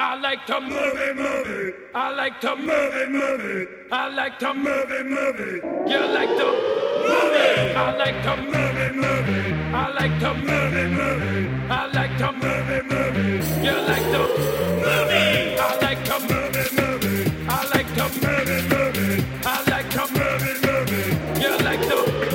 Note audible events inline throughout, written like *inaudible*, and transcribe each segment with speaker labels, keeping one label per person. Speaker 1: I like to move it, move it. I like to move it, move it. I like to move it, move it. You like to move it. I like to move it, move it. I like to move it, move it. I like to move it, move it. You like to move it. I like to move it, move it. I like to move it, move it. I like to move it, move it. You like to move it.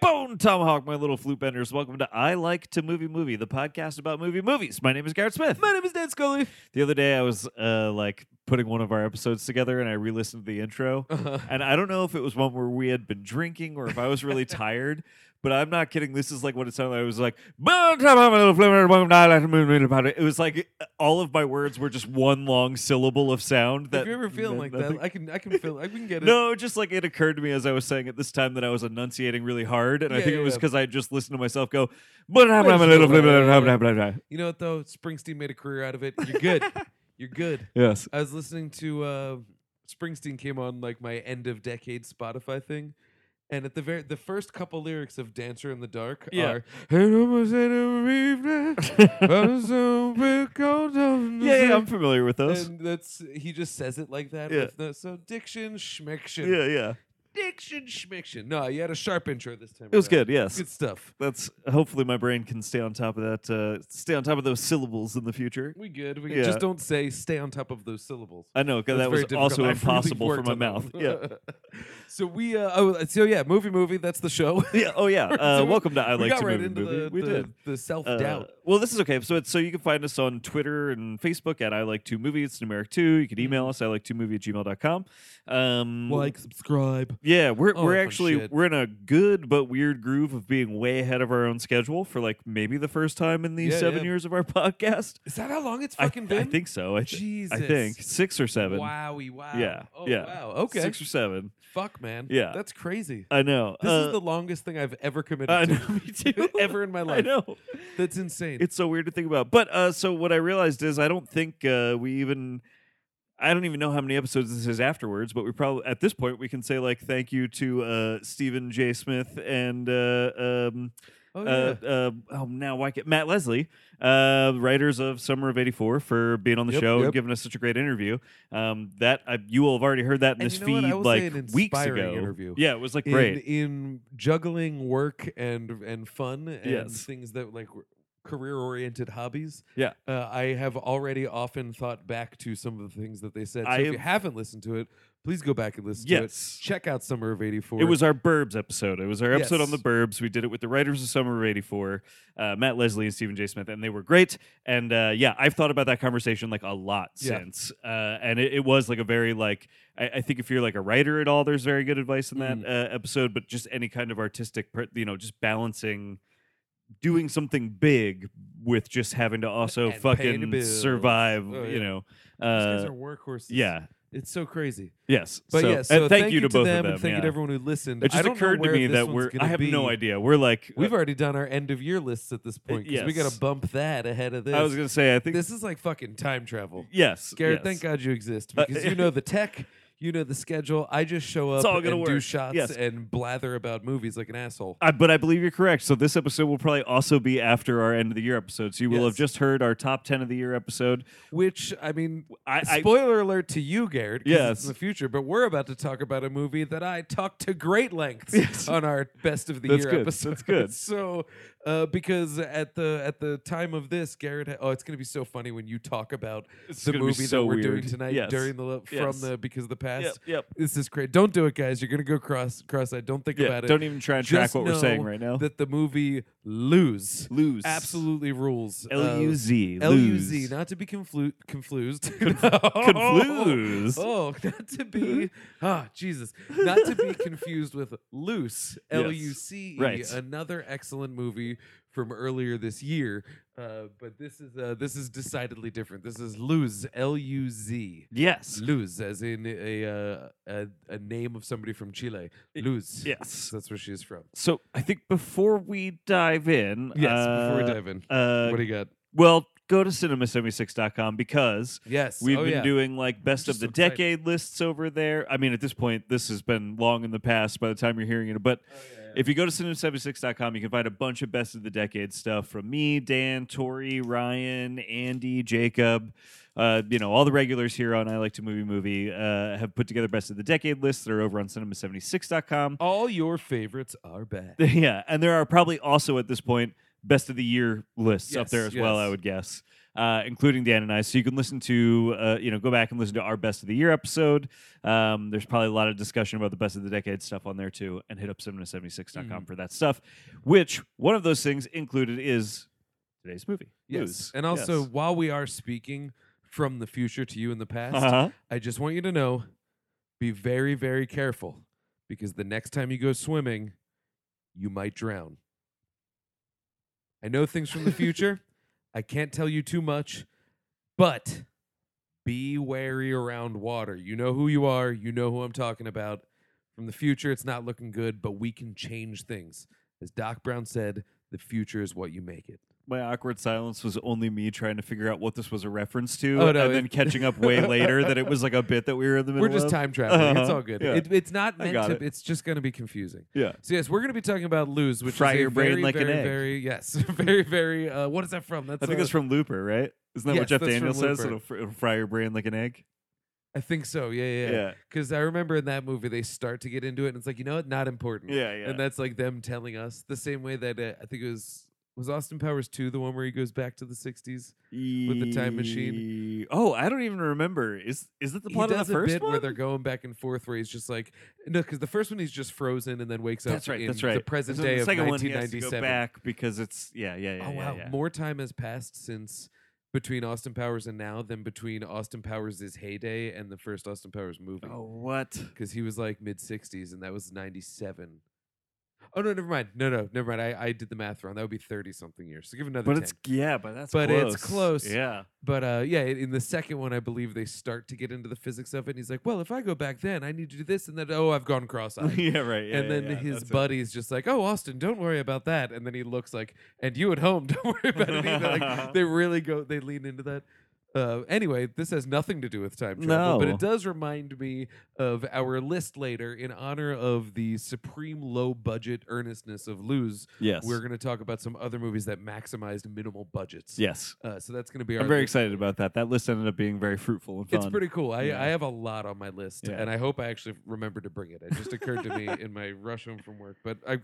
Speaker 2: Bone Tomahawk, my little flute benders. Welcome to I Like to Movie Movie, the podcast about movie movies. My name is Garrett Smith.
Speaker 3: My name is Dan Scully.
Speaker 2: The other day, I was uh, like putting one of our episodes together, and I re-listened to the intro.
Speaker 3: Uh-huh.
Speaker 2: And I don't know if it was one where we had been drinking or if I was
Speaker 3: *laughs*
Speaker 2: really tired, but I'm not kidding. This is like what it sounded like. It was like "Bone Tomahawk, my little flute benders. Welcome to I Like to Movie Movie." the podcast." It was like all of my words were just one long syllable of sound. That
Speaker 3: if you're ever feeling like
Speaker 2: meant
Speaker 3: that,
Speaker 2: nothing.
Speaker 3: I can I can feel I can get
Speaker 2: *laughs*
Speaker 3: it.
Speaker 2: No, just like it occurred to me as I was saying it this time that I was enunciating really hard, and I
Speaker 3: Yeah,
Speaker 2: think
Speaker 3: yeah,
Speaker 2: it was
Speaker 3: yeah.
Speaker 2: because I just listened to myself go. "But I'm a little blah, blah, blah, blah, blah."
Speaker 3: You know what though? Springsteen made a career out of it.
Speaker 2: *laughs*
Speaker 3: You're good. you're good. *laughs*
Speaker 2: Yes.
Speaker 3: I was listening to uh, Springsteen came on like my end of decade Spotify thing. And at the very the first couple lyrics of Dancer in the Dark
Speaker 2: Yeah.
Speaker 3: are "It almost had a evening, I was so big, cold on
Speaker 2: *laughs*
Speaker 3: the
Speaker 2: Yeah, yeah,
Speaker 3: sea."
Speaker 2: I'm familiar with those.
Speaker 3: and that's he just says it like that.
Speaker 2: Yeah.
Speaker 3: with the- so diction schmiction.
Speaker 2: Yeah, yeah.
Speaker 3: Diction schmiction. No, you had a sharp intro this time.
Speaker 2: It was
Speaker 3: around.
Speaker 2: good. Yes.
Speaker 3: Good stuff.
Speaker 2: That's hopefully my brain can stay on top of that. Uh, stay on top of those syllables in the future.
Speaker 3: We good. We
Speaker 2: Yeah.
Speaker 3: just don't say stay on top of those syllables.
Speaker 2: I know 'cause that
Speaker 3: That's very
Speaker 2: was
Speaker 3: difficult.
Speaker 2: also
Speaker 3: I've really
Speaker 2: impossible for
Speaker 3: worked
Speaker 2: my
Speaker 3: on that
Speaker 2: mouth.
Speaker 3: one.
Speaker 2: Yeah.
Speaker 3: *laughs* so we uh oh so yeah, movie movie, that's the show.
Speaker 2: *laughs* Yeah. Oh yeah. Uh,
Speaker 3: *laughs* So we-
Speaker 2: welcome to I
Speaker 3: we
Speaker 2: like
Speaker 3: got
Speaker 2: to
Speaker 3: right
Speaker 2: movie
Speaker 3: into
Speaker 2: movie.
Speaker 3: The,
Speaker 2: we
Speaker 3: the,
Speaker 2: did.
Speaker 3: the self
Speaker 2: Uh,
Speaker 3: doubt.
Speaker 2: well, this is okay. So, it's, so you can find us on Twitter and Facebook at I like two movie. It's numeric two. You can
Speaker 3: Mm-hmm.
Speaker 2: email us I like two movie at gmail.com. Um,
Speaker 3: subscribe.
Speaker 2: Yeah, we're
Speaker 3: all
Speaker 2: we're
Speaker 3: that fun
Speaker 2: actually
Speaker 3: Oh, shit.
Speaker 2: we're in a good but weird groove of being way ahead of our own schedule for like maybe the first time in these
Speaker 3: Yeah,
Speaker 2: seven
Speaker 3: yeah.
Speaker 2: years of our *laughs* podcast.
Speaker 3: Is that how long it's
Speaker 2: I,
Speaker 3: fucking
Speaker 2: I
Speaker 3: been?
Speaker 2: think so. I, th-
Speaker 3: Jesus.
Speaker 2: I think six or seven.
Speaker 3: Wowie wow.
Speaker 2: Yeah,
Speaker 3: Oh
Speaker 2: yeah.
Speaker 3: wow. Okay.
Speaker 2: Six or seven.
Speaker 3: Fuck man.
Speaker 2: Yeah.
Speaker 3: That's crazy.
Speaker 2: I know.
Speaker 3: This
Speaker 2: Uh,
Speaker 3: is the longest thing I've ever committed *laughs*
Speaker 2: I
Speaker 3: to.
Speaker 2: know, me too.
Speaker 3: ever in
Speaker 2: *laughs*
Speaker 3: my
Speaker 2: I
Speaker 3: life.
Speaker 2: know.
Speaker 3: That's insane.
Speaker 2: *laughs* It's so weird to think about. But uh, so what I realized is I don't think uh, we even. I don't even know how many episodes this is afterwards, but we probably at this point we can say like thank you to uh, Stephen J. Smith and uh, um,
Speaker 3: oh
Speaker 2: uh,
Speaker 3: yeah.
Speaker 2: uh, oh, now why can't Matt Leslie, uh, writers of Summer of '84, for being on the
Speaker 3: Yep,
Speaker 2: show and
Speaker 3: yep.
Speaker 2: giving us such a great interview. Um, that I, you will have already heard that in
Speaker 3: And
Speaker 2: this
Speaker 3: you know what? I
Speaker 2: feed
Speaker 3: will say
Speaker 2: like
Speaker 3: an
Speaker 2: weeks
Speaker 3: inspiring
Speaker 2: ago.
Speaker 3: interview.
Speaker 2: Yeah, it was like
Speaker 3: in,
Speaker 2: great.
Speaker 3: in juggling work and and fun and
Speaker 2: Yes.
Speaker 3: things that like career oriented hobbies.
Speaker 2: Yeah.
Speaker 3: uh, I have already often thought back to some of the things that they said. So
Speaker 2: I
Speaker 3: if you
Speaker 2: have-
Speaker 3: haven't listened to it, please go back and listen to it.
Speaker 2: yes.
Speaker 3: Check out Summer of '84.
Speaker 2: It was our Burbs episode. It was our episode on the
Speaker 3: Yes.
Speaker 2: Burbs. We did it with the writers of Summer of '84, uh, Matt Leslie and Stephen J. Smith, and they were great. And uh, yeah, I've thought about that conversation like a lot
Speaker 3: Yeah.
Speaker 2: since. Uh, and it, it was like a very like I, I think if you're like a writer at all, there's very good advice in that
Speaker 3: Mm.
Speaker 2: uh, episode. But just any kind of artistic, per- you know, just balancing doing something big with just having to also
Speaker 3: And paying the
Speaker 2: fucking
Speaker 3: bills.
Speaker 2: survive.
Speaker 3: Oh,
Speaker 2: You
Speaker 3: yeah.
Speaker 2: know,
Speaker 3: These guys
Speaker 2: uh,
Speaker 3: are workhorses.
Speaker 2: yeah,
Speaker 3: it's so crazy.
Speaker 2: yes.
Speaker 3: But
Speaker 2: so,
Speaker 3: yeah,
Speaker 2: and
Speaker 3: so
Speaker 2: thank, you to, both
Speaker 3: them,
Speaker 2: of them.
Speaker 3: and thank you
Speaker 2: yeah.
Speaker 3: to everyone who listened.
Speaker 2: It
Speaker 3: I
Speaker 2: just
Speaker 3: don't know
Speaker 2: occurred to
Speaker 3: where
Speaker 2: me
Speaker 3: this
Speaker 2: that
Speaker 3: one's
Speaker 2: we're
Speaker 3: gonna
Speaker 2: I have no
Speaker 3: be.
Speaker 2: idea. We're like
Speaker 3: We've already done our end of year lists at this point because we got
Speaker 2: yes.
Speaker 3: to bump that ahead of this.
Speaker 2: I was going to say I think
Speaker 3: this is like fucking time travel.
Speaker 2: yes.
Speaker 3: Garrett,
Speaker 2: yes.
Speaker 3: thank God you exist
Speaker 2: Uh,
Speaker 3: because you know the tech, you know the schedule. I just show up
Speaker 2: It's all gonna
Speaker 3: and do
Speaker 2: work.
Speaker 3: shots
Speaker 2: Yes.
Speaker 3: and blather about movies like an asshole.
Speaker 2: I, but I believe you're correct. So this episode will probably also be after our end of the year episode. So you will have
Speaker 3: Yes.
Speaker 2: just heard our top ten of the year episode.
Speaker 3: Which I mean,
Speaker 2: I, I
Speaker 3: spoiler alert to you, Garrett. 'cause
Speaker 2: Yes.
Speaker 3: it's in the future. But we're about to talk about a movie that I talked to great
Speaker 2: *laughs*
Speaker 3: lengths
Speaker 2: Yes.
Speaker 3: on our best of the
Speaker 2: That's
Speaker 3: year
Speaker 2: good.
Speaker 3: episode.
Speaker 2: That's good.
Speaker 3: *laughs* So, uh, because at the at the time of this, Garrett, ha- oh, it's gonna be so funny when you talk about
Speaker 2: It's
Speaker 3: the
Speaker 2: gonna be
Speaker 3: movie
Speaker 2: so
Speaker 3: that we're
Speaker 2: weird.
Speaker 3: doing tonight
Speaker 2: Yes.
Speaker 3: during the lo- from
Speaker 2: Yes.
Speaker 3: the because of the past.
Speaker 2: yep, yep,
Speaker 3: This is great. Don't do it, guys. You're gonna go cross cross-eyed. Don't think
Speaker 2: yeah,
Speaker 3: about it.
Speaker 2: Don't even try and track
Speaker 3: Just
Speaker 2: what we're saying
Speaker 3: know
Speaker 2: right now.
Speaker 3: that the movie Lose
Speaker 2: lose
Speaker 3: absolutely rules. uh,
Speaker 2: L U Z
Speaker 3: L U Z, not to be conflu- confused.
Speaker 2: confused.
Speaker 3: *laughs* Oh, not to be. Ah, Jesus. Not to be confused with Loose. L U C E.
Speaker 2: Right.
Speaker 3: Another excellent movie from earlier this year. Uh, but this is uh, this is decidedly different. This is Lose. L U Z.
Speaker 2: Yes.
Speaker 3: Luz, as in a, uh, a a name of somebody from Chile. Luz.
Speaker 2: Yes.
Speaker 3: That's where she is from.
Speaker 2: So I think before we dive in,
Speaker 3: Yes,
Speaker 2: uh,
Speaker 3: before we dive in.
Speaker 2: uh,
Speaker 3: what do you got?
Speaker 2: well, go to cinema76.com because
Speaker 3: Yes.
Speaker 2: We've
Speaker 3: oh,
Speaker 2: been
Speaker 3: yeah.
Speaker 2: doing like best of
Speaker 3: just
Speaker 2: the
Speaker 3: so excited.
Speaker 2: decade lists over there. I mean, at this point, this has been long in the past by the time you're hearing it, but
Speaker 3: Oh, yeah, yeah.
Speaker 2: If you go to cinema76.com, you can find a bunch of best of the decade stuff from me, Dan, Tori, Ryan, Andy, Jacob. Uh, you know, all the regulars here on I Like to Movie Movie uh, have put together best of the decade lists. They're over on cinema76.com.
Speaker 3: All your favorites are back.
Speaker 2: *laughs* yeah, and there are probably also at this point best of the year lists up
Speaker 3: Yes,
Speaker 2: there as well.
Speaker 3: yes.
Speaker 2: I would guess, uh, including Dan and I. So you can listen to, uh, you know, go back and listen to our best of the year episode. Um, there's probably a lot of discussion about the best of the decade stuff on there too, and hit up cinema76.com
Speaker 3: Mm.
Speaker 2: com for that stuff. Which one of those things included is today's movie. Moves.
Speaker 3: And also,
Speaker 2: Yes.
Speaker 3: while we are speaking from the future to you in the past,
Speaker 2: Uh-huh.
Speaker 3: I just want you to know be very, very careful because the next time you go swimming, you might drown. I know things from
Speaker 2: *laughs*
Speaker 3: the future. I can't tell you too much, but be wary around water. You know who you are, you know who I'm talking about. From the future, it's not looking good, but we can change things. As Doc Brown said, the future is what you make it.
Speaker 2: My awkward silence was only me trying to figure out what this was a reference to,
Speaker 3: Oh, no,
Speaker 2: and then
Speaker 3: it-
Speaker 2: catching up way later that it was like a bit that we were in the middle.
Speaker 3: *laughs* We're just
Speaker 2: of.
Speaker 3: time traveling. It's
Speaker 2: Uh-huh. *laughs*
Speaker 3: all good.
Speaker 2: Yeah.
Speaker 3: It, it's not
Speaker 2: I
Speaker 3: meant
Speaker 2: got
Speaker 3: to.
Speaker 2: it.
Speaker 3: It's just going to be confusing.
Speaker 2: Yeah.
Speaker 3: So yes, we're going to be talking about lose, which
Speaker 2: Fry
Speaker 3: is a
Speaker 2: your brain
Speaker 3: very,
Speaker 2: like an
Speaker 3: very,
Speaker 2: egg.
Speaker 3: very yes, *laughs* very very. Uh, what is that from? That's
Speaker 2: I think
Speaker 3: uh,
Speaker 2: that's from Looper, right? Isn't that
Speaker 3: Yes,
Speaker 2: what Jeff
Speaker 3: that's from
Speaker 2: Daniels says?
Speaker 3: Looper.
Speaker 2: It'll, fr- it'll fry your brain like an egg.
Speaker 3: I think so. Yeah, yeah.
Speaker 2: yeah,
Speaker 3: Because I remember in that movie they start to get into it, and it's like you know what, not important.
Speaker 2: yeah.
Speaker 3: And that's like them telling us the same way that uh, I think it was was Austin Powers two, the one where he goes back to the sixties. with the time machine.
Speaker 2: Ye- Oh, I don't even remember. Is is that the
Speaker 3: He
Speaker 2: plot of
Speaker 3: does
Speaker 2: the
Speaker 3: a
Speaker 2: first
Speaker 3: bit
Speaker 2: one?
Speaker 3: where they're going back and forth, where he's just like no, because the first one he's just frozen and then wakes
Speaker 2: that's
Speaker 3: up.
Speaker 2: right.
Speaker 3: in
Speaker 2: That's right.
Speaker 3: The present
Speaker 2: And then
Speaker 3: day
Speaker 2: the
Speaker 3: of
Speaker 2: second one, he
Speaker 3: nineteen
Speaker 2: has to
Speaker 3: ninety
Speaker 2: go
Speaker 3: seven.
Speaker 2: back because it's yeah, yeah, yeah.
Speaker 3: Oh
Speaker 2: yeah,
Speaker 3: wow!
Speaker 2: yeah.
Speaker 3: More time has passed since between Austin Powers and now than between Austin Powers' heyday and the first Austin Powers movie.
Speaker 2: Oh what?
Speaker 3: because he was like mid '60s and that was '97. Oh no, never mind. No, no, never mind. I, I did the math wrong. That would be thirty something years. So give another.
Speaker 2: But
Speaker 3: 10.
Speaker 2: it's yeah, but that's
Speaker 3: But
Speaker 2: close.
Speaker 3: it's close.
Speaker 2: Yeah,
Speaker 3: But uh, yeah, in the second one, I believe they start to get into the physics of it. And he's like, "Well, if I go back then, I need to do this and that. Oh, I've gone
Speaker 2: *laughs*
Speaker 3: cross-eyed."
Speaker 2: yeah, right. yeah,
Speaker 3: and then
Speaker 2: yeah, yeah,
Speaker 3: his
Speaker 2: that's it.
Speaker 3: buddy's just like, "Oh, Austin, don't worry about that." And then he looks like, "And you at home, *laughs* don't worry about it either."
Speaker 2: *laughs*
Speaker 3: Like, they really go, they lean into that. Uh, anyway, this has nothing to do with time travel, but
Speaker 2: No.
Speaker 3: it does remind me of our list later in honor of the supreme low budget earnestness of Lose.
Speaker 2: Yes,
Speaker 3: We're going to talk about some other movies that maximized minimal budgets.
Speaker 2: yes.
Speaker 3: Uh, so that's going to be our.
Speaker 2: I'm very
Speaker 3: list.
Speaker 2: excited about that. That list ended up being very fruitful and fun.
Speaker 3: It's pretty cool. I,
Speaker 2: Yeah.
Speaker 3: I have a lot on my list,
Speaker 2: Yeah.
Speaker 3: and I hope I actually remember to bring it. It just occurred
Speaker 2: *laughs*
Speaker 3: to me in my rush home from work, but I,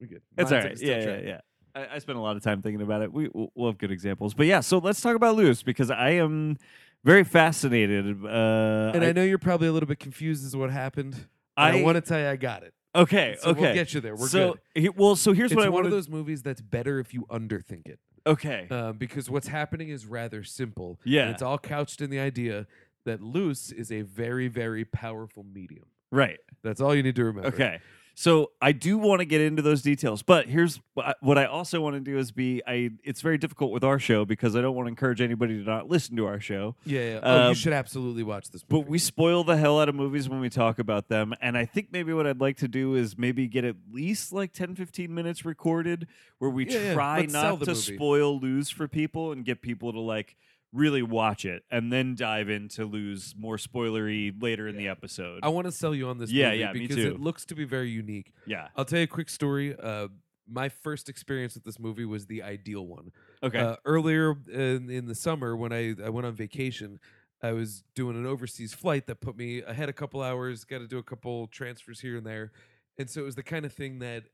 Speaker 3: we're good.
Speaker 2: It's
Speaker 3: Mine's
Speaker 2: all
Speaker 3: like
Speaker 2: right.
Speaker 3: a step
Speaker 2: Yeah, yeah,
Speaker 3: track.
Speaker 2: yeah. I, I spent a lot of time thinking about it. We, we'll we'll have good examples. But yeah, so let's talk about Lewis because I am very fascinated. Uh,
Speaker 3: And I, know you're probably a little bit confused as to what happened. and I,
Speaker 2: I-
Speaker 3: want to tell you I got it.
Speaker 2: Okay,
Speaker 3: So
Speaker 2: okay.
Speaker 3: we'll get you there. We're
Speaker 2: so,
Speaker 3: good.
Speaker 2: he- well, so here's
Speaker 3: it's
Speaker 2: what I
Speaker 3: one
Speaker 2: wanted.
Speaker 3: of those movies that's better if you underthink it,
Speaker 2: okay.
Speaker 3: um, because what's happening is rather simple.
Speaker 2: Yeah.
Speaker 3: and it's all couched in the idea that loose is a very, very powerful medium.
Speaker 2: right.
Speaker 3: That's all you need to remember.
Speaker 2: Okay. So I do want to get into those details, but here's what I- what I also want to do is be I. It's very difficult with our show because I don't want to encourage anybody to not listen to our show.
Speaker 3: Yeah. yeah. oh,
Speaker 2: Um,
Speaker 3: you should absolutely watch this movie.
Speaker 2: But we spoil the hell out of movies when we talk about them. And I think maybe what I'd like to do is maybe get at least like 10, 15 minutes recorded where we
Speaker 3: Yeah, yeah.
Speaker 2: try
Speaker 3: Let's sell
Speaker 2: not
Speaker 3: the
Speaker 2: to
Speaker 3: movie.
Speaker 2: spoil lose for people and get people to like really watch it and then dive into lose more spoilery later in the episode.
Speaker 3: I want to sell you on this
Speaker 2: Yeah,
Speaker 3: movie
Speaker 2: yeah, me
Speaker 3: because
Speaker 2: too.
Speaker 3: it looks to be very unique.
Speaker 2: yeah.
Speaker 3: I'll tell you a quick story. Uh, my first experience with this movie was the ideal one.
Speaker 2: Okay.
Speaker 3: Uh, earlier in, in the summer, when I, I went on vacation, I was doing an overseas flight that put me ahead a couple hours, got to do a couple transfers here and there. And so it was the kind of thing that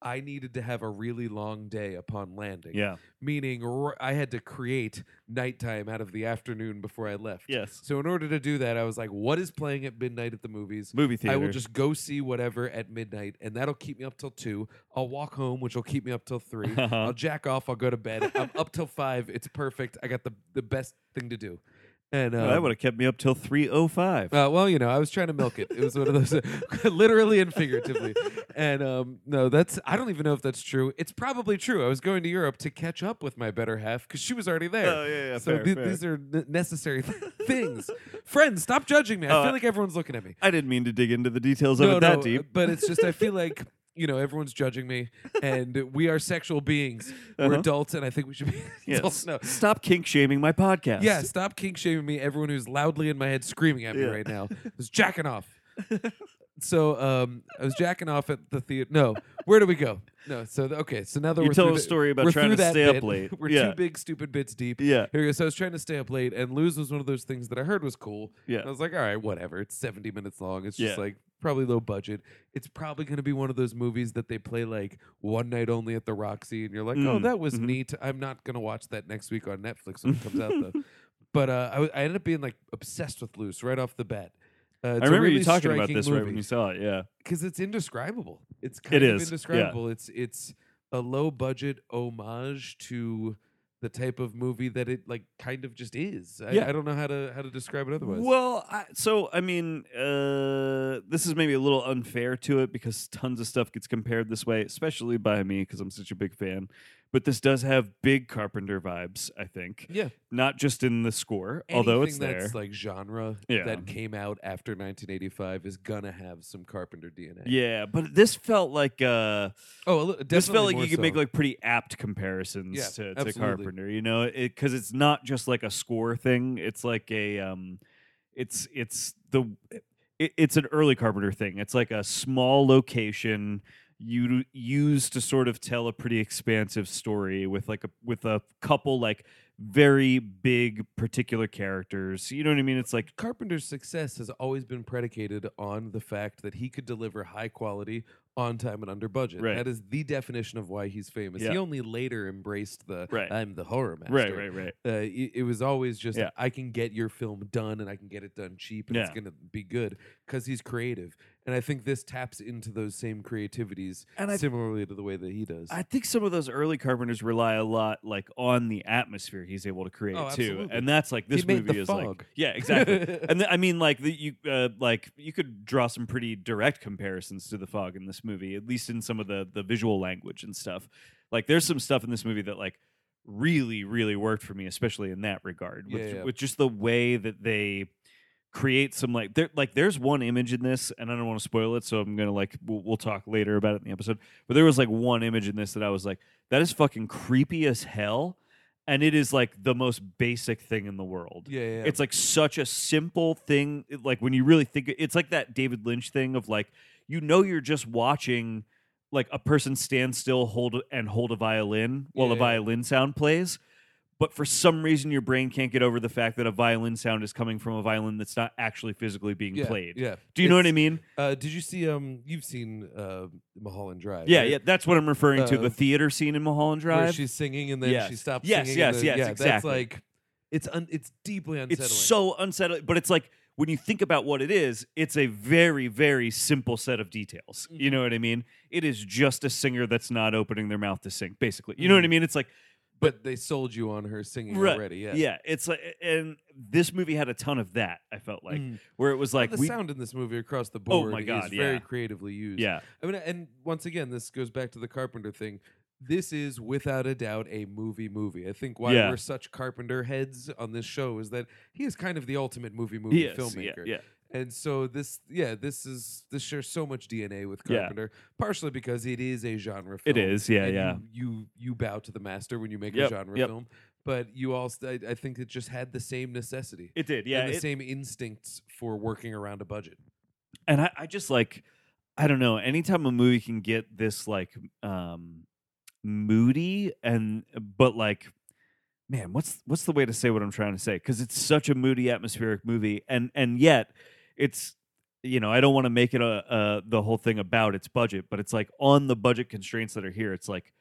Speaker 3: I needed to have a really long day upon landing.
Speaker 2: yeah.
Speaker 3: Meaning, r- I had to create nighttime out of the afternoon before I left.
Speaker 2: Yes.
Speaker 3: So, in order to do that, I was like, what is playing at midnight at the movies?
Speaker 2: Movie theater.
Speaker 3: I will just go see whatever at midnight, and that'll keep me up till two. I'll walk home, which will keep me up till 3 i
Speaker 2: *laughs* Uh-huh.
Speaker 3: I'll jack off. I'll go to bed. I'm up till five. It's perfect. I got the the best thing to do. And
Speaker 2: Well, that
Speaker 3: um,
Speaker 2: would have kept me up till 305.
Speaker 3: uh, well, you know, I was trying to milk it. It was one of those, *laughs* literally and figuratively. And um, no, that's I don't even know if that's true. It's probably true. I was going to Europe to catch up with my better half because she was already there.
Speaker 2: Oh, yeah, yeah,
Speaker 3: so
Speaker 2: fair,
Speaker 3: thi-
Speaker 2: fair.
Speaker 3: these are n- necessary *laughs* things. Friends, stop judging me. I
Speaker 2: Uh,
Speaker 3: feel like everyone's looking at me. uh,
Speaker 2: I didn't mean to dig into the details of it that
Speaker 3: *laughs*
Speaker 2: deep.
Speaker 3: But it's just I feel like *laughs* you know everyone's judging me, and we are sexual beings. We're
Speaker 2: Uh-huh.
Speaker 3: adults, and I think we should be *laughs* adults.
Speaker 2: Yes.
Speaker 3: No.
Speaker 2: Stop kink shaming my podcast.
Speaker 3: Yeah,
Speaker 2: *laughs*
Speaker 3: stop kink shaming me. Everyone who's loudly in my head screaming at me
Speaker 2: Yeah.
Speaker 3: right now is jacking off. so um, I was jacking off at the theater. No, where do we go? No, so th- okay, so now that
Speaker 2: You
Speaker 3: we're
Speaker 2: tell
Speaker 3: through
Speaker 2: a
Speaker 3: the-
Speaker 2: story about
Speaker 3: we're
Speaker 2: trying
Speaker 3: through
Speaker 2: to
Speaker 3: that
Speaker 2: stay up
Speaker 3: bit.
Speaker 2: late.
Speaker 3: we're
Speaker 2: Yeah.
Speaker 3: two big stupid bits deep.
Speaker 2: Yeah.
Speaker 3: Here we go. So I was trying to stay up late, and lose was one of those things that I heard was cool.
Speaker 2: Yeah.
Speaker 3: And I was like, all right, whatever. It's 70 minutes long. It's just
Speaker 2: Yeah.
Speaker 3: like probably low budget. It's probably going to be one of those movies that they play like one night only at the Roxy, and you're like, oh,
Speaker 2: Mm,
Speaker 3: that was
Speaker 2: mhm.
Speaker 3: neat. I'm not going to watch that next week on
Speaker 2: *laughs*
Speaker 3: Netflix when it comes out though. But uh, I, w- I ended up being like obsessed with Loose right off the bat. Uh,
Speaker 2: I remember you talking about this right when you saw it. Yeah.
Speaker 3: because it's indescribable. It's kind of
Speaker 2: is, yeah.
Speaker 3: indescribable. It's it's a low budget homage to the type of movie that it like kind of just is. I,
Speaker 2: Yeah.
Speaker 3: I don't know how to how to describe it otherwise.
Speaker 2: Well, I, so I mean, uh, this is maybe a little unfair to it because tons of stuff gets compared this way, especially by me because I'm such a big fan. But this does have big Carpenter vibes, I think,
Speaker 3: yeah.
Speaker 2: not just in the score, although it's
Speaker 3: Anything
Speaker 2: there.
Speaker 3: that's like genre
Speaker 2: Yeah.
Speaker 3: that came out after 1985 is gonna have some Carpenter DNA.
Speaker 2: yeah, but this felt like uh,
Speaker 3: Oh, a li- definitely
Speaker 2: this felt like
Speaker 3: more
Speaker 2: you could make
Speaker 3: so.
Speaker 2: like pretty apt comparisons
Speaker 3: Yeah,
Speaker 2: to, to
Speaker 3: absolutely.
Speaker 2: Carpenter, you know, because it's not just like a score thing. It's like a, um, it's it's the, it, it's an early Carpenter thing. It's like a small location you use to sort of tell a pretty expansive story with like a with a couple like very big particular characters. You know what I mean? It's like
Speaker 3: Carpenter's success has always been predicated on the fact that he could deliver high quality on time and under budget.
Speaker 2: Right.
Speaker 3: That is the definition of why he's famous.
Speaker 2: Yeah.
Speaker 3: He only later embraced the
Speaker 2: Right.
Speaker 3: I'm the horror master.
Speaker 2: right, right, right.
Speaker 3: Uh, it, it was always just
Speaker 2: Yeah.
Speaker 3: I can get your film done and I can get it done cheap and it's
Speaker 2: Yeah.
Speaker 3: going to be good because he's creative. And I think this taps into those same creativities
Speaker 2: And I
Speaker 3: similarly to the way that he does. *laughs*
Speaker 2: I think some of those early carpenters rely a lot like on the atmosphere he's able to create
Speaker 3: Oh,
Speaker 2: too,
Speaker 3: absolutely.
Speaker 2: and that's like this
Speaker 3: He made
Speaker 2: movie
Speaker 3: The
Speaker 2: is
Speaker 3: Fog.
Speaker 2: like yeah
Speaker 3: *laughs*
Speaker 2: exactly. *laughs* and th- I mean like the, you uh, like you could draw some pretty direct comparisons to the fog in this movie, at least in some of the the visual language and stuff. Like there's some stuff in this movie that like really really worked for me, especially in that regard with
Speaker 3: Yeah, yeah.
Speaker 2: with just the way that they create some like there like there's one image in this and I don't want to spoil it so I'm going to like we'll, we'll talk later about it in the episode but there was like one image in this that I was like that is fucking creepy as hell and it is like the most basic thing in the world
Speaker 3: yeah, yeah.
Speaker 2: it's like such a simple thing it- like when you really think it's like that David Lynch thing of like you know you're just watching like a person stand still hold and hold a violin while
Speaker 3: Yeah,
Speaker 2: a
Speaker 3: yeah.
Speaker 2: violin sound plays but for some reason your brain can't get over the fact that a violin sound is coming from a violin that's not actually physically being
Speaker 3: yeah,
Speaker 2: played.
Speaker 3: Yeah.
Speaker 2: Do you know what I
Speaker 3: It's-
Speaker 2: mean?
Speaker 3: Uh, did you see? Um, you've seen uh, Mulholland Drive?
Speaker 2: Yeah,
Speaker 3: right?
Speaker 2: yeah, that's what I'm referring to,
Speaker 3: Uh,
Speaker 2: the theater scene in Mulholland
Speaker 3: where
Speaker 2: Drive.
Speaker 3: she's singing and then she
Speaker 2: Yes.
Speaker 3: stops
Speaker 2: Yes,
Speaker 3: singing.
Speaker 2: yes,
Speaker 3: and then,
Speaker 2: yes,
Speaker 3: yeah, That's
Speaker 2: exactly.
Speaker 3: like it's un, it's deeply unsettling.
Speaker 2: It's so unsettling, but it's like when you think about what it is, it's a very, very simple set of details. You
Speaker 3: Mm-hmm.
Speaker 2: know what I mean? It is just a singer that's not opening their mouth to sing, basically. You know what I mean? It's like
Speaker 3: but they sold you on her singing
Speaker 2: Right,
Speaker 3: already. Mm-hmm. Yeah,
Speaker 2: yeah. it's like and this movie had a ton of that. I felt like
Speaker 3: Mm.
Speaker 2: where it was like
Speaker 3: the
Speaker 2: we,
Speaker 3: sound in this movie across the
Speaker 2: Oh
Speaker 3: board
Speaker 2: my God,
Speaker 3: is very
Speaker 2: yeah.
Speaker 3: creatively used.
Speaker 2: yeah,
Speaker 3: I mean, and once again, this goes back to the Carpenter thing. This is without a doubt a movie movie. I think why
Speaker 2: Yeah.
Speaker 3: we're such Carpenter heads on this show is that he is kind of the ultimate movie movie
Speaker 2: yes, yeah,
Speaker 3: filmmaker.
Speaker 2: yeah,
Speaker 3: And so this, yeah, this is this shares so much DNA with
Speaker 2: Yeah.
Speaker 3: Carpenter, partially because it is a genre
Speaker 2: it
Speaker 3: film.
Speaker 2: is, yeah,
Speaker 3: and
Speaker 2: yeah.
Speaker 3: You, you you bow to the master when you make
Speaker 2: Yep,
Speaker 3: a genre
Speaker 2: yep.
Speaker 3: film, but you also I, I think it just had the same necessity,
Speaker 2: It did, yeah.
Speaker 3: and the
Speaker 2: it-
Speaker 3: same instincts for working around a budget.
Speaker 2: and I, I just like i don't know anytime a movie can get this like um moody and but like man what's what's the way to say what i'm trying to say because it's such a moody atmospheric movie and and yet it's you know i don't want to make it a, a the whole thing about its budget but it's like on the budget constraints that are here it's like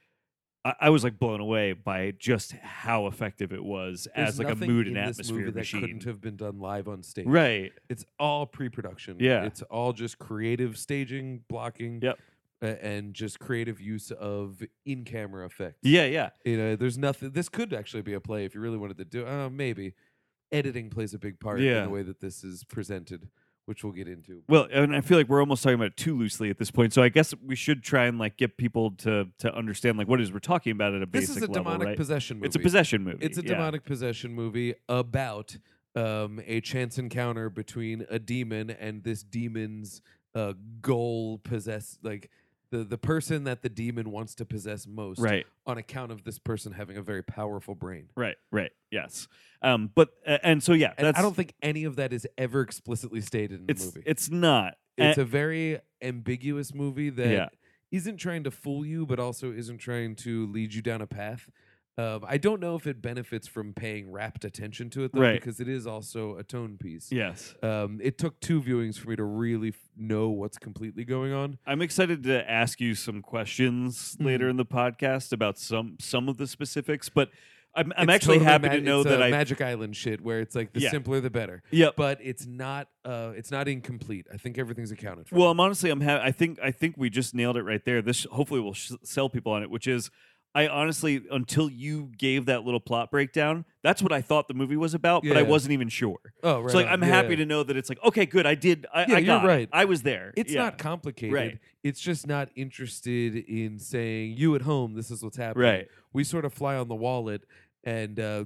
Speaker 2: I, I was like blown away by just how effective it was
Speaker 3: There's
Speaker 2: as like a
Speaker 3: nothing
Speaker 2: mood
Speaker 3: in
Speaker 2: and
Speaker 3: this
Speaker 2: atmosphere
Speaker 3: movie that
Speaker 2: machine
Speaker 3: couldn't have been done live on stage.
Speaker 2: right
Speaker 3: it's all pre-production.
Speaker 2: Yeah.
Speaker 3: it's all just creative staging, blocking.
Speaker 2: Yep.
Speaker 3: a- And just creative use of in-camera effects.
Speaker 2: yeah yeah
Speaker 3: You know, there's nothing. This could actually be a play if you really wanted to do. Uh, maybe editing plays a big part in
Speaker 2: Yeah.
Speaker 3: the way that this is presented, which we'll get into.
Speaker 2: Well, and I feel like we're almost talking about it too loosely at this point. So I guess we should try and like get people to to understand like what it is we're talking about at a
Speaker 3: This
Speaker 2: basic
Speaker 3: is a
Speaker 2: level,
Speaker 3: demonic
Speaker 2: right?
Speaker 3: possession movie.
Speaker 2: It's a possession movie.
Speaker 3: It's a
Speaker 2: yeah.
Speaker 3: demonic possession movie about um, a chance encounter between a demon and this demon's uh, goal possess like the the person that the demon wants to possess most
Speaker 2: Right,
Speaker 3: on account of this person having a very powerful brain.
Speaker 2: right, right. Yes. Um. But uh, and so yeah,
Speaker 3: And
Speaker 2: that's
Speaker 3: I don't think any of that is ever explicitly stated in
Speaker 2: it's
Speaker 3: the movie.
Speaker 2: it's not.
Speaker 3: it's a very ambiguous movie that
Speaker 2: Eh Yeah.
Speaker 3: not trying to fool you, but also isn't trying to lead you down a path. Um, I don't know if it benefits from paying rapt attention to it though,
Speaker 2: Right.
Speaker 3: because it is also a tone piece.
Speaker 2: Yes.
Speaker 3: Um, it took two viewings for me to really f- know what's completely going on.
Speaker 2: I'm excited to ask you some questions
Speaker 3: Hmm.
Speaker 2: later in the podcast about some some of the specifics, but I'm, I'm
Speaker 3: It's
Speaker 2: actually
Speaker 3: totally
Speaker 2: happy
Speaker 3: ma-
Speaker 2: to know
Speaker 3: it's,
Speaker 2: that
Speaker 3: uh,
Speaker 2: I.
Speaker 3: Magic Island shit, where it's like the
Speaker 2: Yeah.
Speaker 3: simpler the better.
Speaker 2: Yep.
Speaker 3: But it's not. Uh, it's not incomplete. I think everything's accounted for.
Speaker 2: Well, I'm honestly, I'm. Ha- I think I think we just nailed it right there. This hopefully will sh- sell people on it, which is, I honestly, until you gave that little plot breakdown, that's what I thought the movie was about, but I
Speaker 3: Yeah.
Speaker 2: wasn't even sure.
Speaker 3: oh right.
Speaker 2: so like,
Speaker 3: on.
Speaker 2: I'm
Speaker 3: Yeah,
Speaker 2: happy
Speaker 3: yeah.
Speaker 2: to know that it's like, okay, good, I did. I,
Speaker 3: Yeah,
Speaker 2: I
Speaker 3: you're
Speaker 2: got it.
Speaker 3: right.
Speaker 2: I was there.
Speaker 3: It's
Speaker 2: Yeah.
Speaker 3: not complicated.
Speaker 2: Right.
Speaker 3: It's just not interested in saying you at home. This is what's happening.
Speaker 2: Right.
Speaker 3: We sort of fly on the wall it, and uh,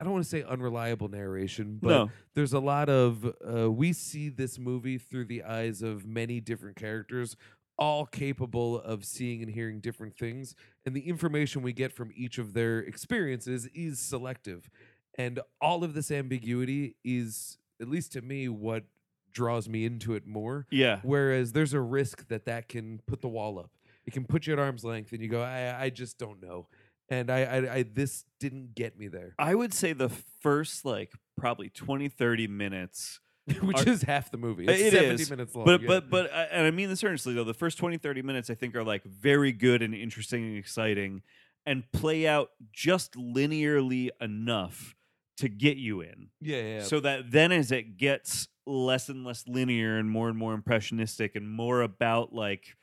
Speaker 3: I don't want to say unreliable narration, but
Speaker 2: no.
Speaker 3: there's a lot of uh, we see this movie through the eyes of many different characters all capable of seeing and hearing different things and the information we get from each of their experiences is selective and all of this ambiguity is at least to me what draws me into it more
Speaker 2: Yeah.
Speaker 3: whereas there's a risk that that can put the wall up it can put you at arm's length and you go i, I just don't know and I, I, I this didn't get me there *laughs*
Speaker 2: I would say the first like probably 20, 30 minutes
Speaker 3: which
Speaker 2: Are- Uh,
Speaker 3: is half the movie
Speaker 2: It
Speaker 3: it's 70
Speaker 2: is,
Speaker 3: minutes long
Speaker 2: but
Speaker 3: yeah.
Speaker 2: but but I- and i mean this earnestly though the first 20 30 minutes i think are like very good and interesting and exciting and play out just linearly enough to get you in
Speaker 3: Yeah, yeah.
Speaker 2: so that then as it gets less and less linear and more and more impressionistic and more about like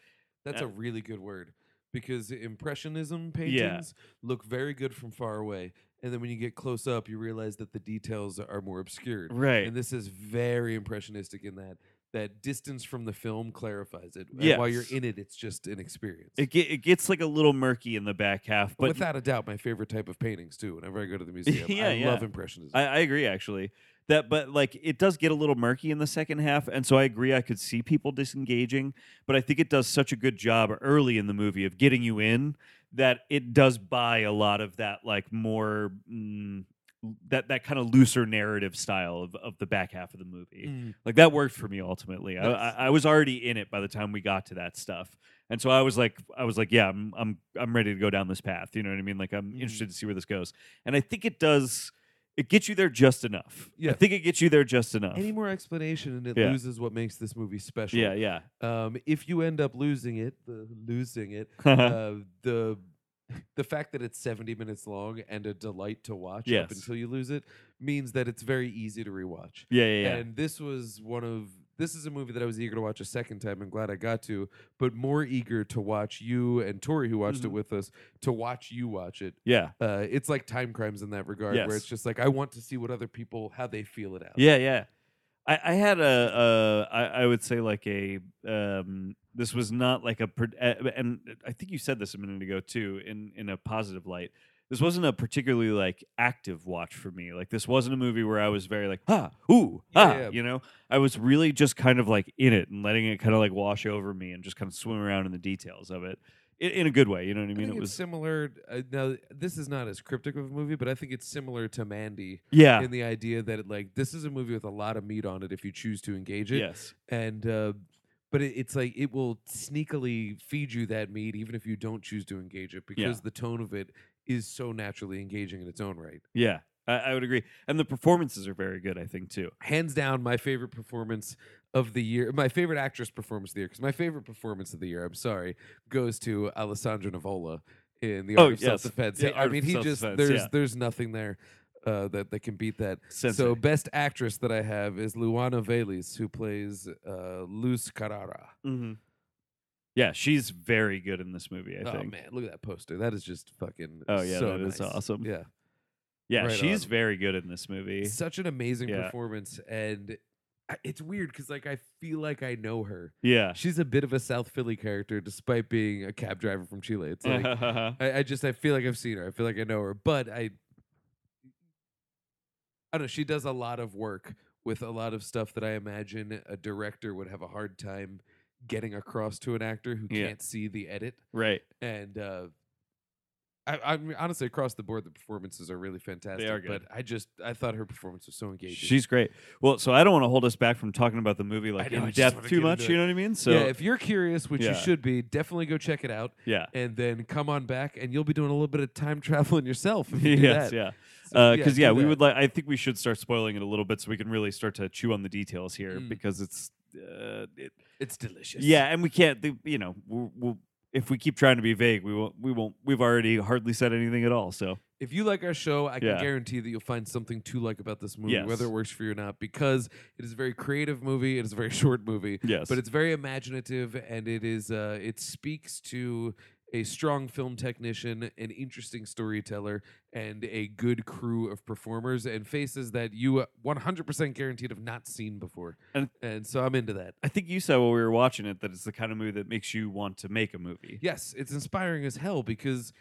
Speaker 3: that's
Speaker 2: uh,
Speaker 3: a really good word because impressionism paintings look very good from far away, and then when you get close up, you realize that the details are more obscured.
Speaker 2: right
Speaker 3: And this is very impressionistic in that that distance from the film clarifies it. and while you're
Speaker 2: Yes.
Speaker 3: in it, it's just an experience.
Speaker 2: it, ge- it gets like a little murky in the back half but
Speaker 3: Without a doubt, my favorite type of paintings too. Whenever I go to
Speaker 2: *laughs*
Speaker 3: the museum,
Speaker 2: Yeah,
Speaker 3: I
Speaker 2: yeah.
Speaker 3: love impressionism.
Speaker 2: I, I agree actually. That but like it does get a little murky in the second half, and so I agree I could see people disengaging, but I think it does such a good job early in the movie of getting you in that it does buy a lot of that like more mm, that that kind of looser narrative style of, of the back half of the movie.
Speaker 3: Mm.
Speaker 2: Like that worked for me ultimately. I, I
Speaker 3: Nice.
Speaker 2: I was already in it by the time we got to that stuff, and so I was like I was like yeah I'm I'm I'm ready to go down this path. You know what I mean? Like I'm
Speaker 3: Mhm.
Speaker 2: interested to see where this goes, and I think it does. It gets you there just enough. I
Speaker 3: Yeah.
Speaker 2: think it gets you there just enough.
Speaker 3: Any more explanation, and it
Speaker 2: Yeah.
Speaker 3: loses what makes this movie special.
Speaker 2: yeah, yeah.
Speaker 3: Um, if you end up losing it, the losing it,
Speaker 2: *laughs* Uh-huh.
Speaker 3: uh, the *laughs* the fact that it's 70 minutes long and a delight to watch
Speaker 2: Yes.
Speaker 3: up until you lose it means that it's very easy to rewatch.
Speaker 2: yeah, yeah, yeah.
Speaker 3: And this was one of this is a movie that I was eager to watch a second time and glad I got to, but more eager to watch you and Tori who watched
Speaker 2: Mhm.
Speaker 3: it with us to watch you watch it.
Speaker 2: Yeah,
Speaker 3: Uh, it's like time crimes in that regard
Speaker 2: Yes.
Speaker 3: where it's just like I want to see what other people how they feel it out.
Speaker 2: yeah, yeah. I, I had a, a I, I would say like a um, this was not like a pr- a- and I think you said this a minute ago too in in a positive light. This wasn't a particularly like active watch for me. Like this wasn't a movie where I was very like ah ooh
Speaker 3: Yeah,
Speaker 2: ah
Speaker 3: yeah.
Speaker 2: you know. I was really just kind of like in it and letting it kind of like wash over me and just kind of swim around in the details of it in, in a good way. You know what I
Speaker 3: I
Speaker 2: mean?
Speaker 3: think
Speaker 2: it
Speaker 3: it's
Speaker 2: was
Speaker 3: similar. Uh, now, this is not as cryptic of a movie, but I think it's similar to Mandy,
Speaker 2: yeah
Speaker 3: in the idea that it, like this is a movie with a lot of meat on it if you choose to engage it
Speaker 2: yes
Speaker 3: and uh but it, it's like it will sneakily feed you that meat even if you don't choose to engage it because the tone of it is so naturally engaging in its own right
Speaker 2: yeah. I, I would agree, and the performances are very good. I think too.
Speaker 3: hands down my favorite performance of the year my favorite actress performance of the year because my favorite performance of the year i'm sorry goes to alessandra nivola in the
Speaker 2: Oh,
Speaker 3: art of
Speaker 2: yes.
Speaker 3: self-defense
Speaker 2: Yeah,
Speaker 3: He- i
Speaker 2: Art
Speaker 3: mean
Speaker 2: of
Speaker 3: he just
Speaker 2: Self-Defense,
Speaker 3: there's
Speaker 2: yeah.
Speaker 3: there's nothing there uh, that that can beat that So
Speaker 2: Sensei.
Speaker 3: best actress that I have is Luana Vélez, who plays uh, Luz Carrara.
Speaker 2: Mm-hmm. Yeah, she's very good in this movie. I
Speaker 3: oh
Speaker 2: think.
Speaker 3: man, look at that poster. That is just fucking.
Speaker 2: Oh, yeah,
Speaker 3: so
Speaker 2: that is
Speaker 3: nice.
Speaker 2: awesome.
Speaker 3: Yeah,
Speaker 2: Yeah,
Speaker 3: Right
Speaker 2: she's
Speaker 3: on.
Speaker 2: very good in this movie.
Speaker 3: such an amazing
Speaker 2: Yeah.
Speaker 3: performance, and I, it's weird because like I feel like I know her. *laughs*
Speaker 2: Yeah.
Speaker 3: She's a bit of a South Philly character, despite being a cab driver from Chile. It's like
Speaker 2: Uh-huh. *laughs*
Speaker 3: I, I just I feel like I've seen her. I feel like I know her, but I I don't know. She does a lot of work with a lot of stuff that I imagine a director would have a hard time getting across to an actor who
Speaker 2: Yeah.
Speaker 3: can't see the edit.
Speaker 2: right.
Speaker 3: And uh, I I, I mean, honestly across the board, the performances are really fantastic.
Speaker 2: are good.
Speaker 3: But I just I thought her performance was so engaging.
Speaker 2: She's great. Well, so I don't want to hold us back from talking about the movie like
Speaker 3: know, I
Speaker 2: in
Speaker 3: just wanna
Speaker 2: depth too
Speaker 3: get
Speaker 2: much.
Speaker 3: into
Speaker 2: You know what I mean? So
Speaker 3: yeah. If you're curious, which
Speaker 2: Yeah.
Speaker 3: you should be, definitely go check it out,
Speaker 2: yeah.
Speaker 3: and then come on back, and you'll be doing a little bit of time *laughs* traveling yourself.
Speaker 2: *laughs*
Speaker 3: If you do
Speaker 2: yes,
Speaker 3: that.
Speaker 2: yeah.
Speaker 3: So, yeah,
Speaker 2: Because
Speaker 3: do
Speaker 2: yeah, we
Speaker 3: that.
Speaker 2: would like. I think we should start spoiling it a little bit so we can really start to chew on the details here
Speaker 3: Mm.
Speaker 2: because it's, uh, it,
Speaker 3: It's delicious.
Speaker 2: yeah, and we can't. the- You know, we'll, we'll, if we keep trying to be vague, we won't. We won't. We've already hardly said anything at all. So
Speaker 3: If you like our show, I can
Speaker 2: Yeah.
Speaker 3: guarantee that you'll find something to like about this movie,
Speaker 2: Yes.
Speaker 3: whether it works for you or not, because it is a very creative movie. It is a very *laughs* short movie,
Speaker 2: yes,
Speaker 3: but it's very imaginative, and it is uh, it speaks to a strong film technician, an interesting storyteller, and a good crew of performers and faces that you uh, 100% guaranteed have not seen before. And,
Speaker 2: And-
Speaker 3: so I'm into that.
Speaker 2: I think you said while we were watching it that it's the kind of movie that makes you want to make a movie.
Speaker 3: Yes, it's inspiring as hell because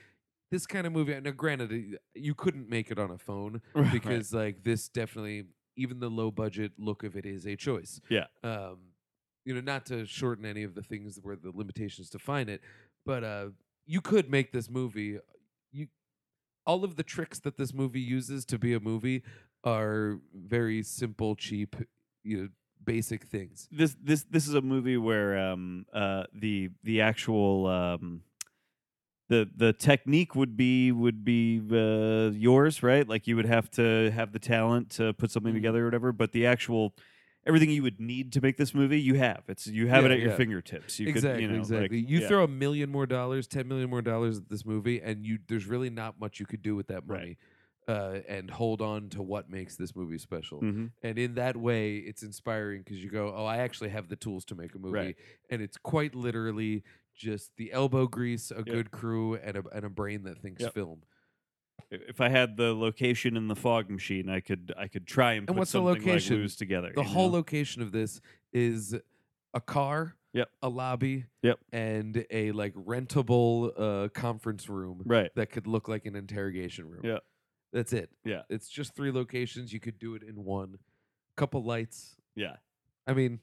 Speaker 3: this kind of movie. Now, granted, y- you couldn't make it on a phone.
Speaker 2: *laughs* Right.
Speaker 3: because like this definitely even the low budget look of it is a choice
Speaker 2: Yeah.
Speaker 3: um you know not to shorten any of the things where the limitations define it but uh you could make this movie uh, you all of the tricks that this movie uses to be a movie are very simple cheap you know basic things
Speaker 2: this this this is a movie where um uh the the actual um the the technique would be would be uh, yours right like you would have to have the talent to put something
Speaker 3: Mhm.
Speaker 2: together or whatever but the actual everything you would need to make this movie you have it's you have it
Speaker 3: Yeah,
Speaker 2: at your
Speaker 3: yeah.
Speaker 2: fingertips you could
Speaker 3: exactly,
Speaker 2: you know like,
Speaker 3: exactly. you
Speaker 2: yeah.
Speaker 3: throw a million more dollars, ten million more dollars at this movie, and you there's really not much you could do with that money,
Speaker 2: Right.
Speaker 3: uh, and hold on to what makes this movie special. *laughs*
Speaker 2: Mhm.
Speaker 3: And in that way, it's inspiring because you go, "Oh, I actually have the tools to make a movie,"
Speaker 2: Right.
Speaker 3: and it's quite literally just the elbow grease, a good crew, and a and a brain that thinks
Speaker 2: Yep.
Speaker 3: film.
Speaker 2: if i had the location and the fog machine i could i could try and, put
Speaker 3: And what's the
Speaker 2: something
Speaker 3: location?
Speaker 2: like Lose together
Speaker 3: The
Speaker 2: you
Speaker 3: whole
Speaker 2: know?
Speaker 3: location of this is a car,
Speaker 2: Yep.
Speaker 3: a lobby,
Speaker 2: Yep.
Speaker 3: and a like rentable uh, conference room.
Speaker 2: right
Speaker 3: that could look like an interrogation room.
Speaker 2: Yeah.
Speaker 3: That's it.
Speaker 2: Yeah.
Speaker 3: It's just three locations. You could do it in one. Couple lights.
Speaker 2: yeah
Speaker 3: I mean,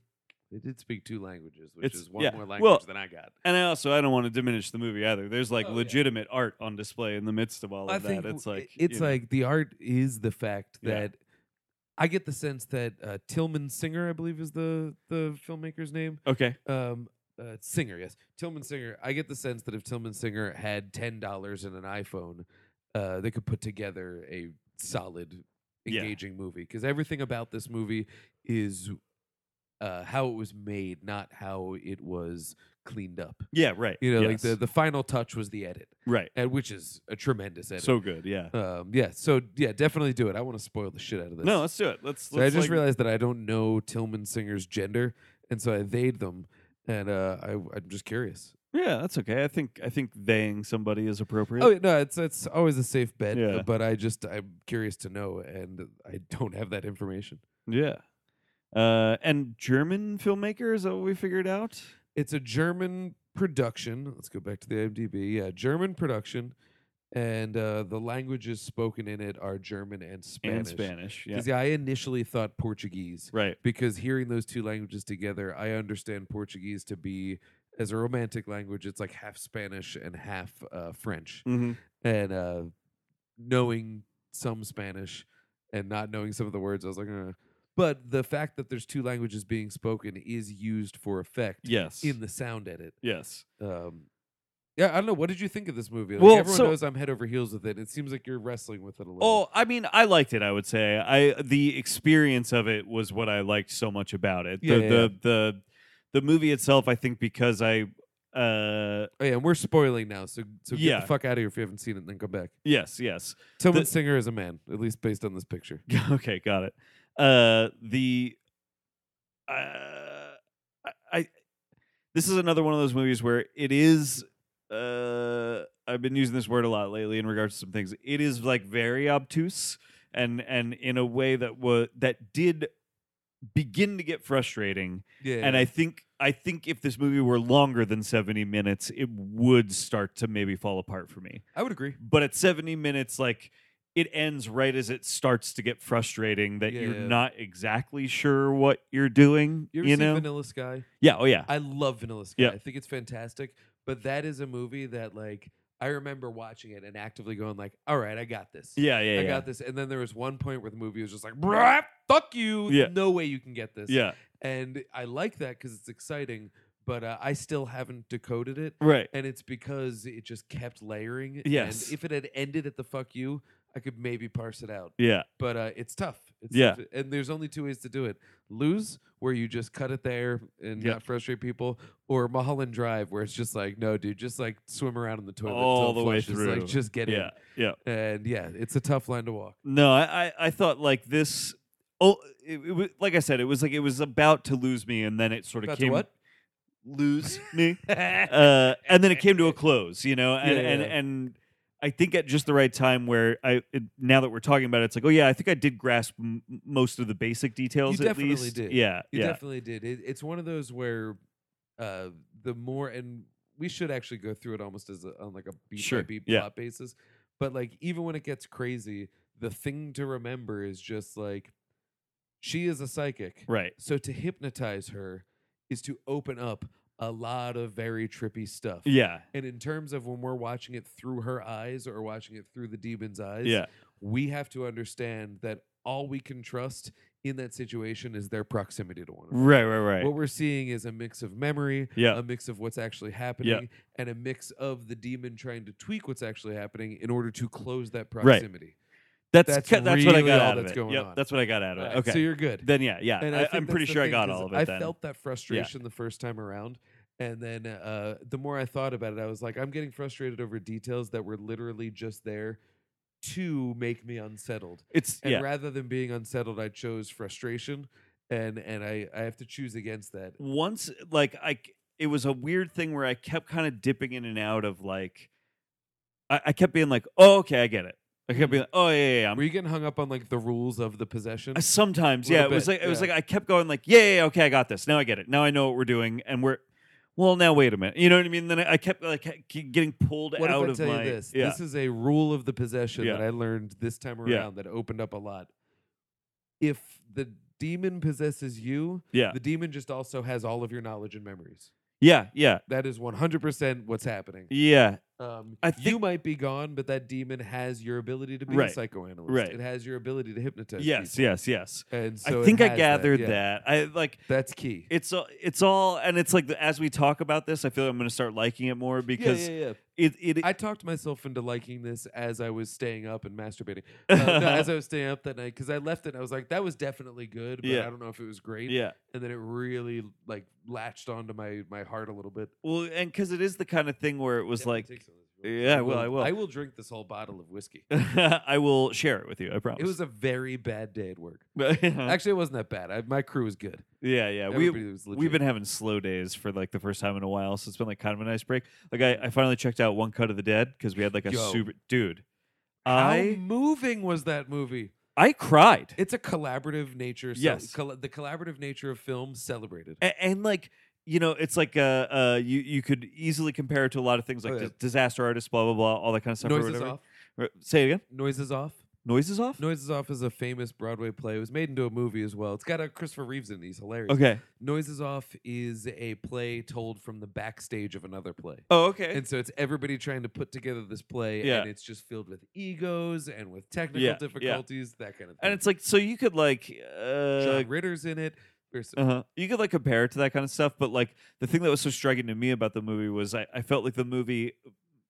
Speaker 3: they did speak two languages, which
Speaker 2: It's-
Speaker 3: is one
Speaker 2: yeah.
Speaker 3: more
Speaker 2: Well,
Speaker 3: language than I got.
Speaker 2: And I also I don't want to diminish the movie either. There's like
Speaker 3: Oh, yeah.
Speaker 2: legitimate art on display in the midst of all of
Speaker 3: I
Speaker 2: that.
Speaker 3: think
Speaker 2: It's
Speaker 3: w-
Speaker 2: like
Speaker 3: i- it's
Speaker 2: you know,
Speaker 3: like the art is the fact
Speaker 2: Yeah.
Speaker 3: that I get the sense that uh, Tillman Singer, I believe, is the the filmmaker's name.
Speaker 2: okay,
Speaker 3: Um, uh, Singer, yes, Tillman Singer. I get the sense that if Tillman Singer had ten dollars and an iPhone, uh, they could put together a solid,
Speaker 2: Yeah.
Speaker 3: engaging movie. Because everything about this movie is uh, how it was made, not how it was cleaned up.
Speaker 2: yeah, right.
Speaker 3: You know, like
Speaker 2: yes,
Speaker 3: the the final touch was the edit,
Speaker 2: right.
Speaker 3: and which is a tremendous edit.
Speaker 2: So good, yeah.
Speaker 3: Um, yeah. So yeah, definitely do it. I want to spoil the shit out of this.
Speaker 2: No, let's do it. Let's.
Speaker 3: So
Speaker 2: let's
Speaker 3: I just
Speaker 2: like,
Speaker 3: realized that I don't know Tillman Singer's gender, and so I theyed them, and uh, I, I'm just curious.
Speaker 2: Yeah, that's okay. I think I think theying somebody is appropriate.
Speaker 3: Oh yeah, no, it's it's always a safe bet, uh,
Speaker 2: Yeah.
Speaker 3: but I just I'm curious to know, and I don't have that information.
Speaker 2: yeah. Uh, and German filmmaker is that what we figured out?
Speaker 3: It's a German production. Let's go back to the IMDb. Yeah, German production, and uh, the languages spoken in it are German and Spanish.
Speaker 2: And Spanish, yeah.
Speaker 3: 'Cause, yeah, I initially thought Portuguese.
Speaker 2: Right.
Speaker 3: because hearing those two languages together, I understand Portuguese to be as a romantic language. It's like half Spanish and half uh, French,
Speaker 2: Mm-hmm.
Speaker 3: and uh, knowing some Spanish and not knowing some of the words, I was like, uh. but the fact that there's two languages being spoken is used for effect
Speaker 2: Yes.
Speaker 3: in the sound edit.
Speaker 2: yes.
Speaker 3: Um, yeah, I don't know. What did you think of this movie? Like,
Speaker 2: Well,
Speaker 3: everyone
Speaker 2: so-
Speaker 3: knows I'm head over heels with it. It seems like you're wrestling with it a little.
Speaker 2: Oh, I mean, I liked it. I would say I the experience of it was what I liked so much about it.
Speaker 3: Yeah,
Speaker 2: the,
Speaker 3: yeah,
Speaker 2: the
Speaker 3: yeah.
Speaker 2: the the movie itself, I think, because I uh
Speaker 3: Oh, yeah, and we're spoiling now, so so get
Speaker 2: Yeah.
Speaker 3: the fuck out of here if you haven't seen it, and then come back.
Speaker 2: yes yes
Speaker 3: Tillman
Speaker 2: The-
Speaker 3: Singer is a man, at least based on this picture.
Speaker 2: *laughs* okay got it. Uh, the uh, I, I this is another one of those movies where it is. Uh, I've been using this word a lot lately in regards to some things. It is like very obtuse and and in a way that was that did begin to get frustrating
Speaker 3: Yeah.
Speaker 2: and I think I think if this movie were longer than 70 minutes, it would start to maybe fall apart for me.
Speaker 3: I would agree.
Speaker 2: But at 70 minutes, like it ends right as it starts to get frustrating that you're
Speaker 3: Yeah.
Speaker 2: not exactly sure what you're doing.
Speaker 3: You
Speaker 2: You,
Speaker 3: ever seen
Speaker 2: know?
Speaker 3: Vanilla Sky?
Speaker 2: yeah. Oh yeah.
Speaker 3: I love Vanilla Sky.
Speaker 2: Yeah.
Speaker 3: I think it's fantastic. But that is a movie that like I remember watching it and actively going like, "All right, I got this.
Speaker 2: Yeah, yeah,
Speaker 3: I
Speaker 2: yeah.
Speaker 3: got this." And then there was one point where the movie was just like, "Bruh, fuck you.
Speaker 2: Yeah.
Speaker 3: No way you can get this."
Speaker 2: yeah,
Speaker 3: And I like that because it's exciting, but uh, I still haven't decoded it,
Speaker 2: right.
Speaker 3: and it's because it just kept layering.
Speaker 2: Yes.
Speaker 3: And if it had ended at the "fuck you," I could maybe parse it out
Speaker 2: Yeah,
Speaker 3: but uh, it's tough. It's
Speaker 2: Yeah.
Speaker 3: tough. and there's only two ways to do it: lose, where you just cut it there and
Speaker 2: Yep.
Speaker 3: not frustrate people, or Mulholland Drive, where it's just like, no, dude, just like swim around in the toilet
Speaker 2: All
Speaker 3: till it
Speaker 2: the way
Speaker 3: flushes, Like,
Speaker 2: through.
Speaker 3: just get
Speaker 2: yeah, yeah.
Speaker 3: in. And yeah, it's a tough line to walk.
Speaker 2: No, I, I, I thought like this. Oh, it, it was like I said, it was like it was about to lose me, and then it sort of
Speaker 3: About to
Speaker 2: came
Speaker 3: what?
Speaker 2: lose *laughs* me, uh, and then it came to a close, you know, and
Speaker 3: Yeah, yeah,
Speaker 2: and
Speaker 3: yeah.
Speaker 2: and I think at just the right time where I it, now that we're talking about it, it's like oh yeah, I think I did grasp m- most of the basic details. at
Speaker 3: definitely
Speaker 2: least.
Speaker 3: did.
Speaker 2: Yeah,
Speaker 3: You
Speaker 2: yeah,
Speaker 3: definitely did. It, it's one of those where uh, the more, and we should actually go through it almost as a, on like a beat
Speaker 2: Sure,
Speaker 3: by beat
Speaker 2: yeah.
Speaker 3: plot basis. But like, even when it gets crazy, the thing to remember is just like, she is a psychic.
Speaker 2: right.
Speaker 3: So to hypnotize her is to open up a lot of very trippy stuff.
Speaker 2: Yeah,
Speaker 3: And in terms of when we're watching it through her eyes or watching it through the demon's eyes,
Speaker 2: yeah,
Speaker 3: we have to understand that all we can trust in that situation is their proximity to one another.
Speaker 2: right, right, right.
Speaker 3: What uh, we're seeing is a mix of memory,
Speaker 2: Yeah.
Speaker 3: a mix of what's actually happening, and a mix of the demon trying to tweak what's actually happening in order to close that proximity.
Speaker 2: That's
Speaker 3: that's
Speaker 2: ca- that's what I
Speaker 3: really
Speaker 2: got
Speaker 3: all
Speaker 2: out of
Speaker 3: that's
Speaker 2: it.
Speaker 3: going
Speaker 2: yep,
Speaker 3: on.
Speaker 2: that's what I got out of
Speaker 3: All
Speaker 2: it.
Speaker 3: right,
Speaker 2: okay,
Speaker 3: So you're good.
Speaker 2: then yeah, yeah,
Speaker 3: And
Speaker 2: I,
Speaker 3: think
Speaker 2: I'm
Speaker 3: that's
Speaker 2: pretty
Speaker 3: the
Speaker 2: sure I
Speaker 3: thing,
Speaker 2: got
Speaker 3: 'cause
Speaker 2: all of it.
Speaker 3: I
Speaker 2: then.
Speaker 3: felt that frustration the first time around. And then uh, the more I thought about it, I was like, I'm getting frustrated over details that were literally just there to make me unsettled.
Speaker 2: it's
Speaker 3: And
Speaker 2: yeah.
Speaker 3: rather than being unsettled, I chose frustration. And and I, I have to choose against that.
Speaker 2: once like I c- it was a weird thing where I kept kind of dipping in and out of like I, I kept being like, oh okay, I get it. I kept being like, oh yeah, yeah, yeah. I'm,
Speaker 3: Mm-hmm. Were you getting hung up on like the rules of the possession?
Speaker 2: I- sometimes,
Speaker 3: Little
Speaker 2: yeah, it was
Speaker 3: bit,
Speaker 2: like it was
Speaker 3: yeah.
Speaker 2: like I kept going like, yeah, yeah, yeah, okay, I got this. Now I get it. Now I know what we're doing, and we're well. Now wait a minute, you know what I mean? Then I I kept like ke- ke- getting pulled
Speaker 3: what
Speaker 2: out
Speaker 3: if I
Speaker 2: of
Speaker 3: tell
Speaker 2: my
Speaker 3: you this?
Speaker 2: yeah.
Speaker 3: This is a rule of the possession that
Speaker 2: Yeah.
Speaker 3: I learned this time around
Speaker 2: Yeah.
Speaker 3: that opened up a lot. If the demon possesses you,
Speaker 2: yeah,
Speaker 3: the demon just also has all of your knowledge and memories.
Speaker 2: yeah, yeah,
Speaker 3: That is 100% what's happening.
Speaker 2: yeah.
Speaker 3: Um,
Speaker 2: I
Speaker 3: you
Speaker 2: think-
Speaker 3: might be gone, but that demon has your ability to be a
Speaker 2: Right.
Speaker 3: psychoanalyst.
Speaker 2: Right.
Speaker 3: It has your ability to hypnotize.
Speaker 2: Yes,
Speaker 3: people.
Speaker 2: yes, yes.
Speaker 3: And so
Speaker 2: I
Speaker 3: it
Speaker 2: think I
Speaker 3: has
Speaker 2: gathered
Speaker 3: that. yeah.
Speaker 2: that. I like
Speaker 3: That's key.
Speaker 2: it's all it's all and it's like the, as we talk about this i feel like i'm going to start liking it more because
Speaker 3: yeah, yeah, yeah.
Speaker 2: it it
Speaker 3: I talked myself into liking this as I was staying up and
Speaker 2: *laughs*
Speaker 3: masturbating. Uh, no, as I was staying up that night, because I left it, and I was like, "That was definitely good," but
Speaker 2: Yeah.
Speaker 3: I don't know if it was great.
Speaker 2: yeah
Speaker 3: And then it really like latched onto my my heart a little bit.
Speaker 2: well and because it is the kind of thing where it was like yeah, well, I will.
Speaker 3: I will drink this whole bottle of whiskey.
Speaker 2: *laughs* i will share it with you i promise
Speaker 3: It was a very bad day at work.
Speaker 2: *laughs* Actually,
Speaker 3: Actually, it wasn't that bad. I, my crew was good.
Speaker 2: yeah Uh-huh. yeah
Speaker 3: Everybody
Speaker 2: we
Speaker 3: was
Speaker 2: We've
Speaker 3: legit.
Speaker 2: been having slow days for like the first time in a while, so it's been like kind of a nice break. Like I, I finally checked out One Cut of the Dead because we had like a
Speaker 3: Yo.
Speaker 2: super dude.
Speaker 3: How
Speaker 2: I
Speaker 3: moving was that movie?
Speaker 2: I cried.
Speaker 3: It's a collaborative nature. cel-
Speaker 2: Yes.
Speaker 3: colla- the collaborative nature of film celebrated.
Speaker 2: and, and like you know it's like uh uh you you could easily compare it to a lot of things like
Speaker 3: Oh, yeah.
Speaker 2: dis- disaster artists blah blah blah all that kind of stuff or
Speaker 3: Noises
Speaker 2: whatever
Speaker 3: off.
Speaker 2: R- say it again
Speaker 3: Noises off.
Speaker 2: noises off
Speaker 3: Noises Off is a famous Broadway play. It was made into a movie as well. It's got a Christopher Reeves in it. He's hilarious.
Speaker 2: okay
Speaker 3: Noises Off is a play told from the backstage of another play.
Speaker 2: oh okay
Speaker 3: And so it's everybody trying to put together this play,
Speaker 2: Yeah.
Speaker 3: and it's just filled with egos and with technical
Speaker 2: Yeah, yeah.
Speaker 3: difficulties, that kind of thing.
Speaker 2: and it's like so you could like uh,
Speaker 3: John Ritter's in it. There's some-
Speaker 2: uh you could like compare it to that kind of stuff but like the thing that was so striking to me about the movie was i, I felt like the movie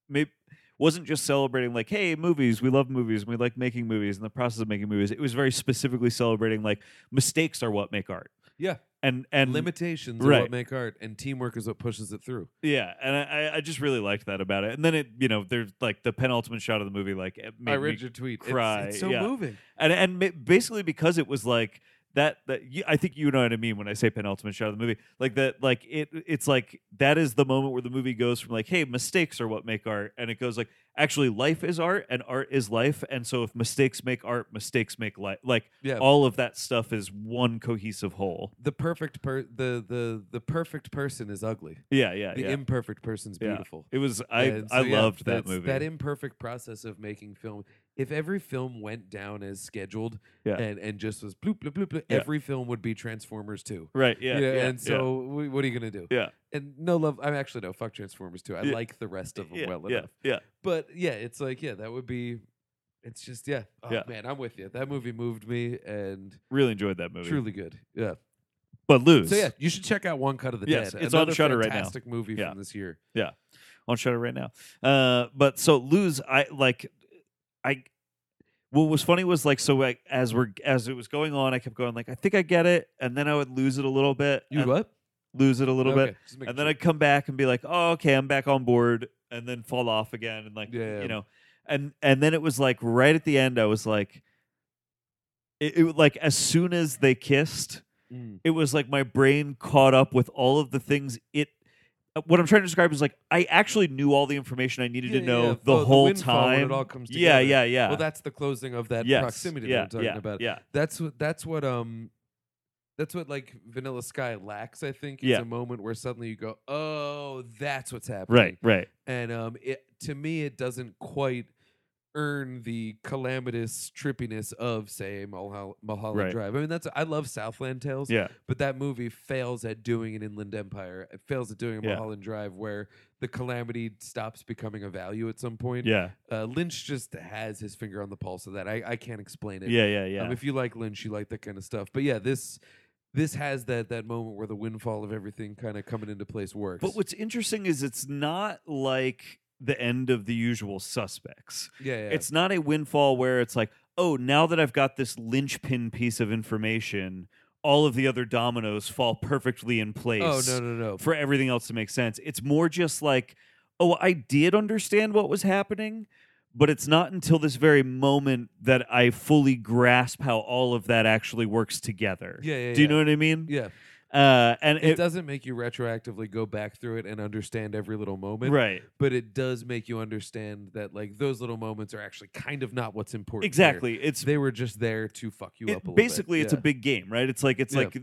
Speaker 2: maybe wasn't just celebrating like hey movies we love movies and we like making movies and the process of making movies it was very specifically celebrating like mistakes are what make art
Speaker 3: yeah,
Speaker 2: and and
Speaker 3: limitations are what
Speaker 2: right.
Speaker 3: make art, and teamwork is what pushes it through.
Speaker 2: Yeah, and I, I- I just really liked that about it. And then it, you know, there's like the penultimate shot of the movie, like it made
Speaker 3: I
Speaker 2: me-
Speaker 3: read your tweet. It's-
Speaker 2: cry,
Speaker 3: It's, so
Speaker 2: yeah.
Speaker 3: moving.
Speaker 2: and and ma- basically because it was like that that you, I think you know what I mean when I say penultimate shot of the movie, like that, like it, it's like that is the moment where the movie goes from like, hey, mistakes are what make art, and it goes like, actually, life is art, and art is life, and so if mistakes make art, mistakes make life. Like
Speaker 3: Yeah.
Speaker 2: all of that stuff is one cohesive whole.
Speaker 3: the perfect per the the the perfect person is ugly.
Speaker 2: Yeah, yeah,
Speaker 3: The
Speaker 2: Uh, yeah.
Speaker 3: imperfect person's
Speaker 2: Yeah.
Speaker 3: beautiful.
Speaker 2: it was I
Speaker 3: And
Speaker 2: I
Speaker 3: so, yeah,
Speaker 2: loved that
Speaker 3: that's-
Speaker 2: movie.
Speaker 3: That imperfect process of making film. if every film went down as scheduled
Speaker 2: Yeah.
Speaker 3: and, and just was bloop, bloop, bloop, bloop,
Speaker 2: Yeah.
Speaker 3: every film would be Transformers 2.
Speaker 2: Right. Yeah.
Speaker 3: You
Speaker 2: yeah,
Speaker 3: know, and
Speaker 2: yeah.
Speaker 3: so wh- what are you going to do?
Speaker 2: Yeah.
Speaker 3: And no love. I'm actually, no, fuck Transformers 2. I
Speaker 2: Yeah.
Speaker 3: like the rest of them
Speaker 2: yeah,
Speaker 3: well
Speaker 2: yeah,
Speaker 3: enough.
Speaker 2: Yeah.
Speaker 3: But yeah, it's like, yeah, that would be, it's just, yeah. Oh,
Speaker 2: Yeah.
Speaker 3: man, I'm with you. That movie moved me and
Speaker 2: Really enjoyed that movie.
Speaker 3: truly good. Yeah.
Speaker 2: But lose.
Speaker 3: So yeah, you should check out One Cut of the
Speaker 2: Yes,
Speaker 3: Dead.
Speaker 2: it's on
Speaker 3: Another
Speaker 2: Shudder right now.
Speaker 3: fantastic movie
Speaker 2: Yeah.
Speaker 3: from this year.
Speaker 2: on Shutter right now. Uh, but so lose, I like, I. What was funny was like so like, as we're as it was going on, I kept going like I think I get it, and then I would lose it a little bit,
Speaker 3: You
Speaker 2: and
Speaker 3: what?
Speaker 2: lose it a little bit,
Speaker 3: Okay, just making
Speaker 2: and then
Speaker 3: sure.
Speaker 2: I'd come back and be like, oh okay, I'm back on board, and then fall off again, and like
Speaker 3: Yeah, yeah.
Speaker 2: you know, and and then it was like right at the end, I was like, it, it like as soon as they kissed,
Speaker 3: Mm.
Speaker 2: it was like my brain caught up with all of the things it uh, what i'm trying to describe is like i actually knew all the information i needed
Speaker 3: Yeah,
Speaker 2: to
Speaker 3: yeah,
Speaker 2: know
Speaker 3: yeah.
Speaker 2: the
Speaker 3: Well,
Speaker 2: whole
Speaker 3: windfall when
Speaker 2: time
Speaker 3: It all comes together.
Speaker 2: yeah yeah yeah
Speaker 3: Well, that's the closing of that
Speaker 2: Yes,
Speaker 3: proximity
Speaker 2: yeah,
Speaker 3: that we're talking
Speaker 2: yeah,
Speaker 3: about.
Speaker 2: yeah
Speaker 3: That's what. That's what. Um, that's what like Vanilla Sky lacks. I think is
Speaker 2: Yeah.
Speaker 3: a moment where suddenly you go, "Oh, that's what's happening."
Speaker 2: right right
Speaker 3: And um, it to me it doesn't quite earn the calamitous trippiness of say Mulhol- Mulholland
Speaker 2: Right.
Speaker 3: Drive. I mean, that's I love Southland Tales.
Speaker 2: yeah
Speaker 3: But that movie fails at doing an Inland Empire. It fails at doing a
Speaker 2: Yeah.
Speaker 3: Mulholland Drive where the calamity stops becoming a value at some point.
Speaker 2: yeah
Speaker 3: Uh, Lynch just has his finger on the pulse of that. I, I can't explain it.
Speaker 2: yeah yeah yeah
Speaker 3: Um, if you like Lynch, you like that kind of stuff. But yeah, this this has that that moment where the windfall of everything kind of coming into place works.
Speaker 2: but what's interesting is it's not like the end of the usual suspects
Speaker 3: yeah, yeah.
Speaker 2: it's not a windfall where it's like oh now that i've got this linchpin piece of information all of the other dominoes fall perfectly in place
Speaker 3: oh no no no.
Speaker 2: for everything else to make sense. It's more just like, oh, I did understand what was happening, but it's not until this very moment that I fully grasp how all of that actually works together.
Speaker 3: Yeah, yeah,
Speaker 2: Do you
Speaker 3: yeah.
Speaker 2: know what I mean?
Speaker 3: Yeah,
Speaker 2: Uh, and
Speaker 3: it,
Speaker 2: it,
Speaker 3: doesn't make you retroactively go back through it and understand every little moment,
Speaker 2: right,
Speaker 3: but it does make you understand that like those little moments are actually kind of not what's important. here.
Speaker 2: exactly. It's
Speaker 3: They were just there to fuck you
Speaker 2: it-
Speaker 3: up. A little bit.
Speaker 2: basically it's
Speaker 3: Yeah.
Speaker 2: a big game, right? It's like it's
Speaker 3: Yeah.
Speaker 2: like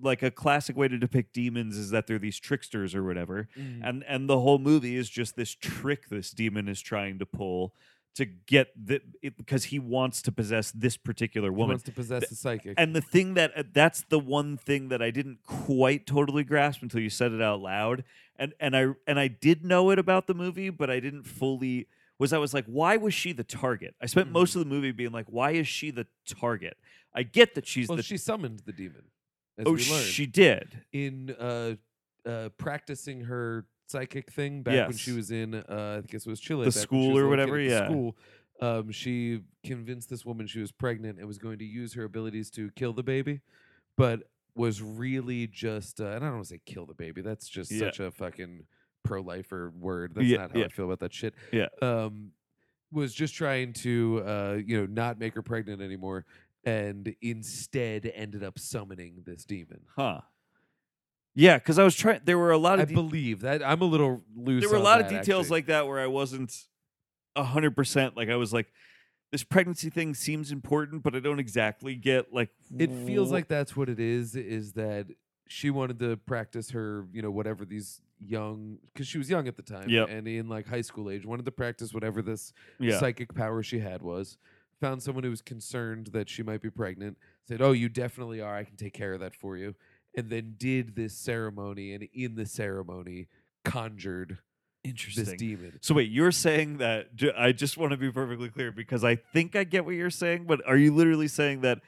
Speaker 2: like a classic way to depict demons is that they're these tricksters or whatever.
Speaker 3: Mhm.
Speaker 2: and and the whole movie is just this trick this demon is trying to pull to get the because he wants to possess this particular
Speaker 3: He
Speaker 2: woman
Speaker 3: wants to possess the psychic.
Speaker 2: and the thing that uh, that's the one thing that I didn't quite totally grasp until you said it out loud and and I and I did know it about the movie but I didn't fully was I was like why was she the target I spent
Speaker 3: Mhm.
Speaker 2: most of the movie being like why is she the target I get that she's
Speaker 3: well,
Speaker 2: the
Speaker 3: she summoned the demon. As
Speaker 2: oh
Speaker 3: we learned.
Speaker 2: she did
Speaker 3: in uh, uh, practicing her psychic thing back when she
Speaker 2: Yes.
Speaker 3: was in, uh, I guess it was Chile,
Speaker 2: The
Speaker 3: back when she
Speaker 2: school
Speaker 3: was a
Speaker 2: or
Speaker 3: little kid
Speaker 2: whatever,
Speaker 3: at the
Speaker 2: yeah.
Speaker 3: School. Um, she convinced this woman she was pregnant and was going to use her abilities to kill the baby, but was really just, uh, and I don't want to say kill the baby. That's just
Speaker 2: Yeah.
Speaker 3: such a fucking pro lifer word. That's
Speaker 2: Yeah,
Speaker 3: not how
Speaker 2: yeah.
Speaker 3: I feel about that shit.
Speaker 2: Yeah.
Speaker 3: Um, was just trying to, uh, you know, not make her pregnant anymore, and instead ended up summoning this demon.
Speaker 2: huh yeah because I was trying there were a lot
Speaker 3: I
Speaker 2: of de-
Speaker 3: believe that I'm a little loose.
Speaker 2: there were a
Speaker 3: on
Speaker 2: lot of
Speaker 3: that,
Speaker 2: details
Speaker 3: actually.
Speaker 2: like that where I wasn't hundred percent. Like I was like, this pregnancy thing seems important, but I don't exactly get like.
Speaker 3: it feels
Speaker 2: wh-
Speaker 3: like that's what it is. Is that she wanted to practice her, you know, whatever these young, because she was young at the time,
Speaker 2: Yep.
Speaker 3: and in like high school age, wanted to practice whatever this
Speaker 2: yeah,
Speaker 3: psychic power she had was. Found someone who was concerned that she might be pregnant. Said, "Oh, you definitely are. I can take care of that for you." And then did this ceremony, and in the ceremony, conjured this
Speaker 2: interesting.
Speaker 3: demon.
Speaker 2: So wait, you're saying that? ju- I just want to be perfectly clear because I think I get what you're saying, but are you literally saying that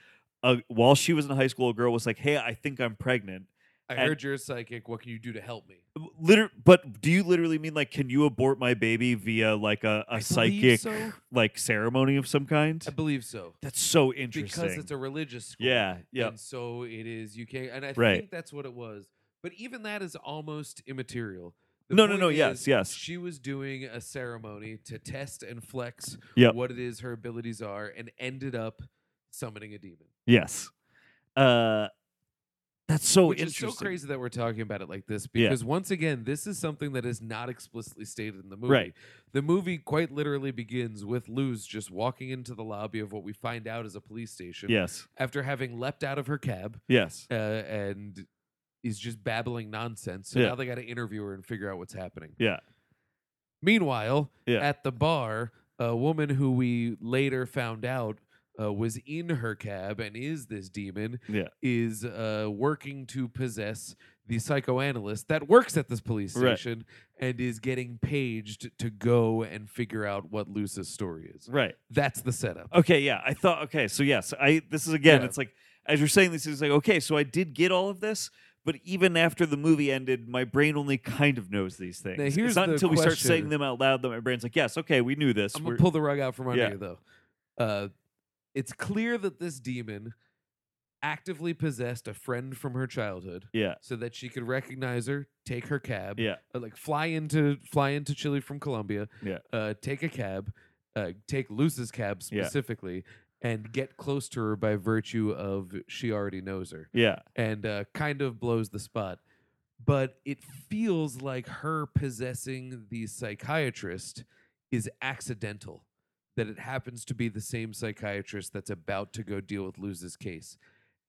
Speaker 2: uh, while she was in high school, a girl was like, "Hey, I think I'm pregnant."
Speaker 3: I
Speaker 2: And-
Speaker 3: heard you're a psychic. What can you do to help me?
Speaker 2: Liter- but do you literally mean like, can you abort my baby via like a, a
Speaker 3: I believe
Speaker 2: psychic
Speaker 3: so.
Speaker 2: like ceremony of some kind?
Speaker 3: I believe so.
Speaker 2: That's so interesting.
Speaker 3: because it's a religious school.
Speaker 2: yeah, yeah,
Speaker 3: And so it is you can't and I
Speaker 2: Right.
Speaker 3: think that's what it was. But even that is almost immaterial.
Speaker 2: No, no, no,
Speaker 3: point
Speaker 2: yes,
Speaker 3: is
Speaker 2: yes.
Speaker 3: She was doing a ceremony to test and flex
Speaker 2: Yep.
Speaker 3: what it is her abilities are and ended up summoning a demon.
Speaker 2: Yes. Uh that's so
Speaker 3: Which is
Speaker 2: Oh, interesting.
Speaker 3: so crazy that we're talking about it like this
Speaker 2: Yeah.
Speaker 3: because once again, this is something that is not explicitly stated in the movie.
Speaker 2: Right.
Speaker 3: The movie quite literally begins with Luz just walking into the lobby of what we find out is a police station
Speaker 2: Yes.
Speaker 3: after having leapt out of her cab.
Speaker 2: Yes.
Speaker 3: uh, and is just babbling nonsense. So
Speaker 2: Yeah.
Speaker 3: now they got to interview her and figure out what's happening.
Speaker 2: Yeah.
Speaker 3: Meanwhile,
Speaker 2: Yeah.
Speaker 3: at the bar, a woman who we later found out uh, was in her cab and is this demon
Speaker 2: Yeah.
Speaker 3: is uh, working to possess the psychoanalyst that works at this police
Speaker 2: Right.
Speaker 3: station and is getting paged to go and figure out what Luce's story is.
Speaker 2: Right.
Speaker 3: That's the setup.
Speaker 2: Okay, yeah. I thought okay, so yes, I this is again,
Speaker 3: Yeah.
Speaker 2: it's like as you're saying this, it's like, okay, so I did get all of this, but even after the movie ended, my brain only kind of knows these things.
Speaker 3: here's
Speaker 2: it's not
Speaker 3: the
Speaker 2: until we start
Speaker 3: question.
Speaker 2: saying them out loud that my brain's like, yes, okay, we knew this.
Speaker 3: I'm
Speaker 2: We're-
Speaker 3: gonna pull the rug out from under
Speaker 2: Yeah.
Speaker 3: you though. Uh, it's clear that this demon actively possessed a friend from her childhood
Speaker 2: yeah,
Speaker 3: so that she could recognize her, take her cab,
Speaker 2: yeah,
Speaker 3: uh, like fly into fly into Chile from Colombia,
Speaker 2: Yeah.
Speaker 3: uh, take a cab, uh, take Luce's cab
Speaker 2: Yeah.
Speaker 3: specifically, and get close to her by virtue of she already knows her
Speaker 2: yeah,
Speaker 3: and uh, kind of blows the spot. But it feels like her possessing the psychiatrist is accidental, that it happens to be the same psychiatrist that's about to go deal with Luz's case.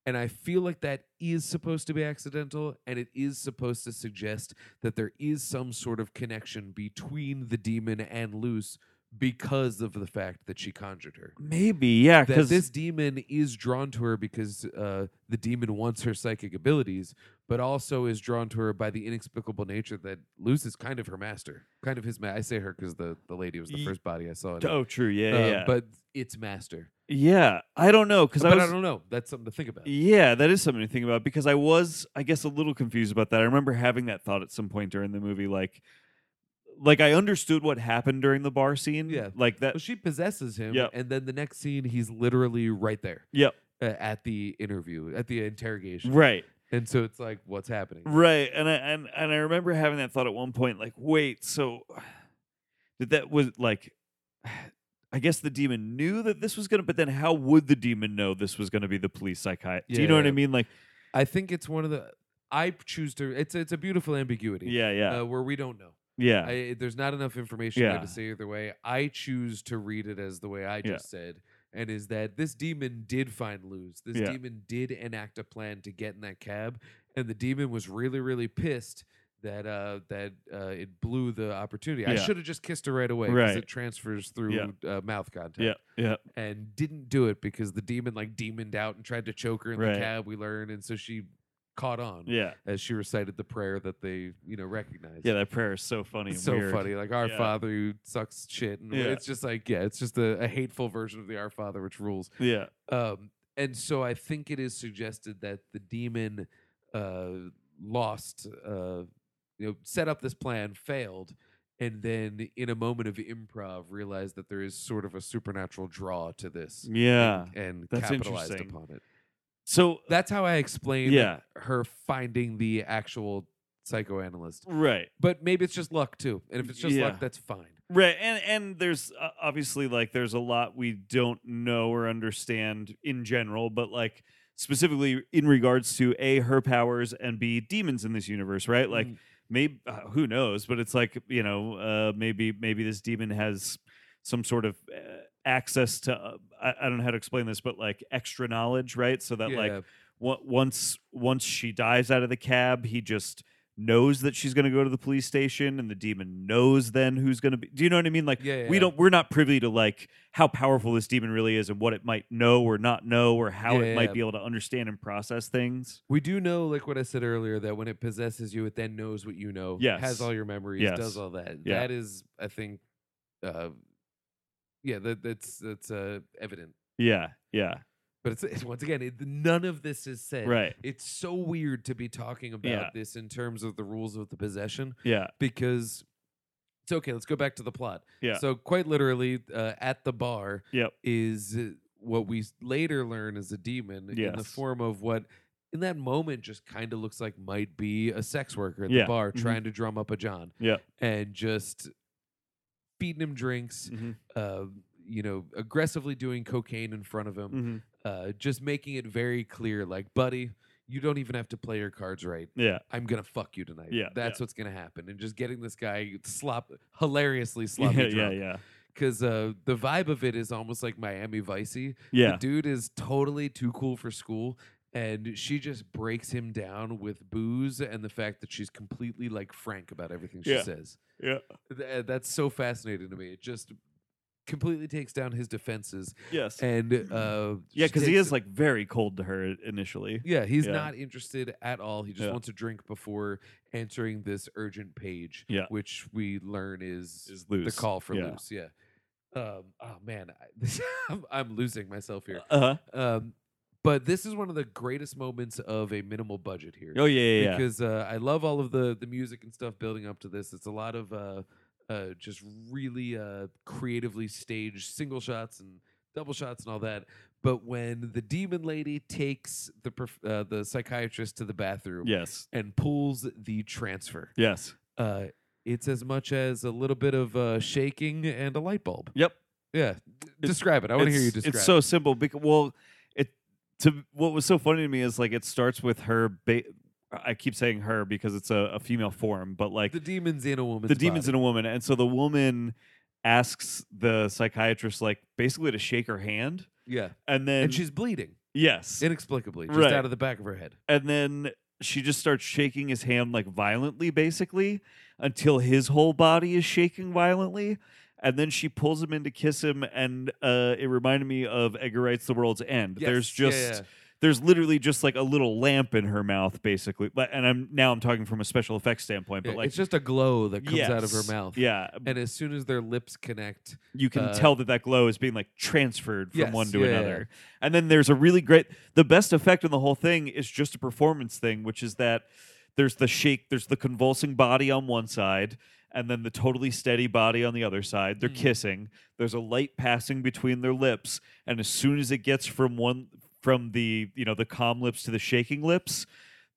Speaker 3: And I feel like that is supposed to be accidental, and it is supposed to suggest that there is some sort of connection between the demon and Luz because of the fact that she conjured her
Speaker 2: maybe, yeah,
Speaker 3: that
Speaker 2: because
Speaker 3: this demon is drawn to her because uh, the demon wants her psychic abilities, but also is drawn to her by the inexplicable nature that Luce is kind of her master, kind of his. Ma- I say her because the the lady was the
Speaker 2: Ye-
Speaker 3: first body I saw. In
Speaker 2: *laughs*
Speaker 3: it.
Speaker 2: oh, true, yeah,
Speaker 3: Uh,
Speaker 2: yeah,
Speaker 3: But it's master.
Speaker 2: yeah. I don't know because
Speaker 3: but
Speaker 2: I
Speaker 3: I
Speaker 2: was
Speaker 3: don't know. That's something to think about.
Speaker 2: Yeah, that is something to think about because I was, I guess, a little confused about that. I remember having that thought at some point during the movie, like, like I understood what happened during the bar scene.
Speaker 3: Yeah.
Speaker 2: like that.
Speaker 3: Well, she possesses him,
Speaker 2: Yep.
Speaker 3: and then the next scene, he's literally right there.
Speaker 2: Yep.
Speaker 3: uh, at the interview, at the interrogation,
Speaker 2: Right,
Speaker 3: and so it's like, what's happening?
Speaker 2: right, and I and and I remember having that thought at one point, like, wait, so did that was like. I guess the demon knew that this was gonna, but then how would the demon know this was gonna be the police psychiatrist? Do you know what I
Speaker 3: Yeah.
Speaker 2: mean? Like,
Speaker 3: I think it's one of the. I choose to. It's it's a beautiful ambiguity.
Speaker 2: yeah, yeah,
Speaker 3: Uh, where we don't know.
Speaker 2: yeah,
Speaker 3: I, there's not enough information there
Speaker 2: Yeah.
Speaker 3: to say either way. I choose to read it as the way I
Speaker 2: Yeah.
Speaker 3: just said, and is that this demon did find Luz. This
Speaker 2: Yeah.
Speaker 3: demon did enact a plan to get in that cab, and the demon was really, really pissed that uh, that uh, it blew the opportunity. I
Speaker 2: Yeah.
Speaker 3: should have just kissed her right away because
Speaker 2: Right.
Speaker 3: it transfers through uh, mouth contact,
Speaker 2: yeah, yeah,
Speaker 3: and didn't do it because the demon like demoned out and tried to choke her in
Speaker 2: Right.
Speaker 3: the cab. We learn, and so she caught on
Speaker 2: yeah,
Speaker 3: as she recited the prayer that they you know recognized.
Speaker 2: yeah. That prayer is so funny. and
Speaker 3: It's so
Speaker 2: weird.
Speaker 3: funny. Like our
Speaker 2: Yeah.
Speaker 3: father who sucks shit. And
Speaker 2: Yeah.
Speaker 3: it's just like, yeah, it's just a, a hateful version of the Our Father which rules.
Speaker 2: Yeah,
Speaker 3: Um, and so I think it is suggested that the demon uh, lost, uh, you know, set up this plan, failed, and then in a moment of improv realized that there is sort of a supernatural draw to this. and-
Speaker 2: yeah.
Speaker 3: And,
Speaker 2: Mm. that's
Speaker 3: capitalized
Speaker 2: interesting.
Speaker 3: upon it.
Speaker 2: So
Speaker 3: That's how I explain
Speaker 2: Yeah.
Speaker 3: her finding the actual psychoanalyst.
Speaker 2: right,
Speaker 3: But maybe it's just luck too. And if it's just
Speaker 2: Yeah.
Speaker 3: luck, that's fine.
Speaker 2: right, and and there's uh, obviously like there's a lot we don't know or understand in general, but like specifically in regards to a her powers and b demons in this universe, right? Like
Speaker 3: Mm.
Speaker 2: maybe uh, who knows, but it's like you know uh, maybe maybe this demon has some sort of uh, access to uh, I, I don't know how to explain this, but like extra knowledge, right? So that like
Speaker 3: Yeah.
Speaker 2: wa- once once she dies out of the cab, he just knows that she's going to go to the police station, and the demon knows then who's going to be. Do you know what I mean? Like
Speaker 3: Yeah, yeah,
Speaker 2: we
Speaker 3: yeah.
Speaker 2: don't we're not privy to like how powerful this demon really is, and what it might know or not know, or how
Speaker 3: Yeah,
Speaker 2: it
Speaker 3: yeah,
Speaker 2: might
Speaker 3: yeah.
Speaker 2: be able to understand and process things.
Speaker 3: we do know, like what I said earlier, that when it possesses you, it then knows what you know,
Speaker 2: Yes.
Speaker 3: has all your memories,
Speaker 2: Yes.
Speaker 3: does all that.
Speaker 2: Yeah.
Speaker 3: That is, I think, uh, yeah, that, that's that's uh, evident.
Speaker 2: Yeah, yeah,
Speaker 3: But it's, it's once again, it, none of this is said.
Speaker 2: right,
Speaker 3: It's so weird to be talking about
Speaker 2: Yeah.
Speaker 3: this in terms of the rules of the possession
Speaker 2: yeah,
Speaker 3: because it's okay. Let's go back to the plot.
Speaker 2: Yeah.
Speaker 3: So quite literally, uh, at the bar,
Speaker 2: Yep.
Speaker 3: is uh, what we s- later learn is a demon in the
Speaker 2: Yes.
Speaker 3: form of what, in that moment, just kind of looks like might be a sex worker at
Speaker 2: Yeah.
Speaker 3: the bar
Speaker 2: Mhm.
Speaker 3: trying to drum up a John.
Speaker 2: Yep.
Speaker 3: And just feeding him drinks,
Speaker 2: mhm,
Speaker 3: uh, you know, aggressively doing cocaine in front of him,
Speaker 2: mhm,
Speaker 3: uh, just making it very clear, like, buddy. You don't even have to play your cards right.
Speaker 2: yeah,
Speaker 3: I'm gonna fuck you tonight.
Speaker 2: Yeah,
Speaker 3: that's what's gonna happen. And just getting this guy slop hilariously
Speaker 2: *laughs* yeah,
Speaker 3: sloppy
Speaker 2: yeah,
Speaker 3: drunk.
Speaker 2: yeah,
Speaker 3: Because uh, the vibe of it is almost like Miami Vicey.
Speaker 2: yeah.
Speaker 3: The dude is totally too cool for school, and she just breaks him down with booze and the fact that she's completely like frank about everything she
Speaker 2: Yeah.
Speaker 3: says.
Speaker 2: Yeah.
Speaker 3: Th- uh, that's so fascinating to me. It just completely takes down his defenses
Speaker 2: Yes. *clears throat*
Speaker 3: and uh,
Speaker 2: yeah,
Speaker 3: she
Speaker 2: because he
Speaker 3: takes-
Speaker 2: is like very cold to her initially.
Speaker 3: yeah he's
Speaker 2: yeah.
Speaker 3: not interested at all. He just
Speaker 2: Yeah.
Speaker 3: wants a drink before answering this urgent page,
Speaker 2: Yeah.
Speaker 3: which we learn is,
Speaker 2: Is loose.
Speaker 3: the call for
Speaker 2: yeah.
Speaker 3: loose. Yeah. Um, oh man, I, *laughs* I'm, I'm losing myself here.
Speaker 2: Uh huh.
Speaker 3: Um, but this is one of the greatest moments of a minimal budget here.
Speaker 2: Oh yeah, yeah, yeah.
Speaker 3: because uh, I love all of the the music and stuff building up to this. It's a lot of uh, uh, just really uh, creatively staged single shots and double shots and all that. But when the demon lady takes the perf- uh, the psychiatrist to the bathroom
Speaker 2: yes.
Speaker 3: and pulls the transfer,
Speaker 2: Yes.
Speaker 3: uh, it's as much as a little bit of uh, shaking and a light bulb.
Speaker 2: Yep.
Speaker 3: Yeah, d- describe it. I want to hear you
Speaker 2: It's-
Speaker 3: describe.
Speaker 2: It's
Speaker 3: it.
Speaker 2: so simple because well, it to what was so funny to me is like it starts with her. Ba- I keep saying her because it's a, a female form, but like
Speaker 3: the demons in a woman.
Speaker 2: the demon's in a woman, and so the woman asks the psychiatrist like basically to shake her hand,
Speaker 3: yeah,
Speaker 2: and then
Speaker 3: and, she's bleeding
Speaker 2: yes,
Speaker 3: inexplicably, just
Speaker 2: Right.
Speaker 3: out of the back of her head.
Speaker 2: and then she just starts shaking his hand like violently basically until his whole body is shaking violently and then she pulls him in to kiss him and uh, it reminded me of edgar wright's the world's end there's
Speaker 3: Yes, yeah,
Speaker 2: just
Speaker 3: yeah.
Speaker 2: there's literally just like a little lamp in her mouth basically but and i'm now i'm talking from a special effects standpoint but
Speaker 3: Yeah,
Speaker 2: like
Speaker 3: it's just a glow that comes out of her
Speaker 2: yes,
Speaker 3: mouth.
Speaker 2: yeah
Speaker 3: And as soon as their lips connect,
Speaker 2: you can
Speaker 3: Uh,
Speaker 2: tell that that glow is being like transferred from
Speaker 3: Yes,
Speaker 2: one to
Speaker 3: yeah, yeah, yeah.
Speaker 2: another. And then there's a really great the best effect in the whole thing is just a performance thing, which is that there's the shake, there's the convulsing body on one side and then the totally steady body on the other side. They're
Speaker 3: Mm.
Speaker 2: kissing. There's a light passing between their lips and as soon as it gets from one from the, you know, the calm lips to the shaking lips,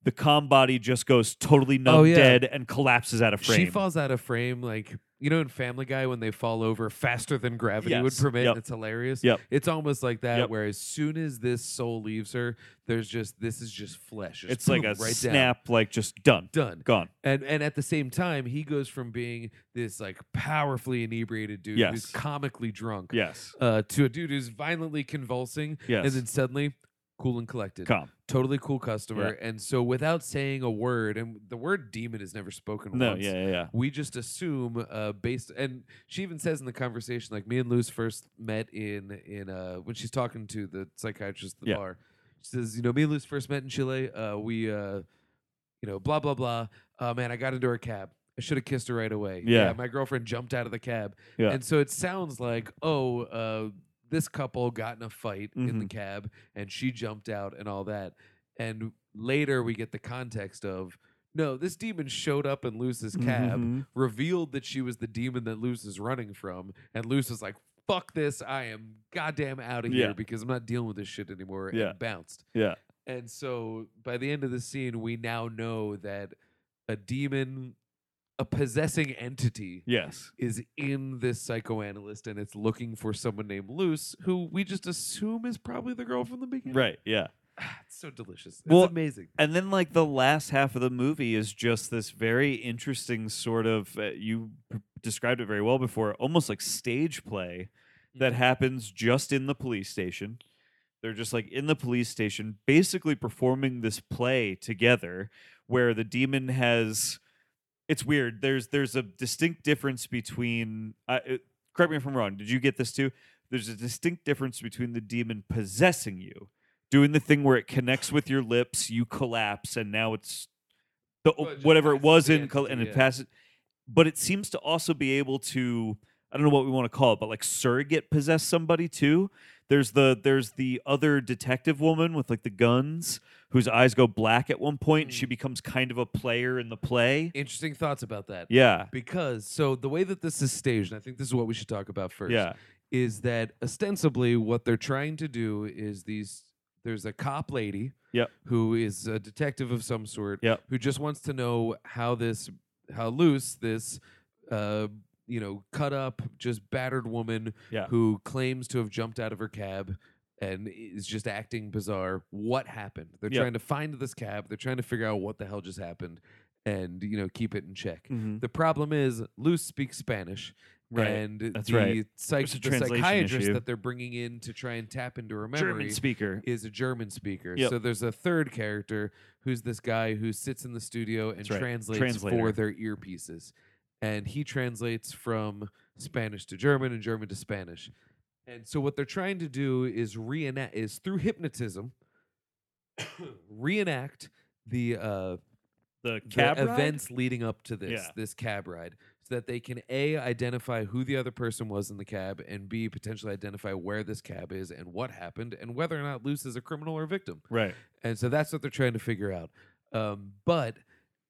Speaker 2: the calm body just goes totally numb
Speaker 3: Oh, yeah.
Speaker 2: dead and collapses out of frame.
Speaker 3: she falls out of frame. Like, you know, in Family Guy, when they fall over faster than gravity would
Speaker 2: Yes,
Speaker 3: permit,
Speaker 2: yep.
Speaker 3: it's hilarious.
Speaker 2: Yep.
Speaker 3: It's almost like that,
Speaker 2: Yep.
Speaker 3: where as soon as this soul leaves her, there's just, this is just flesh. Just
Speaker 2: it's like
Speaker 3: boom,
Speaker 2: a
Speaker 3: right
Speaker 2: snap like just done.
Speaker 3: Down. Done.
Speaker 2: Gone.
Speaker 3: And and at the same time, he goes from being this like powerfully inebriated dude who's
Speaker 2: Yes.
Speaker 3: comically drunk
Speaker 2: Yes.
Speaker 3: uh, to a dude who's violently convulsing
Speaker 2: Yes.
Speaker 3: and then suddenly cool and collected.
Speaker 2: Calm.
Speaker 3: totally cool customer. And so without saying a word, and the word demon is never spoken
Speaker 2: No,
Speaker 3: once.
Speaker 2: yeah, yeah, yeah.
Speaker 3: We just assume uh, based, and she even says in the conversation, like me and Luz first met in in uh, when she's talking to the psychiatrist at the
Speaker 2: Yeah.
Speaker 3: bar. She says, you know, me and Luz first met in Chile. Uh, we, uh, you know, blah blah blah. Uh, man, I got into her cab. I should have kissed her right away.
Speaker 2: Yeah.
Speaker 3: my girlfriend jumped out of the cab,
Speaker 2: Yeah.
Speaker 3: and so it sounds like oh, uh, this couple got in a fight in
Speaker 2: Mm-hmm.
Speaker 3: the cab, and she jumped out and all that. And later we get the context of no, this demon showed up in Luce's cab,
Speaker 2: Mhm.
Speaker 3: revealed that she was the demon that Luce is running from, and Luce is like, "Fuck this! I am goddamn out of
Speaker 2: Yeah.
Speaker 3: here because I'm not dealing with this shit anymore."
Speaker 2: Yeah.
Speaker 3: And bounced.
Speaker 2: Yeah.
Speaker 3: And so by the end of the scene, we now know that a demon, a possessing entity,
Speaker 2: Yes.
Speaker 3: is in this psychoanalyst, and it's looking for someone named Luce, who we just assume is probably the girl from the beginning.
Speaker 2: Right. Yeah.
Speaker 3: *sighs* It's so delicious. It's
Speaker 2: Well,
Speaker 3: amazing.
Speaker 2: And then, like, the last half of the movie is just this very interesting sort of, uh, you p- described it very well before, almost like stage play
Speaker 3: Mm-hmm.
Speaker 2: that happens just in the police station. They're just like in the police station, basically performing this play together where the demon has. It's weird. There's there's a distinct difference between. I uh, correct me if I'm wrong. Did you get this too? There's a distinct difference between the demon possessing you, doing the thing where it connects with your lips, you collapse, and now it's the
Speaker 3: Well, it just
Speaker 2: whatever it
Speaker 3: passes
Speaker 2: was
Speaker 3: the
Speaker 2: in, col- and
Speaker 3: entity,
Speaker 2: it
Speaker 3: yeah.
Speaker 2: passes. But it seems to also be able to. I don't know what we want to call it, but like surrogate possess somebody too. There's the there's the other detective woman with like the guns whose eyes go black at one point. She
Speaker 3: Mm.
Speaker 2: becomes kind of a player in the play.
Speaker 3: Interesting thoughts about that.
Speaker 2: Yeah.
Speaker 3: Because so the way that this is staged, and I think this is what we should talk about first.
Speaker 2: Yeah.
Speaker 3: Is that ostensibly what they're trying to do is these there's a cop lady
Speaker 2: Yep.
Speaker 3: who is a detective of some sort
Speaker 2: Yep.
Speaker 3: who just wants to know how this how loose this uh you know cut up just battered woman
Speaker 2: Yeah.
Speaker 3: who claims to have jumped out of her cab and is just acting bizarre what happened they're
Speaker 2: Yep.
Speaker 3: trying to find this cab they're trying to figure out what the hell just happened and you know keep it in check
Speaker 2: Mhm.
Speaker 3: the problem is, Luce speaks Spanish.
Speaker 2: Right.
Speaker 3: And
Speaker 2: That's
Speaker 3: the,
Speaker 2: right.
Speaker 3: psych-
Speaker 2: There's a
Speaker 3: the
Speaker 2: translation
Speaker 3: psychiatrist
Speaker 2: issue.
Speaker 3: that they're bringing in to try and tap into her memory
Speaker 2: German speaker.
Speaker 3: is a German speaker.
Speaker 2: Yep.
Speaker 3: So there's a third character who's this guy who sits in the studio and
Speaker 2: right.
Speaker 3: translates
Speaker 2: Translator.
Speaker 3: for their earpieces. And he translates from Spanish to German and German to Spanish. And so what they're trying to do is reenact is through hypnotism *coughs* reenact the uh
Speaker 2: The
Speaker 3: the
Speaker 2: cab ride?
Speaker 3: events leading up to this
Speaker 2: Yeah.
Speaker 3: this cab ride so that they can a identify who the other person was in the cab and b potentially identify where this cab is and what happened and whether or not Luce is a criminal or a victim.
Speaker 2: Right.
Speaker 3: And so that's what they're trying to figure out. Um, but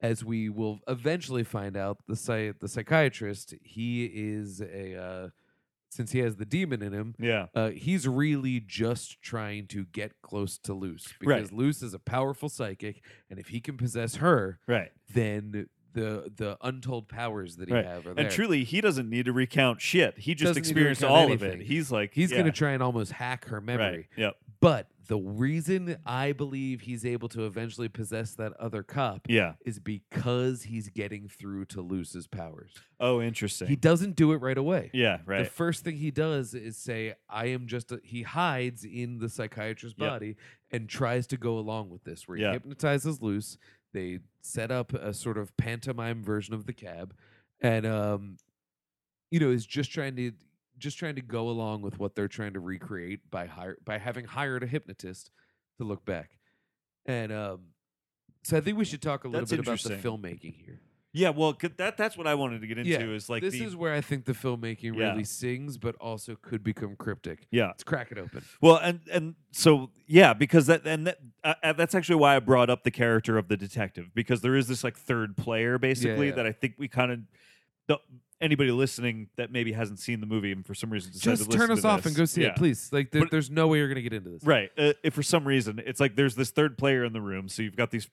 Speaker 3: as we will eventually find out, the psy- the psychiatrist he is a uh, since he has the demon in him,
Speaker 2: Yeah.
Speaker 3: uh, he's really just trying to get close to Luce
Speaker 2: Right.
Speaker 3: because Luce is a powerful psychic, and if he can possess her,
Speaker 2: Right.
Speaker 3: then the the untold powers that he
Speaker 2: Right.
Speaker 3: have are there.
Speaker 2: And truly, he doesn't need to recount shit. He just
Speaker 3: Doesn't need to
Speaker 2: experienced
Speaker 3: recount
Speaker 2: all of it.
Speaker 3: anything.
Speaker 2: He's like,
Speaker 3: he's
Speaker 2: yeah,
Speaker 3: going to try and almost hack her memory.
Speaker 2: Right. Yep.
Speaker 3: But the reason I believe he's able to eventually possess that other cop
Speaker 2: Yeah.
Speaker 3: is because he's getting through to Luce's powers.
Speaker 2: Oh, interesting.
Speaker 3: He doesn't do it right away.
Speaker 2: yeah. Right.
Speaker 3: The first thing he does is say, I am just, a, he hides in the psychiatrist's
Speaker 2: Yep.
Speaker 3: body and tries to go along with this, where he
Speaker 2: Yeah.
Speaker 3: hypnotizes Luce. They set up a sort of pantomime version of the cab and, um, you know, is just trying to, just trying to go along with what they're trying to recreate by hire, by having hired a hypnotist to look back. And, um, so I think we should talk a little
Speaker 2: That's
Speaker 3: bit about the
Speaker 2: interesting.
Speaker 3: filmmaking here.
Speaker 2: yeah. Well, 'cause that that's what I wanted to get into
Speaker 3: Yeah,
Speaker 2: is like
Speaker 3: this
Speaker 2: the
Speaker 3: is where I think the filmmaking
Speaker 2: Yeah.
Speaker 3: really sings, but also could become cryptic.
Speaker 2: yeah.
Speaker 3: Let's crack it open.
Speaker 2: Well, and and so yeah, because that and that, uh, uh, that's actually why I brought up the character of the detective because there is this like third player basically
Speaker 3: yeah.
Speaker 2: that I think we kind of anybody listening that maybe hasn't seen the movie and for some reason decided
Speaker 3: Just
Speaker 2: to listen
Speaker 3: turn us
Speaker 2: to
Speaker 3: off
Speaker 2: this.
Speaker 3: and go see
Speaker 2: yeah.
Speaker 3: it, please. Like, there,
Speaker 2: But-
Speaker 3: there's no way you're gonna get into this.
Speaker 2: Right. Uh, if for some reason it's like there's this third player in the room, so you've got these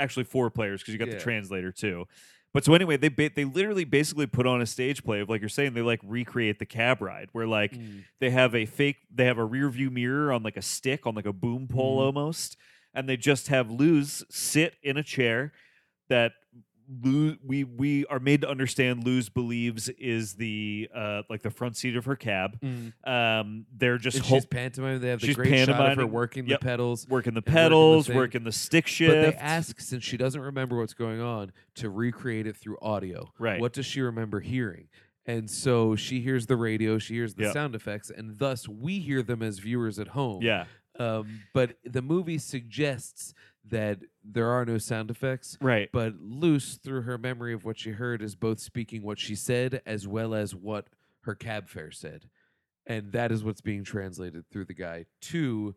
Speaker 2: actually four players because you got
Speaker 3: Yeah.
Speaker 2: the translator too. But so anyway, they ba- they literally basically put on a stage play of like you're saying they like recreate the cab ride where like
Speaker 3: Mm.
Speaker 2: they have a fake they have a rear view mirror on like a stick on like a boom pole
Speaker 3: Mhm.
Speaker 2: almost and they just have luz sit in a chair that luz, we we are made to understand luz believes is the uh like the front seat of her cab
Speaker 3: Mm.
Speaker 2: um they're just
Speaker 3: And
Speaker 2: hol-
Speaker 3: she's pantomiming. They have the
Speaker 2: she's
Speaker 3: great shot of her
Speaker 2: pantomiming.
Speaker 3: working
Speaker 2: Yep.
Speaker 3: the pedals,
Speaker 2: working the
Speaker 3: working the
Speaker 2: pedals
Speaker 3: thing.
Speaker 2: working the stick shift
Speaker 3: but they ask since she doesn't remember what's going on to recreate it through audio.
Speaker 2: Right.
Speaker 3: What does she remember hearing? And so she hears the radio, she hears the
Speaker 2: Yep.
Speaker 3: sound effects, and thus we hear them as viewers at home.
Speaker 2: yeah
Speaker 3: Um, but the movie suggests that there are no sound effects.
Speaker 2: right
Speaker 3: but Luce, through her memory of what she heard, is both speaking what she said as well as what her cab fare said. And that is what's being translated through the guy to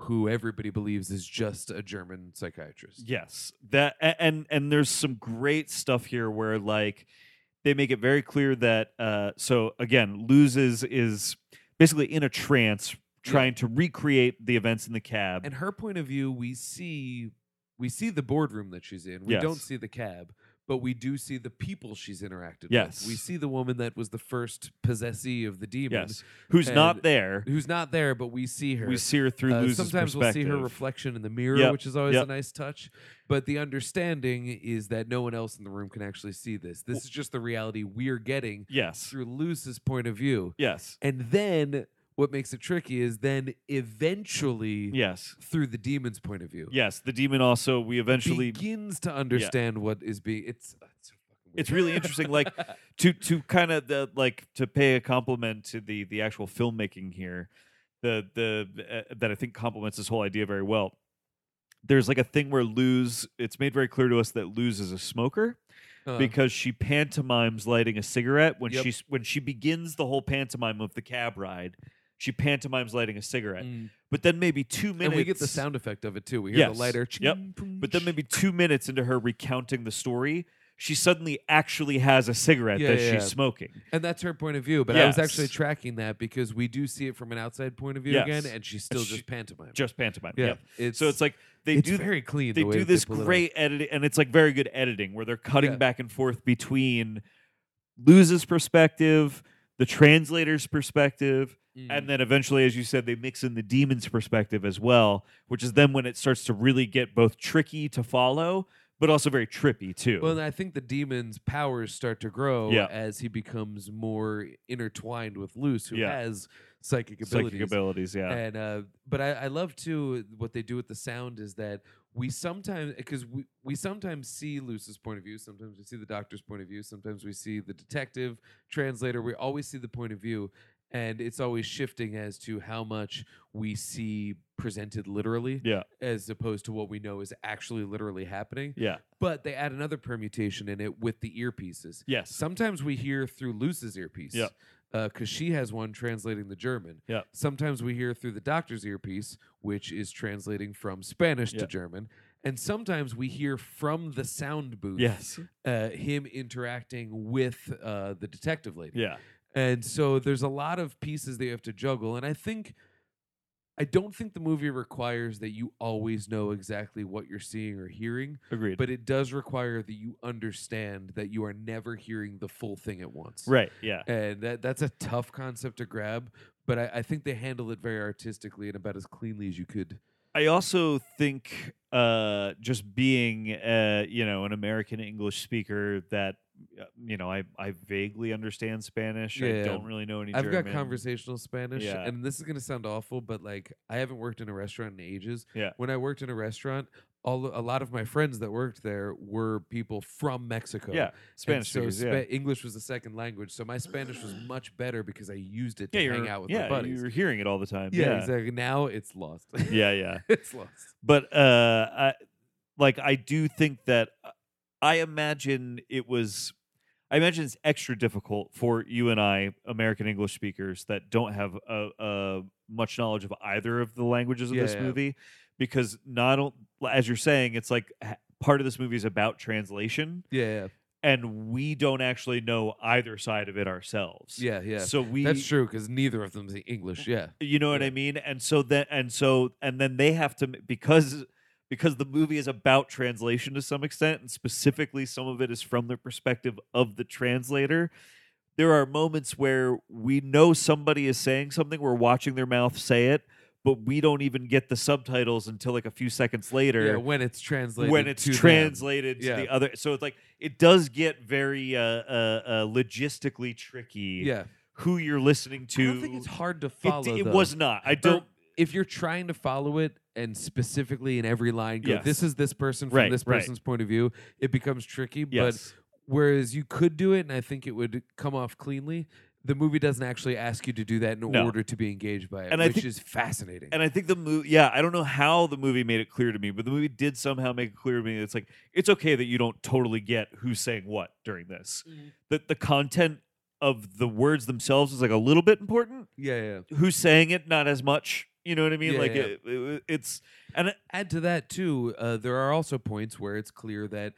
Speaker 3: who everybody believes is just a German psychiatrist.
Speaker 2: Yes, that a- and and there's some great stuff here where like they make it very clear that uh, so again loses is basically in a trance trying to recreate the events in the cab.
Speaker 3: And her point of view, we see we see the boardroom that she's in. We don't
Speaker 2: Yes.
Speaker 3: see the cab, but we do see the people she's interacted
Speaker 2: Yes.
Speaker 3: with. We see the woman that was the first possessee of the demon
Speaker 2: yes, who's not
Speaker 3: and
Speaker 2: there?
Speaker 3: who's not there, but we see her.
Speaker 2: We see her through
Speaker 3: Uh,
Speaker 2: Luz's
Speaker 3: sometimes we'll see
Speaker 2: perspective.
Speaker 3: her reflection in the mirror,
Speaker 2: Yep,
Speaker 3: which is always
Speaker 2: yep.
Speaker 3: a nice touch. But the understanding is that no one else in the room can actually see this. This is just the reality we're getting
Speaker 2: yes,
Speaker 3: through Luce's point of view. *laughs*
Speaker 2: yes,
Speaker 3: And then what makes it tricky is then eventually
Speaker 2: yes,
Speaker 3: through the demon's point of view,
Speaker 2: yes. The demon also we eventually
Speaker 3: begins to understand what is being. It's it's, so fucking weird.
Speaker 2: it's really interesting like to to kind of the like to pay a compliment to the the actual filmmaking here the the uh, that i think complements this whole idea very well there's like a thing where luz it's made very clear to us that luz is a smoker
Speaker 3: Huh.
Speaker 2: because she pantomimes lighting a cigarette when
Speaker 3: Uh-huh. Yep.
Speaker 2: she's when she begins the whole pantomime of the cab ride she pantomimes lighting a cigarette
Speaker 3: Mm.
Speaker 2: but then maybe two minutes
Speaker 3: and we get the sound effect of it too. We hear
Speaker 2: Yes.
Speaker 3: the lighter.
Speaker 2: Yep.
Speaker 3: ching, pum,
Speaker 2: but then
Speaker 3: ch-
Speaker 2: maybe two minutes into her recounting the story she suddenly actually has a cigarette
Speaker 3: Yeah,
Speaker 2: that
Speaker 3: yeah,
Speaker 2: she's
Speaker 3: yeah.
Speaker 2: smoking
Speaker 3: And that's her point of view, but I was actually
Speaker 2: Yes.
Speaker 3: tracking that because we do see it from an outside point of view
Speaker 2: Yes.
Speaker 3: again, and she's still
Speaker 2: she-
Speaker 3: just pantomime.
Speaker 2: just pantomime.
Speaker 3: yeah,
Speaker 2: Yeah.
Speaker 3: It's,
Speaker 2: So it's like they
Speaker 3: it's
Speaker 2: do
Speaker 3: very clean.
Speaker 2: they
Speaker 3: the way
Speaker 2: do
Speaker 3: that
Speaker 2: this
Speaker 3: pull it off.
Speaker 2: great editing, and it's like very good editing where they're cutting
Speaker 3: Yeah.
Speaker 2: back and forth between Luz's perspective, the translator's perspective,
Speaker 3: Mm.
Speaker 2: and then eventually, as you said, they mix in the demon's perspective as well, which is then when it starts to really get both tricky to follow, but also very trippy too.
Speaker 3: well, and I think the demon's powers start to grow
Speaker 2: Yeah.
Speaker 3: as he becomes more intertwined with Luce, who
Speaker 2: Yeah.
Speaker 3: has psychic abilities.
Speaker 2: Psychic abilities, yeah.
Speaker 3: And uh, but I, I love too what they do with the sound is that we sometimes because we, we sometimes see Luce's point of view, sometimes we see the doctor's point of view, sometimes we see the detective, translator, we always see the point of view and it's always shifting as to how much we see presented literally
Speaker 2: Yeah.
Speaker 3: as opposed to what we know is actually literally happening.
Speaker 2: Yeah.
Speaker 3: But they add another permutation in it with the earpieces.
Speaker 2: Yes.
Speaker 3: Sometimes we hear through Luce's earpiece.
Speaker 2: Yeah.
Speaker 3: Because she has one translating the German.
Speaker 2: Yeah.
Speaker 3: Sometimes we hear through the doctor's earpiece, which is translating from Spanish
Speaker 2: Yeah.
Speaker 3: to German. And sometimes we hear from the sound booth
Speaker 2: yes.
Speaker 3: uh, him interacting with uh, the detective lady.
Speaker 2: Yeah.
Speaker 3: And so there's a lot of pieces that you have to juggle. And I think, I don't think the movie requires that you always know exactly what you're seeing or hearing,
Speaker 2: Agreed.
Speaker 3: but it does require that you understand that you are never hearing the full thing at once.
Speaker 2: right. Yeah.
Speaker 3: And that, that's a tough concept to grab, but I, I think they handle it very artistically and about as cleanly as you could.
Speaker 2: I also think uh, just being uh, you know an American English speaker that uh, you know I, I vaguely understand Spanish. I
Speaker 3: Yeah.
Speaker 2: don't really know any.
Speaker 3: I've
Speaker 2: German.
Speaker 3: got conversational Spanish,
Speaker 2: Yeah.
Speaker 3: and this is going to sound awful, but like I haven't worked in a restaurant in ages.
Speaker 2: Yeah.
Speaker 3: When I worked in a restaurant, all a lot of my friends that worked there were people from Mexico.
Speaker 2: Yeah,
Speaker 3: And
Speaker 2: Spanish
Speaker 3: so
Speaker 2: speakers. yeah.
Speaker 3: Spa- English was the second language, so my Spanish was much better because I used it to
Speaker 2: Yeah, you're,
Speaker 3: hang out with my
Speaker 2: yeah,
Speaker 3: buddies.
Speaker 2: you're hearing it all the time.
Speaker 3: yeah,
Speaker 2: yeah,
Speaker 3: exactly. Now it's lost. *laughs*
Speaker 2: yeah, yeah.
Speaker 3: it's lost.
Speaker 2: but uh I, like i do think that uh, i imagine it was i imagine it's extra difficult for you and i american english speakers that don't have a, a much knowledge of either of the languages of this
Speaker 3: Yeah.
Speaker 2: movie because not o- as you're saying it's like h- part of this movie is about translation
Speaker 3: Yeah,
Speaker 2: and we don't actually know either side of it ourselves
Speaker 3: yeah, yeah. yeah.
Speaker 2: so we
Speaker 3: That's true because neither of them's English. Yeah,
Speaker 2: you know what
Speaker 3: Yeah.
Speaker 2: I mean? And so that and so and then they have to because because the movie is about translation to some extent and specifically some of it is from the perspective of the translator. There are moments where we know somebody is saying something, we're watching their mouth say it, but we don't even get the subtitles until like a few seconds later
Speaker 3: yeah. When it's translated,
Speaker 2: when it's
Speaker 3: to them.
Speaker 2: translated to
Speaker 3: Yeah.
Speaker 2: the other. So it's like it does get very uh, uh, uh, logistically tricky
Speaker 3: yeah.
Speaker 2: who you're listening to.
Speaker 3: I don't think it's hard to
Speaker 2: It-
Speaker 3: follow.
Speaker 2: it
Speaker 3: though.
Speaker 2: was not. I
Speaker 3: Or
Speaker 2: don't
Speaker 3: if you're trying to follow it and specifically in every line go
Speaker 2: Yes.
Speaker 3: this is this person from
Speaker 2: Right,
Speaker 3: this
Speaker 2: right.
Speaker 3: person's point of view it becomes tricky
Speaker 2: Yes.
Speaker 3: but whereas you could do it and i think it would come off cleanly the movie doesn't actually ask you to do that in
Speaker 2: No.
Speaker 3: order to be engaged by it
Speaker 2: And I
Speaker 3: which
Speaker 2: think-
Speaker 3: is fascinating
Speaker 2: and I think the movie, yeah, I don't know how the movie made it clear to me, but the movie did somehow make it clear to me. It's like it's okay that you don't totally get who's saying what during this. That the content of the words themselves is like a little bit important.
Speaker 3: yeah yeah
Speaker 2: Who's saying it, not as much. You know what I mean?
Speaker 3: Yeah,
Speaker 2: like
Speaker 3: yeah.
Speaker 2: It, it- it's and it-
Speaker 3: add to that too uh, there are also points where it's clear that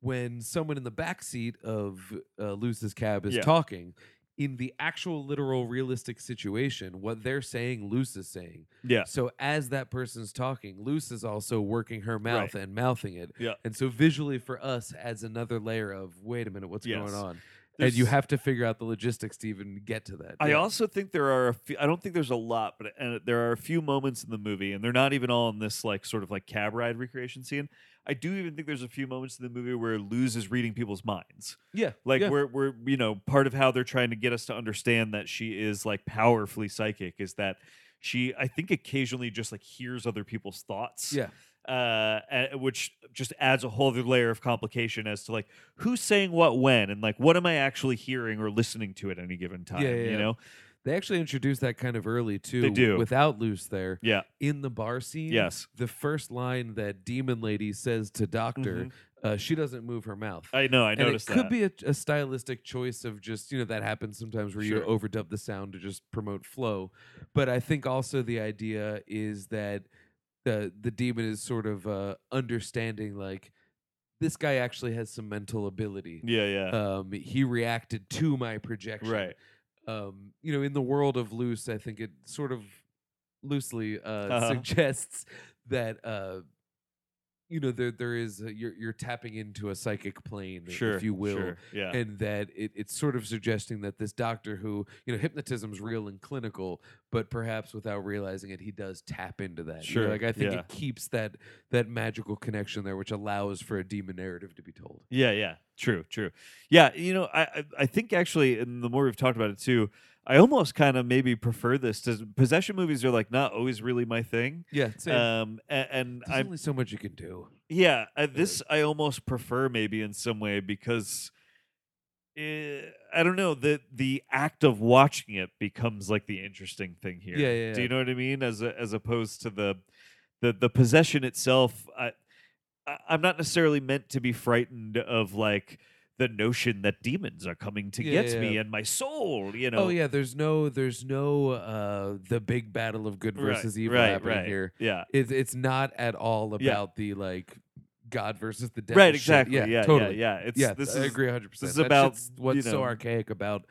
Speaker 3: when someone in the back seat of uh, Luce's cab is
Speaker 2: Yeah.
Speaker 3: talking in the actual literal realistic situation what they're saying Luce is saying
Speaker 2: yeah,
Speaker 3: So as that person's talking, Luce is also working her mouth and mouthing it.
Speaker 2: Yeah.
Speaker 3: And so visually for us adds another layer of wait a minute, what's
Speaker 2: Yes.
Speaker 3: going on?
Speaker 2: There's-
Speaker 3: and you have to figure out the logistics to even get to that.
Speaker 2: I
Speaker 3: Yeah.
Speaker 2: also think there are a few, I don't think there's a lot, but and there are a few moments in the movie, and they're not even all in this like sort of like cab ride recreation scene. I do even think there's a few moments in the movie where Luz is reading people's minds.
Speaker 3: yeah,
Speaker 2: like
Speaker 3: yeah.
Speaker 2: we're we're you know part of how they're trying to get us to understand that she is like powerfully psychic is that she I think occasionally just like hears other people's thoughts
Speaker 3: yeah,
Speaker 2: uh and- which just adds a whole other layer of complication as to like who's saying what when and like what am I actually hearing or listening to at any given time
Speaker 3: yeah,
Speaker 2: you
Speaker 3: yeah.
Speaker 2: know
Speaker 3: they actually introduced that kind of early too.
Speaker 2: do.
Speaker 3: without Luce there
Speaker 2: yeah
Speaker 3: in the bar scene.
Speaker 2: yes
Speaker 3: the first line that Demon Lady says to Doctor, uh, she doesn't move her mouth.
Speaker 2: Mm-hmm. I know I
Speaker 3: And
Speaker 2: noticed
Speaker 3: it could
Speaker 2: that
Speaker 3: be a, a stylistic choice of just you know that happens sometimes where
Speaker 2: Sure.
Speaker 3: you overdub the sound to just promote flow but i think also the idea is that the the demon is sort of uh, understanding like this guy actually has some mental ability
Speaker 2: yeah yeah
Speaker 3: um, he reacted to my projection
Speaker 2: right
Speaker 3: um, you know, in the world of loose, I think it sort of loosely uh,
Speaker 2: Uh-huh.
Speaker 3: suggests that uh, you know there there is a, you're you're tapping into a psychic plane,
Speaker 2: sure
Speaker 3: if you will.
Speaker 2: sure, yeah
Speaker 3: And that it, it's sort of suggesting that this doctor, who you know, hypnotism's real and clinical, but perhaps without realizing it, he does tap into that. You know,
Speaker 2: Sure,
Speaker 3: like I think
Speaker 2: yeah.
Speaker 3: it keeps that that magical connection there, which allows for a demon narrative to be told.
Speaker 2: Yeah, yeah. True, true. Yeah, you know, I I- I think actually and the more we've talked about it too, I almost kind of maybe prefer this to possession movies are like not always really my thing.
Speaker 3: Yeah, same.
Speaker 2: Um a- and,
Speaker 3: There's
Speaker 2: I
Speaker 3: only so much you can do.
Speaker 2: yeah, uh, this I almost prefer maybe in some way because eh, I don't know the the act of watching it becomes like the interesting thing here.
Speaker 3: Yeah, yeah,
Speaker 2: Do
Speaker 3: yeah.
Speaker 2: you know what I mean? As a, as opposed to the the the possession itself. I, I I'm not necessarily meant to be frightened of like the notion that demons are coming to
Speaker 3: Yeah,
Speaker 2: get
Speaker 3: yeah,
Speaker 2: me
Speaker 3: yeah.
Speaker 2: and my soul. You know.
Speaker 3: Oh yeah, there's no there's no uh the big battle of good
Speaker 2: Right,
Speaker 3: versus evil
Speaker 2: right,
Speaker 3: happening
Speaker 2: right.
Speaker 3: here.
Speaker 2: Yeah.
Speaker 3: It's it's not at all about
Speaker 2: Yeah.
Speaker 3: the like God versus the devil.
Speaker 2: Right.
Speaker 3: shit.
Speaker 2: Exactly.
Speaker 3: Yeah,
Speaker 2: Yeah. Yeah.
Speaker 3: totally.
Speaker 2: Yeah. It's
Speaker 3: yeah,
Speaker 2: this
Speaker 3: I
Speaker 2: is
Speaker 3: agree 100. percent
Speaker 2: this is about,
Speaker 3: what's
Speaker 2: you
Speaker 3: so
Speaker 2: know-
Speaker 3: archaic about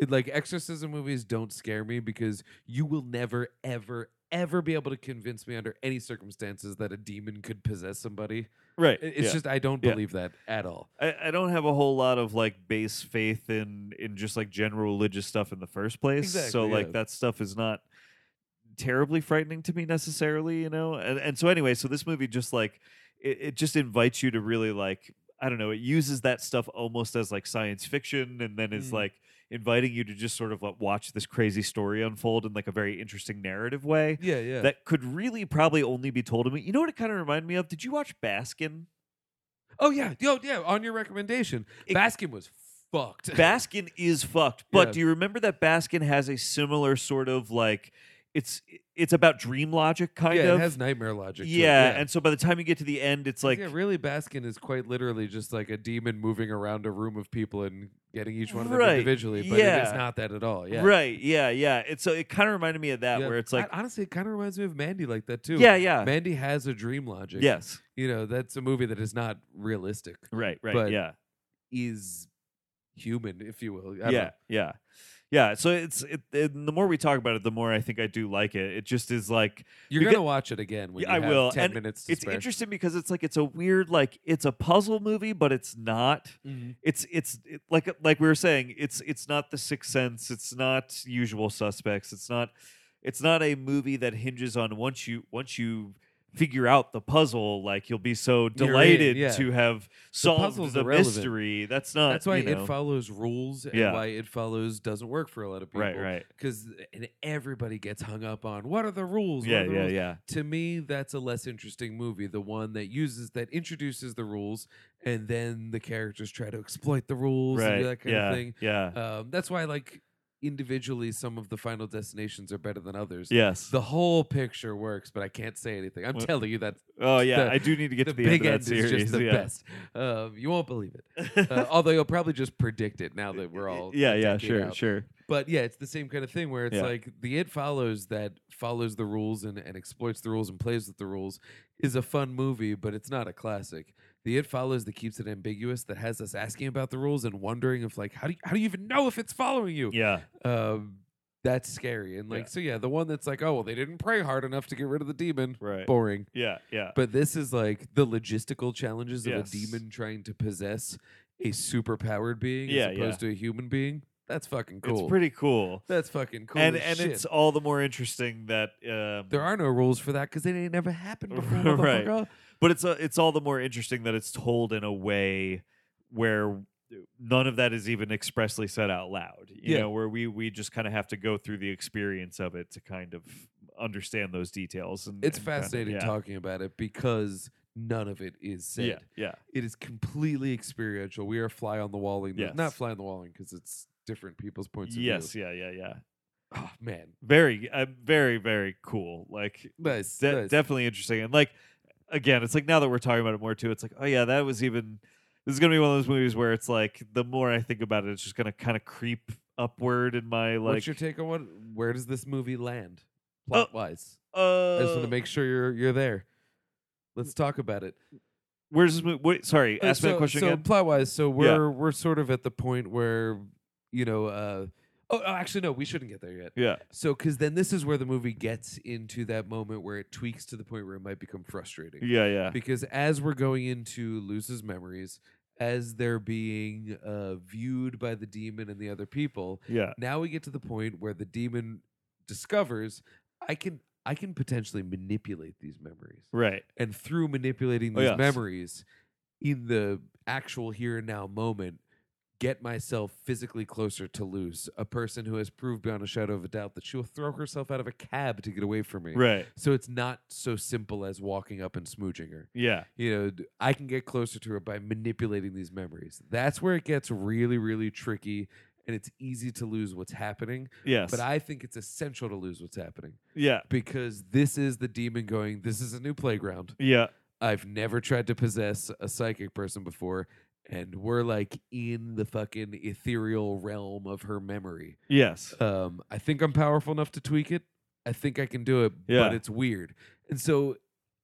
Speaker 3: it, like exorcism movies don't scare me because you will never ever ever be able to convince me under any circumstances that a demon could possess somebody.
Speaker 2: right.
Speaker 3: I- It's
Speaker 2: yeah.
Speaker 3: just I don't
Speaker 2: Yeah.
Speaker 3: believe that at all.
Speaker 2: I, I don't have a whole lot of like base faith in in just like general religious stuff in the first place. so
Speaker 3: Exactly,
Speaker 2: like
Speaker 3: yeah.
Speaker 2: that stuff is not terribly frightening to me necessarily, you know. And and so anyway, so this movie just like it, it just invites you to really like I don't know, it uses that stuff almost as like science fiction and then is
Speaker 3: Mm.
Speaker 2: like inviting you to just sort of like watch this crazy story unfold in like a very interesting narrative way
Speaker 3: Yeah, yeah.
Speaker 2: that could really probably only be told to me. You know what it kind of reminded me of? Did you watch Baskin?
Speaker 3: oh yeah, yo, yeah. On your recommendation,
Speaker 2: It-
Speaker 3: Baskin was fucked.
Speaker 2: *laughs* Baskin is fucked. But
Speaker 3: Yeah.
Speaker 2: do you remember that Baskin has a similar sort of like it's it's about dream logic kind
Speaker 3: yeah,
Speaker 2: of
Speaker 3: it has nightmare logic. to it,
Speaker 2: yeah, and so by the time you get to the end, it's
Speaker 3: 'Cause,
Speaker 2: like
Speaker 3: yeah, really, Baskin is quite literally just like a demon moving around a room of people and getting each one of them
Speaker 2: Right,
Speaker 3: individually. But it is
Speaker 2: yeah.
Speaker 3: not that at all. Yeah,
Speaker 2: right, yeah, yeah. It's so it kind of reminded me of that
Speaker 3: Yeah.
Speaker 2: where it's
Speaker 3: I-
Speaker 2: like
Speaker 3: honestly, it kind of reminds me of Mandy like that too.
Speaker 2: yeah, yeah,
Speaker 3: Mandy has a dream logic.
Speaker 2: yes,
Speaker 3: you know that's a movie that is not realistic,
Speaker 2: right, right,
Speaker 3: But-
Speaker 2: yeah,
Speaker 3: is human, if you will. I don't
Speaker 2: yeah,
Speaker 3: know.
Speaker 2: yeah, yeah. So it's it, it- the more we talk about it, the more I think I do like it. It just is like
Speaker 3: you're
Speaker 2: Because-
Speaker 3: gonna watch it again when
Speaker 2: Yeah,
Speaker 3: you
Speaker 2: I
Speaker 3: have
Speaker 2: will,
Speaker 3: ten
Speaker 2: and
Speaker 3: minutes. To
Speaker 2: it's
Speaker 3: spare.
Speaker 2: interesting because it's like it's a weird like it's a puzzle movie, but it's not.
Speaker 3: Mhm.
Speaker 2: it's it's it, like like we were saying it's it's not the sixth sense it's not usual suspects it's not it's not a movie that hinges on once you once you figure out the puzzle like you'll be so
Speaker 3: You're in,
Speaker 2: delighted
Speaker 3: yeah.
Speaker 2: to have
Speaker 3: puzzle's
Speaker 2: solved the
Speaker 3: irrelevant.
Speaker 2: mystery that's not
Speaker 3: That's why
Speaker 2: uh, you know,
Speaker 3: it follows rules and
Speaker 2: Yeah.
Speaker 3: why it follows doesn't work for a lot of people.
Speaker 2: right right
Speaker 3: because and everybody gets hung up on what are the rules? What
Speaker 2: yeah
Speaker 3: are the
Speaker 2: yeah
Speaker 3: rules?"
Speaker 2: yeah
Speaker 3: To me, that's a less interesting movie. The one that uses that introduces the rules, and then the characters try to exploit the rules and
Speaker 2: right
Speaker 3: do that kind
Speaker 2: yeah
Speaker 3: of thing.
Speaker 2: yeah
Speaker 3: Um, that's why, like individually, some of the final destinations are better than others.
Speaker 2: yes
Speaker 3: The whole picture works, but I can't say anything. I'm
Speaker 2: Well,
Speaker 3: telling
Speaker 2: *laughs*
Speaker 3: you that
Speaker 2: oh yeah
Speaker 3: the-
Speaker 2: I do need to get
Speaker 3: the
Speaker 2: to the
Speaker 3: big
Speaker 2: end of
Speaker 3: end,
Speaker 2: that series
Speaker 3: is just the
Speaker 2: yeah.
Speaker 3: best. Um, you won't believe it.
Speaker 2: *laughs*
Speaker 3: Uh, although you'll probably just predict it now that we're all
Speaker 2: yeah
Speaker 3: a
Speaker 2: yeah
Speaker 3: decade
Speaker 2: sure
Speaker 3: out
Speaker 2: sure
Speaker 3: but yeah, it's the same kind of thing where it's
Speaker 2: Yeah.
Speaker 3: like the it follows that follows the rules and, and exploits the rules and plays with the rules is a fun movie, but it's not a classic. The it follows that keeps it ambiguous, that has us asking about the rules and wondering if like how do you, how do you even know if it's following you?
Speaker 2: yeah
Speaker 3: Um, that's scary and like
Speaker 2: Yeah.
Speaker 3: so yeah, the one that's like oh well they didn't pray hard enough to get rid of the demon,
Speaker 2: right
Speaker 3: boring.
Speaker 2: yeah yeah
Speaker 3: But this is like the logistical challenges
Speaker 2: Yes.
Speaker 3: of a demon trying to possess a superpowered being
Speaker 2: Yeah,
Speaker 3: as
Speaker 2: yeah.
Speaker 3: opposed to a human being. That's fucking cool.
Speaker 2: it's pretty cool
Speaker 3: That's fucking cool.
Speaker 2: and
Speaker 3: as
Speaker 2: and
Speaker 3: shit.
Speaker 2: it's all the more interesting that um,
Speaker 3: there are no rules for that because it ain't never
Speaker 2: *laughs*
Speaker 3: happened before.
Speaker 2: Right.
Speaker 3: motherfucker.
Speaker 2: but it's a, it's all the more interesting that it's told in a way where none of that is even expressly said out loud you
Speaker 3: Yeah.
Speaker 2: know where we we just kind of have to go through the experience of it to kind of understand those details and
Speaker 3: It's
Speaker 2: and kinda-
Speaker 3: fascinating
Speaker 2: yeah.
Speaker 3: talking about it because none of it is said.
Speaker 2: yeah yeah
Speaker 3: It is completely experiential. We are fly on the walling.
Speaker 2: Yes.
Speaker 3: Not fly on the walling because it's different people's points of
Speaker 2: yes
Speaker 3: view.
Speaker 2: yeah yeah yeah
Speaker 3: Yes. Oh, man.
Speaker 2: very uh, very very cool like
Speaker 3: Nice.
Speaker 2: de-
Speaker 3: nice.
Speaker 2: definitely interesting. And like again, it's like now that we're talking about it more too, it's like, oh yeah, that was even this is gonna be one of those movies where it's like the more I think about it, it's just gonna kind of creep upward in my like
Speaker 3: What's your take on what? Where does this movie land plot wise?
Speaker 2: uh
Speaker 3: I just want to make sure you're you're there. Let's talk about it.
Speaker 2: where's this movie wait, sorry,
Speaker 3: Uh,
Speaker 2: ask me
Speaker 3: so-
Speaker 2: that question
Speaker 3: so
Speaker 2: again.
Speaker 3: plot wise, so we're we're sort of at the point where you know. Uh, oh, oh, actually, no, we shouldn't get there yet.
Speaker 2: Yeah.
Speaker 3: So, because then this is where the movie gets into that moment where it tweaks to the point where it might become frustrating.
Speaker 2: Yeah, yeah.
Speaker 3: Because as we're going into Luz's memories, as they're being uh, viewed by the demon and the other people,
Speaker 2: Yeah.
Speaker 3: now we get to the point where the demon discovers I can I can potentially manipulate these memories.
Speaker 2: Right.
Speaker 3: And through manipulating
Speaker 2: Oh,
Speaker 3: these
Speaker 2: yes.
Speaker 3: memories in the actual here and now moment, get myself physically closer to Luz, a person who has proved beyond a shadow of a doubt that she will throw herself out of a cab to get away from me.
Speaker 2: Right.
Speaker 3: So it's not so simple as walking up and smooching her.
Speaker 2: Yeah.
Speaker 3: You know, d- I can get closer to her by manipulating these memories. That's where it gets really, really tricky, and it's easy to lose what's happening.
Speaker 2: Yes.
Speaker 3: But I think it's essential to lose what's happening
Speaker 2: yeah.
Speaker 3: because this is the demon going, This is a new playground.
Speaker 2: Yeah.
Speaker 3: I've never tried to possess a psychic person before. And we're like in the fucking ethereal realm of her memory.
Speaker 2: Yes.
Speaker 3: Um, I think I'm powerful enough to tweak it. I think I can do it,
Speaker 2: Yeah.
Speaker 3: but it's weird. And so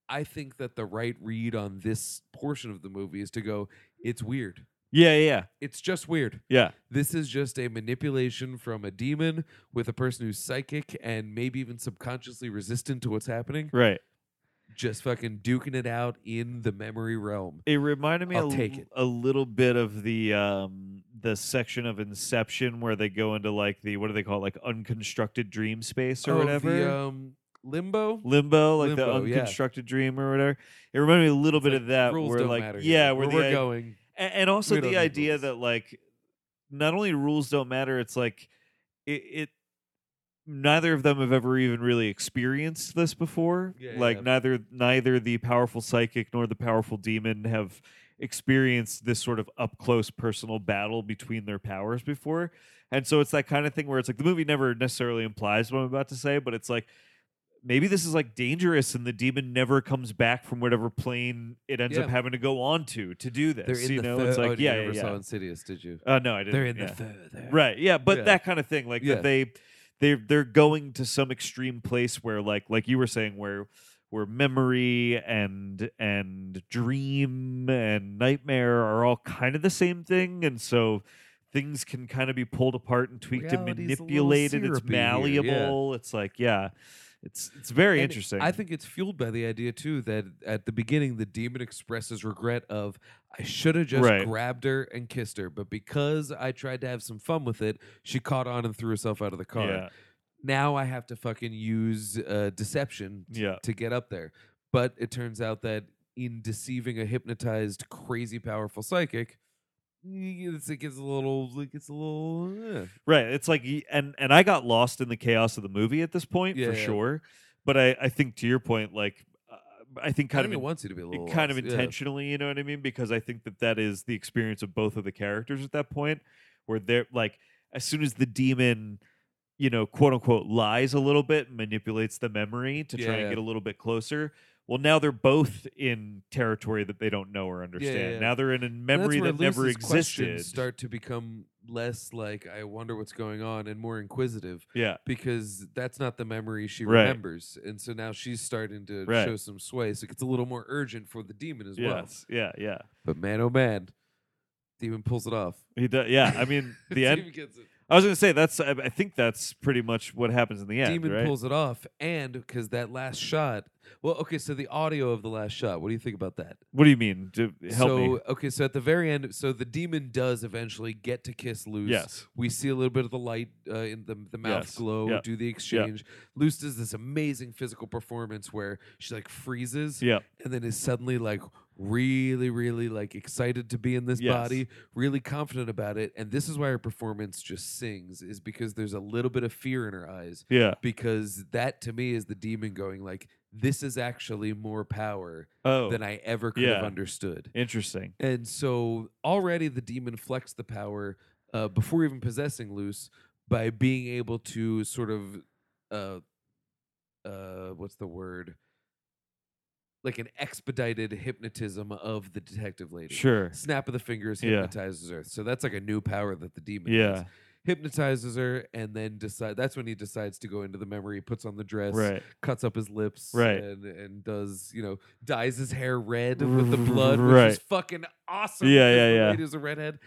Speaker 3: I think that the right read on this portion of the movie is to go, it's weird.
Speaker 2: Yeah. Yeah.
Speaker 3: It's just weird.
Speaker 2: Yeah.
Speaker 3: This is just a manipulation from a demon with a person who's psychic and maybe even subconsciously resistant to what's happening,
Speaker 2: Right.
Speaker 3: just fucking duking it out in the memory realm.
Speaker 2: It reminded me a,
Speaker 3: I'll take
Speaker 2: l-
Speaker 3: it.
Speaker 2: a little bit of the um the section of Inception where they go into like the what do they call it? like unconstructed dream space or
Speaker 3: Oh,
Speaker 2: whatever.
Speaker 3: The, um, limbo?
Speaker 2: Limbo, like
Speaker 3: Limbo,
Speaker 2: the
Speaker 3: yeah.
Speaker 2: unconstructed dream or whatever. It reminded me a little bit of that.
Speaker 3: Rules
Speaker 2: where
Speaker 3: don't
Speaker 2: like,
Speaker 3: matter. here.
Speaker 2: yeah,
Speaker 3: where,
Speaker 2: where,
Speaker 3: we're
Speaker 2: the,
Speaker 3: going.
Speaker 2: And, and also
Speaker 3: We don't
Speaker 2: the
Speaker 3: need
Speaker 2: idea
Speaker 3: rules.
Speaker 2: that like not only rules don't matter, it's like it, it neither of them have ever even really experienced this before.
Speaker 3: Yeah,
Speaker 2: like
Speaker 3: yeah.
Speaker 2: neither neither the powerful psychic nor the powerful demon have experienced this sort of up close personal battle between their powers before. And so it's that kind of thing where it's like the movie never necessarily implies what I'm about to say, but it's like maybe this is like dangerous and the demon never comes back from whatever plane it ends
Speaker 3: Yeah.
Speaker 2: up having to go on to to do this.
Speaker 3: They're in
Speaker 2: you
Speaker 3: the
Speaker 2: know,
Speaker 3: third.
Speaker 2: it's
Speaker 3: oh,
Speaker 2: like
Speaker 3: you
Speaker 2: yeah,
Speaker 3: never
Speaker 2: yeah,
Speaker 3: saw
Speaker 2: yeah.
Speaker 3: Insidious, did you?
Speaker 2: Uh, no, I didn't.
Speaker 3: They're in
Speaker 2: yeah.
Speaker 3: the further.
Speaker 2: Right. Yeah, but
Speaker 3: Yeah.
Speaker 2: that kind of thing, like
Speaker 3: Yeah.
Speaker 2: that they they they're going to some extreme place where, like, like you were saying, where where memory and and dream and nightmare are all kind of the same thing, and so things can kind of be pulled apart and tweaked
Speaker 3: Reality's a little
Speaker 2: and manipulated. It's
Speaker 3: syrupy here, yeah.
Speaker 2: malleable. It's like, yeah, it's it's very
Speaker 3: And
Speaker 2: interesting.
Speaker 3: I think it's fueled by the idea too that at the beginning the demon expresses regret of I should have just
Speaker 2: Right.
Speaker 3: grabbed her and kissed her, but because I tried to have some fun with it, she caught on and threw herself out of the car.
Speaker 2: yeah,
Speaker 3: Now I have to fucking use uh, deception t-
Speaker 2: yeah,
Speaker 3: to get up there. But it turns out that in deceiving a hypnotized, crazy, powerful psychic, y- it's, it gets a little, it gets a little. eh.
Speaker 2: right. It's like, y- and and I got lost in the chaos of the movie at this point
Speaker 3: Yeah,
Speaker 2: for
Speaker 3: yeah.
Speaker 2: sure. But I I think to your point, like. uh, I think
Speaker 3: I
Speaker 2: kind
Speaker 3: think
Speaker 2: of
Speaker 3: it wants you to be a little,
Speaker 2: it kind of
Speaker 3: lost, yeah.
Speaker 2: intentionally, you know what I mean? Because I think that that is the experience of both of the characters at that point, where they're like, as soon as the demon, you know, quote unquote, lies a little bit, manipulates the memory to try
Speaker 3: Yeah.
Speaker 2: and get a little bit closer. Well, now they're both in territory that they don't know or understand.
Speaker 3: yeah.
Speaker 2: Now they're in a
Speaker 3: And that's
Speaker 2: memory
Speaker 3: where
Speaker 2: that never
Speaker 3: Lucy's questions
Speaker 2: existed.
Speaker 3: Start to become less like I wonder what's going on and more inquisitive
Speaker 2: yeah,
Speaker 3: because that's not the memory she
Speaker 2: Right.
Speaker 3: remembers, and so now she's starting to
Speaker 2: Right.
Speaker 3: show some sway. So it gets a little more urgent for the demon as well.
Speaker 2: yes, yeah, yeah.
Speaker 3: But man, oh man, demon pulls it off.
Speaker 2: He does, yeah, I
Speaker 3: *laughs*
Speaker 2: mean, the end.
Speaker 3: Demon gets it.
Speaker 2: I was gonna say that's. I, I think that's pretty much what happens in the end,
Speaker 3: Demon
Speaker 2: right?
Speaker 3: pulls it off, and because that last shot. Well, okay, so the audio of the last shot. What do you think about that?
Speaker 2: what do you mean? To help
Speaker 3: so
Speaker 2: me?
Speaker 3: okay, so at the very end, so the demon does eventually get to kiss Luz.
Speaker 2: Yes.
Speaker 3: we see a little bit of the light uh, in the, the mouth
Speaker 2: Yes.
Speaker 3: glow
Speaker 2: Yeah.
Speaker 3: do the exchange luce does this amazing physical performance where she like freezes
Speaker 2: Yeah.
Speaker 3: and then is suddenly like really really like excited to be in this
Speaker 2: Yes.
Speaker 3: body really confident about it and this is why her performance just sings is because there's a little bit of fear in her eyes
Speaker 2: Yeah.
Speaker 3: because that to me is the demon going like this is actually more power
Speaker 2: Oh,
Speaker 3: than i ever could have
Speaker 2: Yeah.
Speaker 3: understood
Speaker 2: interesting.
Speaker 3: and so already the demon flexed the power uh, before even possessing Luce by being able to sort of, uh, uh, what's the word? Like an expedited hypnotism of the detective lady.
Speaker 2: Sure.
Speaker 3: Snap of the fingers
Speaker 2: Yeah.
Speaker 3: hypnotizes her. So that's like a new power that the demon has.
Speaker 2: Yeah.
Speaker 3: Hypnotizes her and then decide. That's when he decides to go into the memory, puts on the dress,
Speaker 2: Right.
Speaker 3: cuts up his lips
Speaker 2: Right.
Speaker 3: and and does you know dyes his hair red with the blood which is
Speaker 2: Right.
Speaker 3: fucking awesome
Speaker 2: Yeah,
Speaker 3: because
Speaker 2: yeah,
Speaker 3: the
Speaker 2: yeah.
Speaker 3: lady is a redhead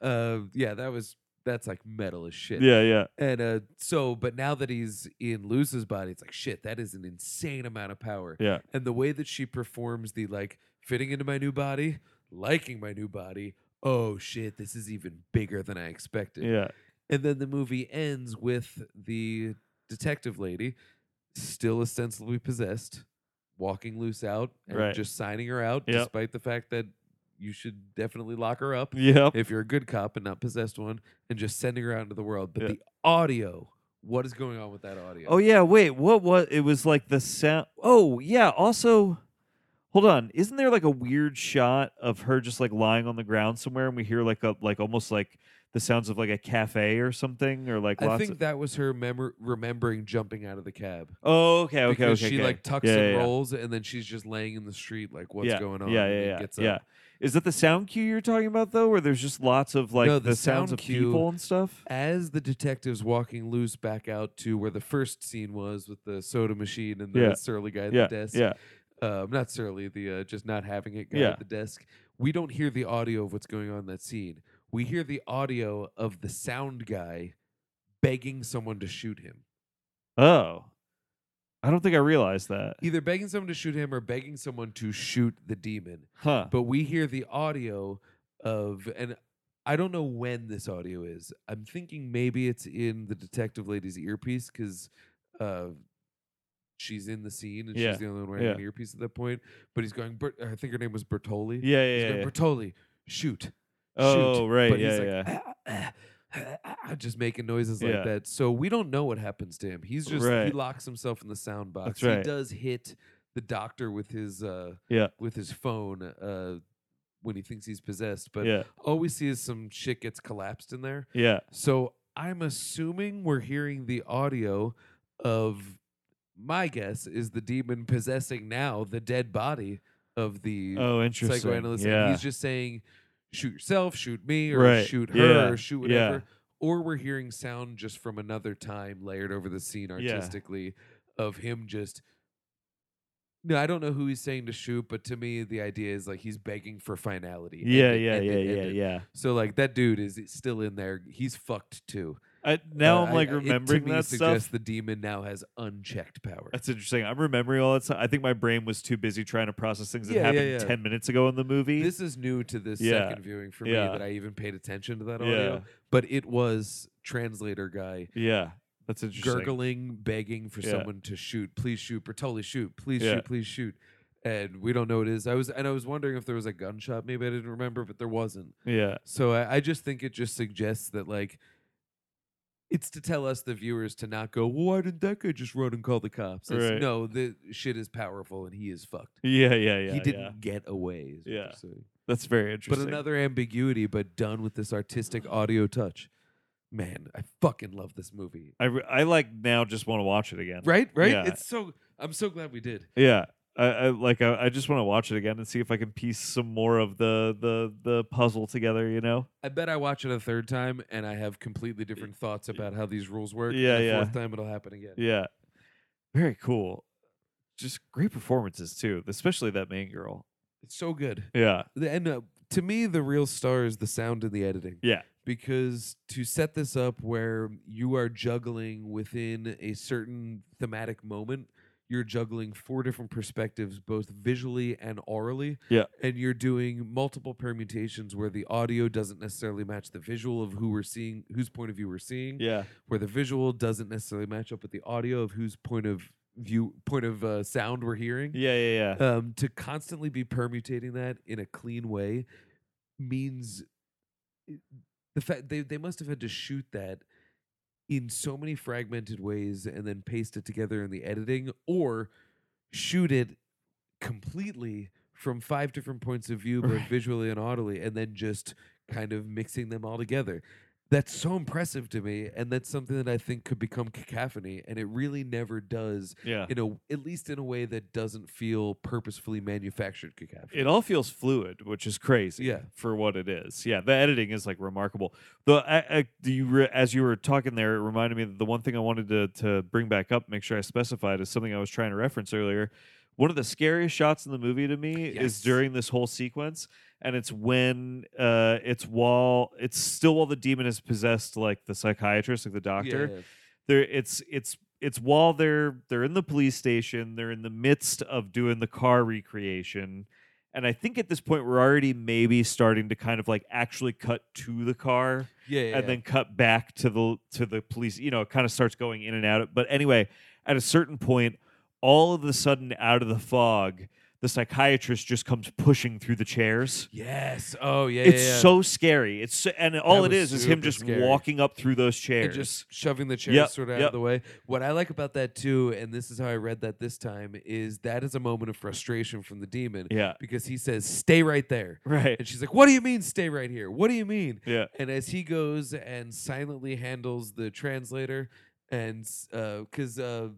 Speaker 3: uh yeah that was that's like metal as shit
Speaker 2: Yeah. Yeah.
Speaker 3: and uh so but now that he's in Luz's body it's like shit that is an insane amount of power
Speaker 2: Yeah.
Speaker 3: and the way that she performs the like fitting into my new body liking my new body oh shit this is even bigger than I expected
Speaker 2: Yeah.
Speaker 3: and then the movie ends with the detective lady, still ostensibly possessed, walking loose out and
Speaker 2: Right.
Speaker 3: just signing her out,
Speaker 2: Yep.
Speaker 3: despite the fact that you should definitely lock her up
Speaker 2: Yep.
Speaker 3: if you're a good cop and not possessed one, and just sending her out into the world. But
Speaker 2: Yeah.
Speaker 3: the audio, what is going on with that audio?
Speaker 2: Oh yeah, wait. What was it? Was like the sound. Oh yeah. Also, hold on. Isn't there like a weird shot of her just like lying on the ground somewhere, and we hear like a like almost like the sounds of like a cafe or something, or like
Speaker 3: I
Speaker 2: lots.
Speaker 3: think
Speaker 2: of,
Speaker 3: that was her memor- remembering jumping out of the cab.
Speaker 2: oh okay, okay,
Speaker 3: because
Speaker 2: okay.
Speaker 3: she
Speaker 2: okay.
Speaker 3: like tucks
Speaker 2: Yeah,
Speaker 3: and
Speaker 2: yeah, yeah.
Speaker 3: rolls, and then she's just laying in the street, like what's
Speaker 2: yeah.
Speaker 3: going on?
Speaker 2: Yeah,
Speaker 3: and
Speaker 2: yeah,
Speaker 3: then
Speaker 2: yeah.
Speaker 3: gets
Speaker 2: yeah.
Speaker 3: up.
Speaker 2: Is that the sound cue you're talking about though, where there's just lots of like
Speaker 3: No,
Speaker 2: the,
Speaker 3: the
Speaker 2: sounds
Speaker 3: sound
Speaker 2: of
Speaker 3: cue-
Speaker 2: people and stuff?
Speaker 3: As the detectives walking loose back out to where the first scene was with the soda machine and the
Speaker 2: Yeah.
Speaker 3: surly guy at
Speaker 2: Yeah,
Speaker 3: the desk,
Speaker 2: yeah.
Speaker 3: um, not surly, the uh, just not having it guy
Speaker 2: Yeah.
Speaker 3: at the desk. We don't hear the audio of what's going on in that scene. We hear the audio of the sound guy begging someone to shoot him,
Speaker 2: Oh, I don't think I realized that.
Speaker 3: either begging someone to shoot him or begging someone to shoot the demon.
Speaker 2: Huh.
Speaker 3: But we hear the audio of, and I don't know when this audio is. I'm thinking maybe it's in the detective lady's earpiece because uh, she's in the scene and
Speaker 2: Yeah,
Speaker 3: she's the only one wearing
Speaker 2: yeah.
Speaker 3: an earpiece at that point. But he's going, Bert, I think her name was Bertoli.
Speaker 2: Yeah, yeah,
Speaker 3: He's
Speaker 2: yeah.
Speaker 3: going,
Speaker 2: yeah.
Speaker 3: Bertoli, shoot.
Speaker 2: Oh,
Speaker 3: shoot."
Speaker 2: right,
Speaker 3: But
Speaker 2: yeah,
Speaker 3: he's
Speaker 2: yeah.
Speaker 3: like, "Ah, ah, ah, ah," just making noises like
Speaker 2: Yeah.
Speaker 3: that. So we don't know what happens to him. He's just he
Speaker 2: Right.
Speaker 3: locks himself in the sound box.
Speaker 2: That's right.
Speaker 3: He does hit the doctor with his uh
Speaker 2: Yeah.
Speaker 3: with his phone uh when he thinks he's possessed, *laughs* but
Speaker 2: yeah,
Speaker 3: all we see is some shit gets collapsed in there.
Speaker 2: yeah.
Speaker 3: So I'm assuming we're hearing the audio of my guess is the demon possessing now the dead body of the
Speaker 2: Oh, interesting.
Speaker 3: psychoanalyst.
Speaker 2: Yeah.
Speaker 3: And he's just saying, shoot yourself, shoot me, or
Speaker 2: Right.
Speaker 3: shoot her,
Speaker 2: Yeah.
Speaker 3: or shoot
Speaker 2: Yeah.
Speaker 3: whatever. Or we're hearing sound just from another time layered over the scene
Speaker 2: Yeah.
Speaker 3: artistically of him just. No, I don't know who he's saying to shoot, but to me, the idea is like he's begging for finality. End
Speaker 2: yeah,
Speaker 3: it,
Speaker 2: yeah,
Speaker 3: end
Speaker 2: yeah,
Speaker 3: it, end
Speaker 2: yeah,
Speaker 3: it.
Speaker 2: yeah.
Speaker 3: So like that dude is still in there. He's fucked too.
Speaker 2: I, now
Speaker 3: Uh,
Speaker 2: I'm
Speaker 3: I-
Speaker 2: like
Speaker 3: I- it to
Speaker 2: remembering
Speaker 3: me
Speaker 2: that
Speaker 3: suggests
Speaker 2: stuff.
Speaker 3: The demon now has unchecked power.
Speaker 2: That's interesting. I'm remembering all that stuff. I think my brain was too busy trying to process things that
Speaker 3: Yeah, yeah,
Speaker 2: happened
Speaker 3: yeah.
Speaker 2: ten minutes ago in the movie.
Speaker 3: This is new to this
Speaker 2: Yeah.
Speaker 3: second viewing for
Speaker 2: Yeah.
Speaker 3: me that I even paid attention to that audio.
Speaker 2: yeah,
Speaker 3: But it was translator guy
Speaker 2: yeah. That's interesting.
Speaker 3: gurgling, begging for
Speaker 2: Yeah.
Speaker 3: someone to shoot. Please shoot, Bertoli, shoot. Please
Speaker 2: Yeah.
Speaker 3: shoot, please shoot. And we don't know what it is. I was and I was wondering if there was a gunshot. Maybe I didn't remember, but there wasn't.
Speaker 2: Yeah,
Speaker 3: So I, I just think it just suggests that like it's to tell us the viewers to not go, well, why didn't that guy just run and call the cops? It's,
Speaker 2: Right.
Speaker 3: No, the shit is powerful and he is fucked.
Speaker 2: yeah, yeah, yeah.
Speaker 3: he didn't
Speaker 2: yeah.
Speaker 3: get away. Is what
Speaker 2: Yeah.
Speaker 3: you're saying.
Speaker 2: That's very
Speaker 3: But
Speaker 2: interesting.
Speaker 3: another ambiguity, but done with this artistic audio touch. Man, I fucking love this movie.
Speaker 2: I, re- I like now just want to watch it again.
Speaker 3: Right? Right?
Speaker 2: Yeah.
Speaker 3: It's so I'm so glad we did.
Speaker 2: Yeah. I, I like I, I just want to watch it again and see if I can piece some more of the the the puzzle together. You know.
Speaker 3: I bet I watch it a third time and I have completely different thoughts about how these rules work.
Speaker 2: Yeah,
Speaker 3: and the
Speaker 2: yeah.
Speaker 3: Fourth time it'll happen again.
Speaker 2: Yeah. Very cool. Just great performances too, especially that main girl.
Speaker 3: It's so good.
Speaker 2: Yeah.
Speaker 3: The- and uh, to me the real star is the sound and the editing
Speaker 2: Yeah.
Speaker 3: because to set this up where you are juggling within a certain thematic moment you're juggling four different perspectives both visually and orally
Speaker 2: Yeah.
Speaker 3: and you're doing multiple permutations where the audio doesn't necessarily match the visual of who we're seeing whose point of view we're seeing
Speaker 2: Yeah.
Speaker 3: where the visual doesn't necessarily match up with the audio of whose point of view point of uh, sound we're hearing
Speaker 2: Yeah. Yeah. Yeah.
Speaker 3: um, to constantly be permutating that in a clean way means i- the fact they, they must have had to shoot that in so many fragmented ways and then paste it together in the editing or shoot it completely from five different points of view both
Speaker 2: Right.
Speaker 3: visually and audibly and then just kind of mixing them all together that's so impressive to me and that's something that i think could become cacophony and it really never does
Speaker 2: yeah.
Speaker 3: *laughs* in a at least in a way that doesn't feel purposefully manufactured cacophony.
Speaker 2: It all feels fluid, which is crazy.
Speaker 3: Yeah.
Speaker 2: for what it is. Yeah, the editing is like remarkable. The I, I, do you re, as you were talking there, it reminded me that the one thing I wanted to to bring back up, make sure I specified, is something I was trying to reference earlier. One of the scariest shots in the movie to me
Speaker 3: Yes.
Speaker 2: is during this whole sequence, and it's when uh, it's while it's still while the demon is possessed, like the psychiatrist, like the doctor they're it's it's it's while they're they're in the police station they're in the midst of doing the car recreation And I think at this point we're already maybe starting to kind of like actually cut to the car
Speaker 3: Yeah, yeah,
Speaker 2: and then cut back to the to the police. You know, it kind of starts going in and out. But anyway, at a certain point, all of a sudden, out of the fog, the psychiatrist just comes pushing through the chairs.
Speaker 3: yes. Oh yeah.
Speaker 2: It's
Speaker 3: yeah, yeah.
Speaker 2: so scary. It's so, and all it
Speaker 3: was
Speaker 2: is is him
Speaker 3: super
Speaker 2: just
Speaker 3: scary.
Speaker 2: walking up through those
Speaker 3: and
Speaker 2: chairs.
Speaker 3: just shoving the chair
Speaker 2: Yep,
Speaker 3: sort of out
Speaker 2: yep.
Speaker 3: of the way. What I like about that too, and this is how I read that this time, is that is a moment of frustration from the demon
Speaker 2: yeah,
Speaker 3: because he says, "Stay *laughs* right there,"
Speaker 2: right.
Speaker 3: and she's like, "What do you mean, stay right here? What do you mean?"
Speaker 2: Yeah,
Speaker 3: And as he goes and silently handles the translator, and because uh,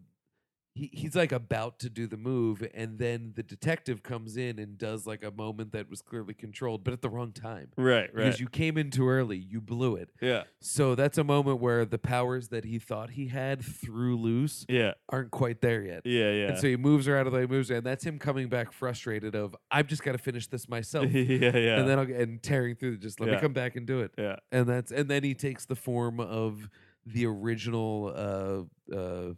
Speaker 3: he, he's like about to do the move, and then the detective comes in and does like a moment that was clearly controlled, but at the wrong time.
Speaker 2: right,
Speaker 3: Because
Speaker 2: right.
Speaker 3: you came in too early, you blew it.
Speaker 2: yeah,
Speaker 3: So that's a moment where the powers that he thought he had threw loose
Speaker 2: yeah,
Speaker 3: aren't quite there yet.
Speaker 2: yeah, yeah.
Speaker 3: *laughs* And so he moves her out of the way, moves her, and that's him coming back frustrated of I've just got to finish
Speaker 2: *laughs*
Speaker 3: this myself.
Speaker 2: yeah, yeah.
Speaker 3: And then I'll, and tearing through, just let me
Speaker 2: Yeah.
Speaker 3: come back and do it. *laughs*
Speaker 2: yeah.
Speaker 3: And that's and then he takes the form of the original uh, uh,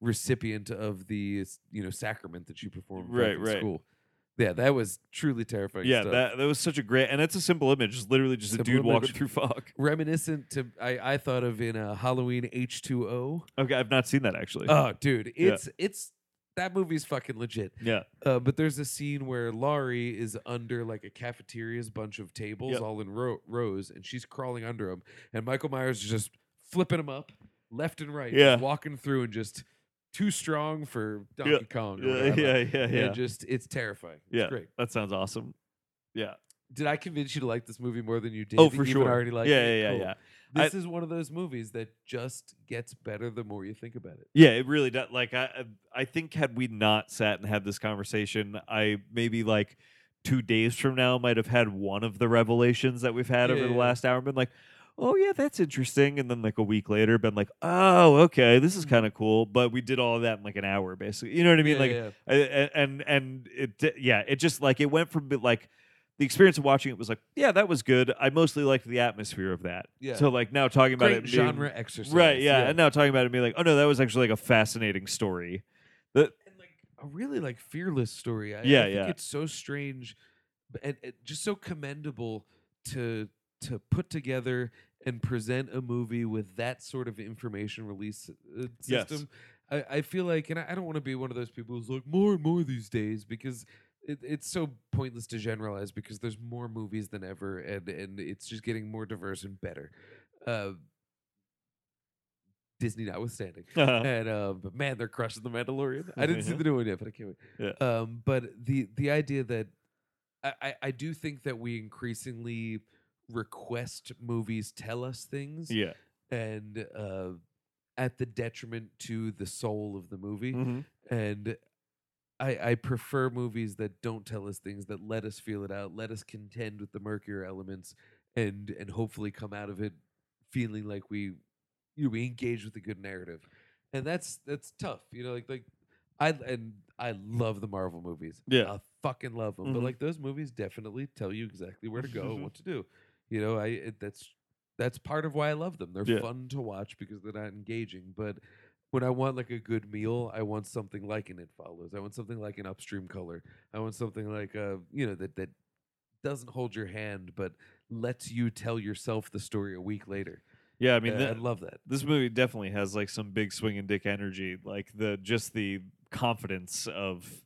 Speaker 3: recipient of the s- you know sacrament that you performed back
Speaker 2: Right,
Speaker 3: in
Speaker 2: right.
Speaker 3: school. Yeah, that was truly terrifying.
Speaker 2: Yeah,
Speaker 3: stuff.
Speaker 2: that, that was such a great, and it's a simple image. It's literally just
Speaker 3: Simple
Speaker 2: a dude walking
Speaker 3: image.
Speaker 2: through fog. *laughs*
Speaker 3: reminiscent to I, I thought of in a Halloween H two O.
Speaker 2: Okay, I've not seen that actually.
Speaker 3: Oh, dude, it's it's that movie's fucking legit.
Speaker 2: yeah,
Speaker 3: Uh, but there's a scene where Laurie is under like a cafeteria's bunch of tables
Speaker 2: Yep.
Speaker 3: all in ro- rows, and she's crawling under them, and Michael Myers is just flipping them up left and right, just
Speaker 2: Yeah.
Speaker 3: walking through and just too strong for Donkey Kong. Or
Speaker 2: yeah, *laughs*
Speaker 3: whatever.
Speaker 2: yeah, yeah,
Speaker 3: And
Speaker 2: yeah.
Speaker 3: just it's terrifying.
Speaker 2: Yeah.
Speaker 3: It's great.
Speaker 2: That sounds awesome. Yeah.
Speaker 3: Did I convince you to like this movie more than you did?
Speaker 2: Oh, for
Speaker 3: even
Speaker 2: sure.
Speaker 3: Already like
Speaker 2: yeah, yeah, yeah, yeah. I-
Speaker 3: This is one of those movies that just gets better the more you think about it.
Speaker 2: Yeah, it really does. Like I, uh, I think had we not sat and had this conversation, I maybe like two days from now might have had one of the revelations that we've had
Speaker 3: Yeah,
Speaker 2: over the
Speaker 3: yeah.
Speaker 2: last hour and been like, oh yeah, that's interesting, and then like a week later been like, oh okay, this is kind of cool. But we did all of that in like an hour, basically. You know what I mean?
Speaker 3: Mm-hmm. Yeah,
Speaker 2: like,
Speaker 3: yeah.
Speaker 2: I- a- and and it di- yeah it just like it went from be- like the experience of watching it was like yeah that was good i mostly liked the atmosphere of that
Speaker 3: Yeah.
Speaker 2: so like now talking about it
Speaker 3: great
Speaker 2: being-
Speaker 3: genre exercise.
Speaker 2: right yeah, and now talking about it being like oh no that was actually like a fascinating story
Speaker 3: *laughs* and like a really like fearless story. I, I
Speaker 2: Yeah,
Speaker 3: think
Speaker 2: yeah.
Speaker 3: It's so strange, b- and, and just so commendable to to put together and present a movie with that sort of information release uh,
Speaker 2: Yes.
Speaker 3: system. I, I feel like, and I, I don't want to be one of those people who's like more and more these days because. It, it's so pointless to generalize because there's more movies than ever, and, and it's just getting more diverse and better. Uh, Disney notwithstanding
Speaker 2: Uh-huh.
Speaker 3: and uh, but man, they're crushing
Speaker 2: *laughs*
Speaker 3: the Mandalorian. I didn't see
Speaker 2: Mhm.
Speaker 3: the new one yet, but I can't wait. Um, but the the idea that I, I I do think that we increasingly request movies tell us things,
Speaker 2: yeah
Speaker 3: and uh, at the detriment to the soul of the movie. And I I prefer movies that don't tell us things that let us feel it out, let us contend with the murkier elements, and and hopefully come out of it feeling like we you know, we engage with a good narrative, and that's that's tough. You know, like like I and I love the Marvel movies.
Speaker 2: Yeah.
Speaker 3: *laughs* I fucking love them. But
Speaker 2: Mhm.
Speaker 3: like those movies definitely tell you exactly where to go
Speaker 2: Mm-hmm.
Speaker 3: and what to do. You know, I it, that's that's part of why I love them. They're
Speaker 2: Yeah.
Speaker 3: fun to watch because they're not engaging, but when I want like a good meal, I want something like an It Follows. I want something like an Upstream Color. I want something like uh, you know that that doesn't hold your hand but lets you tell yourself the story a week later.
Speaker 2: yeah i
Speaker 3: I
Speaker 2: mean
Speaker 3: I
Speaker 2: th-
Speaker 3: love that.
Speaker 2: this movie definitely has like some big swinging dick energy like the just the confidence of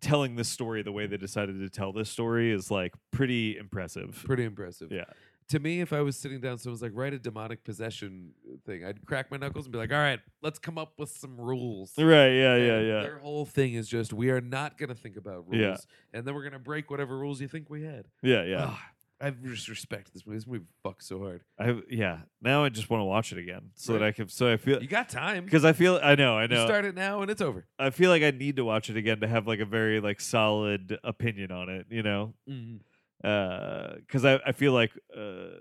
Speaker 2: telling this story the way they decided to tell this story is like pretty impressive
Speaker 3: Pretty impressive.
Speaker 2: yeah
Speaker 3: To me, if I was sitting down, someone's like, write a demonic possession thing, I'd crack my knuckles and be like, all right, let's come up with some rules.
Speaker 2: right yeah yeah
Speaker 3: And
Speaker 2: yeah
Speaker 3: Their whole thing is just we are not going to think about rules,
Speaker 2: Yeah.
Speaker 3: and then we're going to break whatever rules you think we had.
Speaker 2: yeah yeah
Speaker 3: Ah, I just respect this movie. This movie fucks so hard.
Speaker 2: I yeah. Now I just want to watch it again so that
Speaker 3: Right.
Speaker 2: I can. So I feel *laughs*
Speaker 3: You got time.
Speaker 2: because I feel I know I
Speaker 3: You
Speaker 2: know
Speaker 3: start it now and it's over.
Speaker 2: I feel like I need to watch it again to have like a very like solid opinion on it. You know, because I I feel like uh,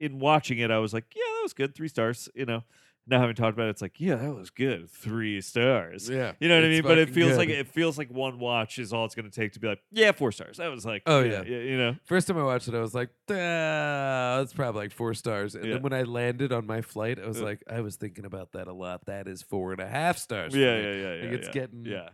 Speaker 2: in watching it I was like yeah that was good three stars. You know, now having talked about it, it's like yeah that was good three stars.
Speaker 3: Yeah.
Speaker 2: You know what I
Speaker 3: It's
Speaker 2: mean? But it
Speaker 3: fucking
Speaker 2: feels like
Speaker 3: good.
Speaker 2: it feels like one watch is all it's going to take to be like yeah four stars. That was like
Speaker 3: Oh, yeah.
Speaker 2: you know
Speaker 3: First time I watched it, I was like, "Ah, that's probably like four stars. And
Speaker 2: Yeah.
Speaker 3: then when I landed on my flight, I was
Speaker 2: Uh.
Speaker 3: like, I was thinking about that a lot. That is four and a half stars. for
Speaker 2: yeah
Speaker 3: me."
Speaker 2: yeah yeah yeah
Speaker 3: Like, it's
Speaker 2: yeah.
Speaker 3: getting
Speaker 2: yeah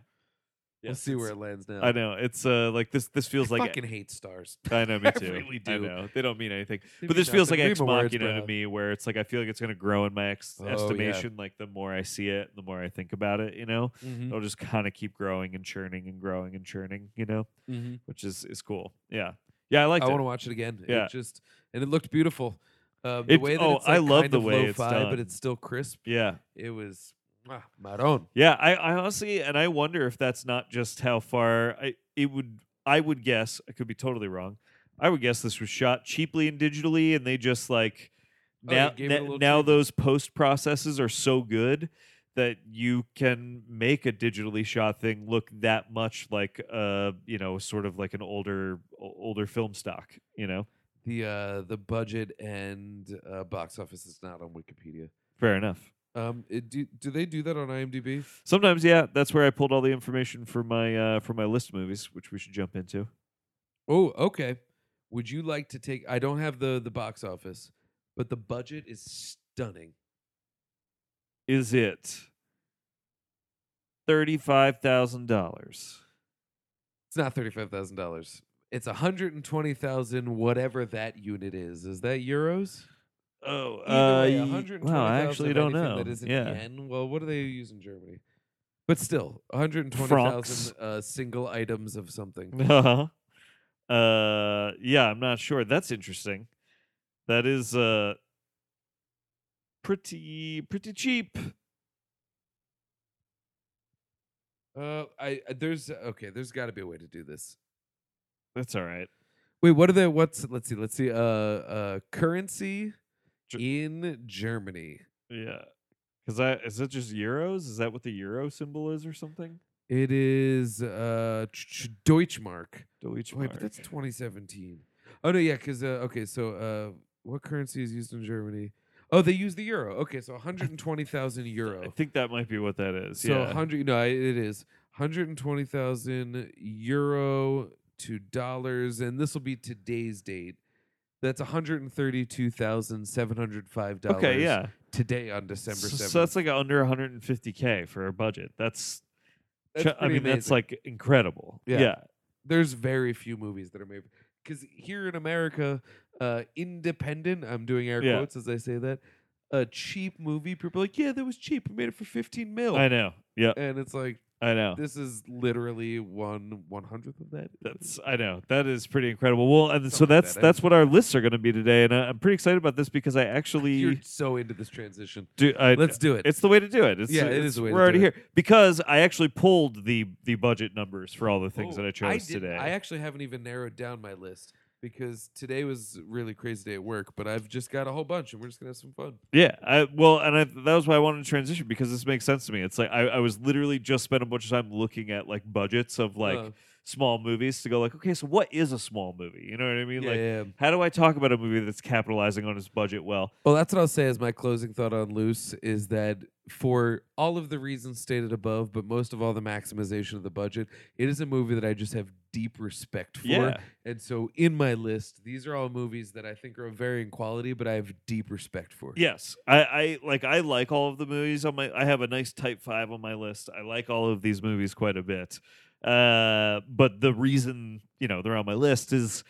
Speaker 3: we'll see where it lands now.
Speaker 2: I know it's uh like this. This feels
Speaker 3: I
Speaker 2: like
Speaker 3: fucking hate stars.
Speaker 2: I
Speaker 3: *laughs*
Speaker 2: know me
Speaker 3: I
Speaker 2: too.
Speaker 3: really
Speaker 2: I
Speaker 3: do.
Speaker 2: know they don't mean anything,
Speaker 3: They
Speaker 2: but
Speaker 3: mean
Speaker 2: this feels like
Speaker 3: nothing.
Speaker 2: ex
Speaker 3: Read my words,
Speaker 2: machina to
Speaker 3: bro.
Speaker 2: me, where it's like I feel like it's gonna grow in my ex-
Speaker 3: Oh, yeah.
Speaker 2: estimation. Like the more I see it, the more I think about it. You know,
Speaker 3: Mhm,
Speaker 2: it'll just kind of keep growing and churning and growing and churning. You know,
Speaker 3: mhm.
Speaker 2: which is is cool. Yeah, yeah, I mm-hmm. like
Speaker 3: I
Speaker 2: it.
Speaker 3: want to watch it again.
Speaker 2: Yeah.
Speaker 3: It just and it looked beautiful. Um, the
Speaker 2: It-
Speaker 3: way that
Speaker 2: oh,
Speaker 3: it's like
Speaker 2: I love
Speaker 3: kind
Speaker 2: the
Speaker 3: of
Speaker 2: way it's
Speaker 3: lo-fi,
Speaker 2: done.
Speaker 3: but it's still crisp.
Speaker 2: yeah,
Speaker 3: It was ah, maron.
Speaker 2: yeah. I, I honestly, and I wonder if that's not just how far I it would. I would guess. I could be totally wrong. I would guess this was shot cheaply and digitally, and they just like
Speaker 3: Oh, they
Speaker 2: now
Speaker 3: gave it a
Speaker 2: na-
Speaker 3: little
Speaker 2: now
Speaker 3: treatment.
Speaker 2: those post processes are so good that you can make a digitally shot thing look that much like uh you know sort of like an older o- older film stock. You know,
Speaker 3: The uh, the budget and uh, box office is not on Wikipedia.
Speaker 2: fair enough.
Speaker 3: Um, it, do do they do that on IMDb?
Speaker 2: Sometimes, yeah, that's where I pulled all the information for my uh, for my list of movies, which we should jump into.
Speaker 3: Oh, okay. Would you like to take? I don't have the the box office, but the budget is stunning.
Speaker 2: Is it thirty five thousand dollars?
Speaker 3: It's not thirty five thousand dollars. It's one hundred and twenty thousand, whatever that unit is. Is that euros?
Speaker 2: Oh,
Speaker 3: Either
Speaker 2: uh,
Speaker 3: way,
Speaker 2: ye-
Speaker 3: 120,000
Speaker 2: wow, I actually
Speaker 3: of
Speaker 2: don't
Speaker 3: anything
Speaker 2: know.
Speaker 3: That isn't
Speaker 2: yeah,
Speaker 3: yen. Well, what do they use in Germany? But still, 120,000
Speaker 2: Francs.
Speaker 3: uh, single items of
Speaker 2: *laughs*
Speaker 3: something.
Speaker 2: uh-huh. uh, yeah, I'm not sure. That's interesting. That is uh, pretty pretty cheap.
Speaker 3: Uh, I I- there's okay. There's got to be a way to do this.
Speaker 2: That's all right.
Speaker 3: Wait, what are the what's? Let's see. Let's see. Uh, uh currency
Speaker 2: Ger-
Speaker 3: in Germany.
Speaker 2: Yeah, because I is that just euros? Is that what the euro symbol is or something?
Speaker 3: It is uh Ch- Ch- Deutschmark. Wait, but
Speaker 2: Deutschmark.
Speaker 3: that's 2017. Oh no, yeah, because uh, okay, so uh, what currency is used in Germany? Oh, they use the euro. Okay, so 120,000 euro.
Speaker 2: I think that might be what that is.
Speaker 3: So
Speaker 2: yeah.
Speaker 3: 100 no, I- it is 120,000 euro to dollars and this will be today's date. That's 132,705 dollars
Speaker 2: okay, yeah.
Speaker 3: today on December 7th.
Speaker 2: So, so that's like under 150k for a budget. That's,
Speaker 3: That's
Speaker 2: ch- I
Speaker 3: pretty
Speaker 2: mean that's
Speaker 3: amazing.
Speaker 2: like incredible.
Speaker 3: Yeah.
Speaker 2: yeah.
Speaker 3: there's very few movies that are made because here in America, uh, independent. I'm doing air
Speaker 2: Yeah.
Speaker 3: quotes as I say that. A cheap movie. People are like, yeah, that was cheap. We made it for 15 mil,
Speaker 2: I know. Yeah,
Speaker 3: Oh. and it's like
Speaker 2: I know.
Speaker 3: this is literally one one hundredth of that.
Speaker 2: That's I know that is pretty incredible. Well, and so
Speaker 3: Something like
Speaker 2: that's
Speaker 3: that, eh?
Speaker 2: that's what our lists are going to be today, and I, I'm pretty excited about this because I
Speaker 3: You're
Speaker 2: actually
Speaker 3: so into this transition.
Speaker 2: do. I,
Speaker 3: Let's do it.
Speaker 2: It's the way to do it. It's,
Speaker 3: Yeah, it
Speaker 2: it's-
Speaker 3: is the way to
Speaker 2: We're already
Speaker 3: do
Speaker 2: here because I actually pulled the the budget numbers for all the things
Speaker 3: Oh,
Speaker 2: that I chose
Speaker 3: didn't-
Speaker 2: today.
Speaker 3: I actually haven't even narrowed down my list because today was a really crazy day at work, but I've just got a whole bunch, and we're just gonna have some fun.
Speaker 2: Yeah, I, well, and I, that was why I wanted to transition because this makes sense to me. It's like I, I was literally just spent a bunch of time looking at like budgets of like
Speaker 3: Uh,
Speaker 2: small movies to go like, okay, so what is a small movie? You know what I mean?
Speaker 3: yeah,
Speaker 2: like,
Speaker 3: yeah.
Speaker 2: how do I talk about a movie that's capitalizing on its budget well?
Speaker 3: Well, that's what I'll say as my closing thought on Loose is that for all of the reasons stated above, but most of all the maximization of the budget, it is a movie that I just have deep respect for.
Speaker 2: Yeah.
Speaker 3: And so in my list, these are all movies that I think are of varying quality, but I have deep respect for.
Speaker 2: Yes, I, I like I like all of the movies on my. I have a nice type five on my list. I like all of these movies quite a bit. Uh, but the reason you know they're on my list is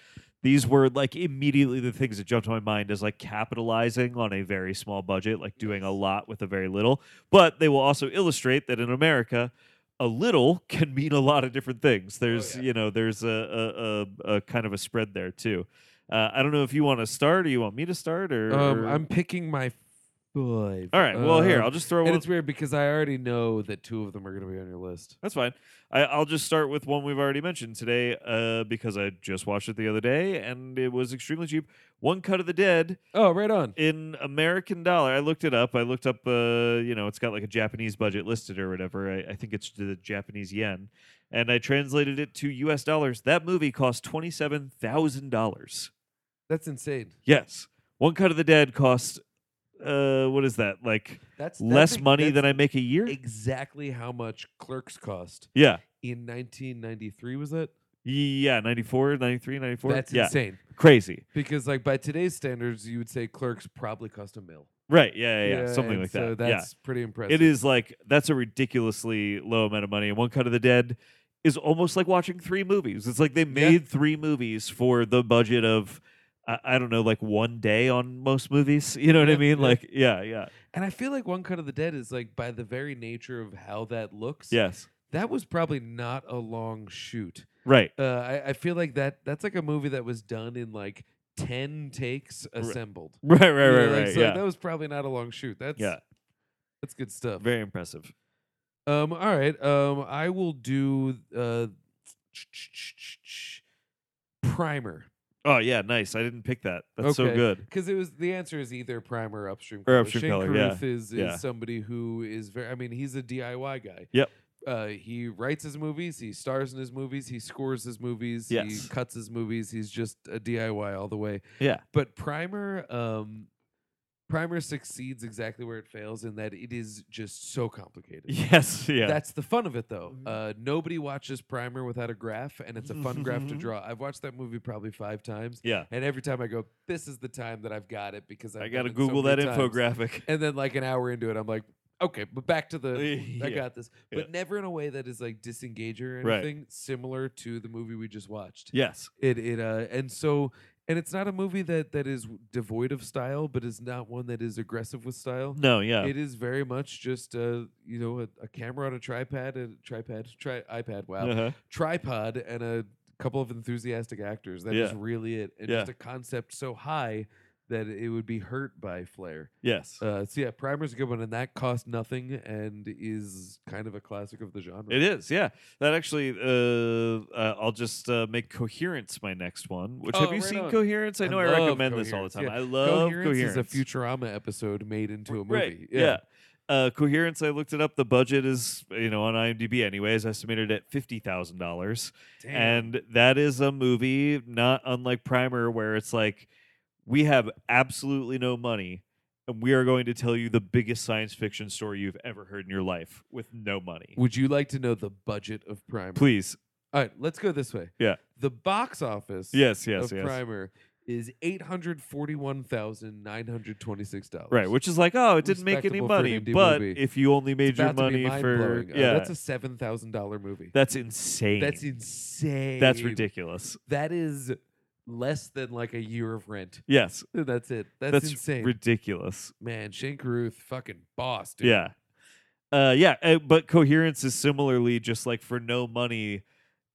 Speaker 2: these were like immediately the things that jumped to my mind as like capitalizing on a very small budget, like doing a lot with a very little. But they will also illustrate that in America. A little *laughs* can mean a lot of different things. There's,
Speaker 3: Oh, yeah.
Speaker 2: you know, there's a, a, a, a kind of a spread there too. Uh, I don't know if you want to start or you want me to start or
Speaker 3: Um,
Speaker 2: or-
Speaker 3: I'm picking my five.
Speaker 2: all right. Well, here
Speaker 3: Um,
Speaker 2: I'll just throw
Speaker 3: And
Speaker 2: one.
Speaker 3: it's weird because I already know that two of them are going to be on your list.
Speaker 2: That's fine. I, I'll just start with one we've already mentioned today, uh, because I just watched it the other day and it was extremely cheap. One Cut of the Dead
Speaker 3: Oh, right on.
Speaker 2: in American dollar. I looked it up. I looked up. Uh, you know, it's got like a Japanese budget listed or whatever. I, I think it's the Japanese yen, and I translated it to U.S. dollars. That movie cost twenty seven thousand dollars.
Speaker 3: That's insane.
Speaker 2: Yes, One Cut of the Dead cost. Uh, what is that like?
Speaker 3: That's, that's
Speaker 2: Less
Speaker 3: ex-
Speaker 2: money
Speaker 3: that's
Speaker 2: than I make a year.
Speaker 3: exactly how much clerks cost.
Speaker 2: yeah.
Speaker 3: in 1993 was it
Speaker 2: Yeah, 94, 93, 94.
Speaker 3: that's
Speaker 2: yeah,
Speaker 3: insane
Speaker 2: crazy.
Speaker 3: because like by today's standards you would say clerks probably cost a mil
Speaker 2: Right. Yeah, yeah, yeah. Something
Speaker 3: and
Speaker 2: like
Speaker 3: so
Speaker 2: that.
Speaker 3: that's pretty
Speaker 2: yeah.
Speaker 3: impressive
Speaker 2: It is like that's a ridiculously low amount of money. And One Cut of the Dead is almost like watching three movies. It's like they made three movies for the budget of I, I don't know, like one day on most movies. *laughs* You know what
Speaker 3: Yeah,
Speaker 2: I mean?
Speaker 3: yeah.
Speaker 2: Like yeah, yeah,
Speaker 3: And I feel like One Cut of the Dead is like by the very nature of how that looks.
Speaker 2: yes,
Speaker 3: That was probably not a long shoot.
Speaker 2: right. *laughs*
Speaker 3: Uh, I, I feel like that that's like a movie that was done in like ten takes assembled.
Speaker 2: Right, right,
Speaker 3: You know,
Speaker 2: right,
Speaker 3: like,
Speaker 2: right.
Speaker 3: So
Speaker 2: yeah,
Speaker 3: that was probably not a long shoot. That's
Speaker 2: yeah.
Speaker 3: that's good stuff.
Speaker 2: Very impressive.
Speaker 3: Um, all right. Um, I will do uh, primer
Speaker 2: Oh yeah, nice. I didn't pick that. That's so
Speaker 3: Okay.
Speaker 2: good.
Speaker 3: because it was the answer is either primer or upstream
Speaker 2: Or
Speaker 3: color.
Speaker 2: Upstream
Speaker 3: Shane
Speaker 2: Color, yeah,
Speaker 3: Carruth is, is
Speaker 2: yeah.
Speaker 3: somebody who is very. I mean, he's a DIY guy.
Speaker 2: Yep.
Speaker 3: Uh, he writes his movies. He stars in his movies. He scores his movies.
Speaker 2: Yes.
Speaker 3: He cuts his movies. He's just a DIY all the way.
Speaker 2: Yeah. *laughs*
Speaker 3: But Primer, um, Primer succeeds exactly where it fails in that it is just so complicated.
Speaker 2: Yes, yeah.
Speaker 3: That's the fun of it, though.
Speaker 2: Mhm.
Speaker 3: Uh, nobody watches Primer without a graph, and it's a fun graph to draw. I've watched that movie probably five times,
Speaker 2: yeah.
Speaker 3: and every time I go, "This is the time that I've got it," because I've
Speaker 2: I
Speaker 3: done
Speaker 2: gotta
Speaker 3: it so
Speaker 2: Google that
Speaker 3: many times.
Speaker 2: infographic.
Speaker 3: And then, like an hour into it, I'm like, "Okay, but back
Speaker 2: *laughs*
Speaker 3: to the I
Speaker 2: Yeah.
Speaker 3: got this," but
Speaker 2: Yeah.
Speaker 3: never in a way that is like disengaging or
Speaker 2: Right.
Speaker 3: anything. Similar to the movie we just watched.
Speaker 2: Yes.
Speaker 3: It it uh, and so and it's not a movie that that is devoid of style, but is not one that is aggressive with style.
Speaker 2: No, yeah.
Speaker 3: It is very much just uh, you know a, a camera on a tripod, a tripod, tri- iPad, wow,
Speaker 2: Uh-huh.
Speaker 3: tripod, and a couple of enthusiastic actors. That is
Speaker 2: Yeah.
Speaker 3: really it, and
Speaker 2: Yeah.
Speaker 3: just a concept so high that it would be hurt by flair.
Speaker 2: Yes.
Speaker 3: Uh, so yeah, Primer's a good one, and that cost nothing, and is kind of a classic of the genre.
Speaker 2: It is, yeah. That actually, uh, uh, I'll just uh, make Coherence my next one. Which have
Speaker 3: Oh,
Speaker 2: you
Speaker 3: right
Speaker 2: seen
Speaker 3: on.
Speaker 2: Coherence? I
Speaker 3: I
Speaker 2: know I,
Speaker 3: love
Speaker 2: recommend this all the
Speaker 3: Coherence,
Speaker 2: time.
Speaker 3: yeah.
Speaker 2: I love
Speaker 3: Coherence,
Speaker 2: Coherence.
Speaker 3: is a Futurama episode made into a movie.
Speaker 2: Right, yeah. Uh, Coherence. I looked it up. The budget is, you know, on IMDb anyway, is estimated at fifty thousand dollars,
Speaker 3: Damn.
Speaker 2: and that is a movie not unlike Primer, where it's like we have absolutely no money. And we are going to tell you the biggest science fiction story you've ever heard in your life with no money.
Speaker 3: would you like to know the budget of Primer?
Speaker 2: Please.
Speaker 3: All right, let's go this way.
Speaker 2: Yeah.
Speaker 3: The box office
Speaker 2: Yes, yes,
Speaker 3: of
Speaker 2: yes.
Speaker 3: Primer is $841,926.
Speaker 2: Right, which is like, oh, it didn't make any
Speaker 3: Respectable for an
Speaker 2: money,
Speaker 3: indie
Speaker 2: but
Speaker 3: movie.
Speaker 2: if you only made
Speaker 3: It's
Speaker 2: your
Speaker 3: about to be
Speaker 2: money for
Speaker 3: mind-blowing. Uh,
Speaker 2: yeah,
Speaker 3: that's a $7,000 movie.
Speaker 2: that's insane.
Speaker 3: That's insane.
Speaker 2: That's ridiculous.
Speaker 3: That is less than like a year of rent. *laughs*
Speaker 2: Yes,
Speaker 3: That's it. That's,
Speaker 2: that's,
Speaker 3: insane.
Speaker 2: ridiculous.
Speaker 3: Man, Shane Carruth, fucking boss, dude.
Speaker 2: Yeah, uh, yeah, uh, but coherence is similarly just like for no money.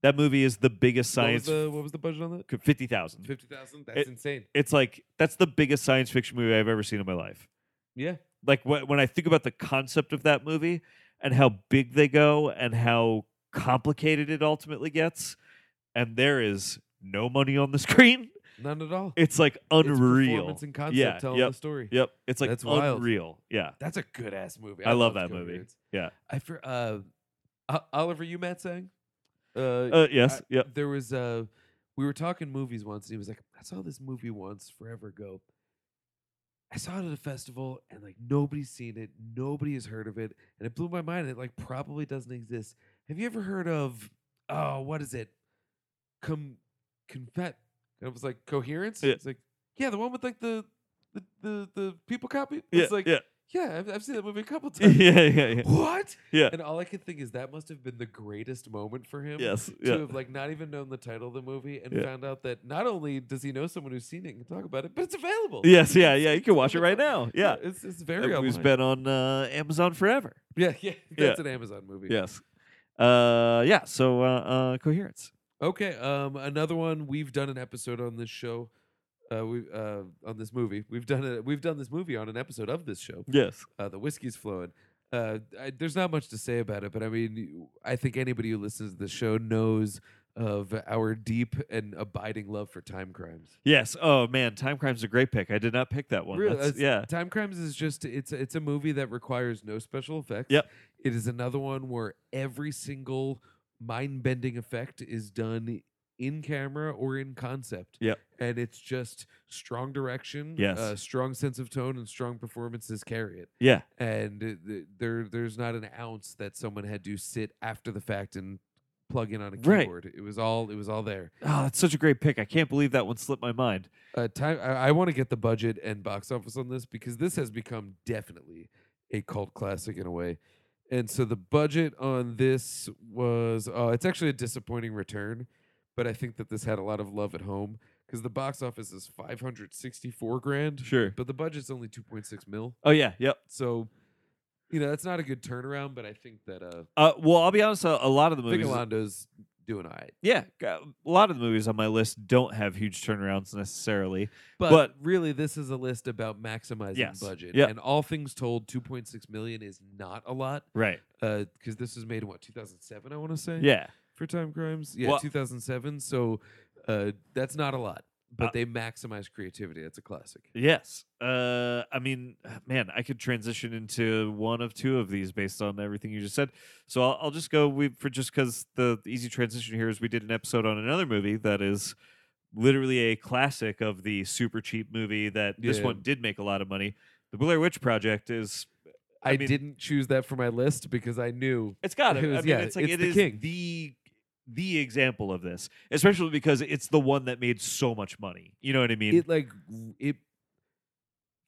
Speaker 2: That movie is the biggest
Speaker 3: What was,
Speaker 2: science
Speaker 3: the, what was the budget on that?
Speaker 2: fifty thousand.
Speaker 3: 50000 That's
Speaker 2: It-
Speaker 3: insane.
Speaker 2: It's like that's the biggest science fiction movie I've ever seen in my life.
Speaker 3: Yeah.
Speaker 2: Like wh- when I think about the concept of that movie and how big they go and how complicated it ultimately gets, and there is no money on the *laughs* screen.
Speaker 3: None at all.
Speaker 2: It's like
Speaker 3: It's
Speaker 2: unreal.
Speaker 3: performance and *laughs* concept
Speaker 2: Yeah,
Speaker 3: telling the story.
Speaker 2: yep, it's like
Speaker 3: That's wild.
Speaker 2: unreal. Yeah,
Speaker 3: That's a good ass movie.
Speaker 2: I love
Speaker 3: loved
Speaker 2: that movie.
Speaker 3: Coherence.
Speaker 2: Yeah.
Speaker 3: I for uh, O- Oliver, you Matt sang. Uh,
Speaker 2: uh, yes, yep.
Speaker 3: There was uh, we were talking movies once, and he was like, "I saw this movie once forever ago. I saw it at a festival, and like nobody's seen it, nobody has heard of it, and it blew my mind. and It like probably doesn't exist. Have you ever heard of? Oh, what is it? Com, confet. And it was like coherence.
Speaker 2: Yeah.
Speaker 3: It's like yeah, the one with like the the the, the people copy.
Speaker 2: Yeah,
Speaker 3: It's like *laughs*
Speaker 2: yeah,
Speaker 3: yeah, I've, I've seen that movie a couple
Speaker 2: *laughs*
Speaker 3: times.
Speaker 2: yeah, yeah,
Speaker 3: *laughs*
Speaker 2: yeah.
Speaker 3: What?
Speaker 2: Yeah.
Speaker 3: And all I could think is that must have been the greatest moment for him.
Speaker 2: Yes,
Speaker 3: To
Speaker 2: yeah,
Speaker 3: have like not even known the title of the movie and
Speaker 2: Yeah.
Speaker 3: found out that not only does he know someone who's seen it and can talk about it, but it's available.
Speaker 2: yes, yeah,
Speaker 3: It's-
Speaker 2: yeah. You
Speaker 3: it's
Speaker 2: can watch it right
Speaker 3: available.
Speaker 2: now. Yeah,
Speaker 3: It's it's
Speaker 2: that
Speaker 3: very
Speaker 2: movie's
Speaker 3: online.
Speaker 2: been on uh, Amazon forever.
Speaker 3: Yeah, yeah. *laughs*
Speaker 2: Yeah.
Speaker 3: That's an Amazon movie.
Speaker 2: Yes, uh, yeah. So uh, uh, coherence.
Speaker 3: Okay. Um another one we've done an episode on this show. Uh, we uh, on this movie we've done it. We've done this movie on an episode of this show.
Speaker 2: Yes,
Speaker 3: uh, the whiskey's flowing. Uh, I, there's not much to say about it, but I mean, you- I think anybody who listens to the show knows of our deep and abiding love for time crimes.
Speaker 2: yes. Oh man, Time Crime's a great pick. I did not pick that one.
Speaker 3: Really,
Speaker 2: That's-
Speaker 3: that's-
Speaker 2: yeah,
Speaker 3: Time crimes is just it's it's a movie that requires no special effects.
Speaker 2: Yep.
Speaker 3: it is another one where every single mind bending effect is done in camera or in concept.
Speaker 2: Yep.
Speaker 3: and it's just strong direction,
Speaker 2: Yes.
Speaker 3: uh, strong sense of tone, and strong performances carry it.
Speaker 2: yeah,
Speaker 3: and th- th- there there's not an ounce that someone had to sit after the fact and plug in on a
Speaker 2: Right.
Speaker 3: keyboard. It was all it was all there.
Speaker 2: Oh, that's such a great pick. I can't believe that one slipped my mind.
Speaker 3: Uh, time I, I want to get the budget and box office on this because this has become definitely a cult classic in a way. And so the budget on this was uh, it's actually a disappointing return, but I think that this had a lot of love at home because the box office is 564 grand,
Speaker 2: Sure.
Speaker 3: but the budget's only 2.6 mil.
Speaker 2: Oh yeah. Yep.
Speaker 3: So, you know, that's not a good turnaround, but I think that uh
Speaker 2: Uh, well, I'll be honest. A, a lot of the movies.
Speaker 3: Fingalando's doing all right.
Speaker 2: Yeah, g- a lot of the movies on my list don't have huge turnarounds necessarily.
Speaker 3: But,
Speaker 2: But-
Speaker 3: really this is a list about maximizing
Speaker 2: Yes.
Speaker 3: budget.
Speaker 2: Yep.
Speaker 3: And all things told, 2.6 million is not a lot
Speaker 2: Right.
Speaker 3: uh cuz this was made in what 2007 I want to say.
Speaker 2: Yeah.
Speaker 3: for time crimes. Yeah,
Speaker 2: Well-
Speaker 3: 2007. So uh, that's not a lot, but
Speaker 2: Uh,
Speaker 3: they maximize creativity. That's a classic.
Speaker 2: Yes. Uh, I mean, man, I could transition into one of two of these based on everything you just said. So I'll, I'll just go we for just because the the easy transition here is we did an episode on another movie that is literally a classic of the super cheap movie that this
Speaker 3: Yeah.
Speaker 2: one did make a lot of money. The Blair Witch Project is
Speaker 3: I,
Speaker 2: I mean-
Speaker 3: didn't choose that for my list because I knew
Speaker 2: It's got it.
Speaker 3: It
Speaker 2: I
Speaker 3: was-
Speaker 2: mean,
Speaker 3: yeah,
Speaker 2: it's like
Speaker 3: it's
Speaker 2: it
Speaker 3: the
Speaker 2: is
Speaker 3: king.
Speaker 2: the the example of this, especially because it's the one that made so much money. You know what I mean?
Speaker 3: it like w- it.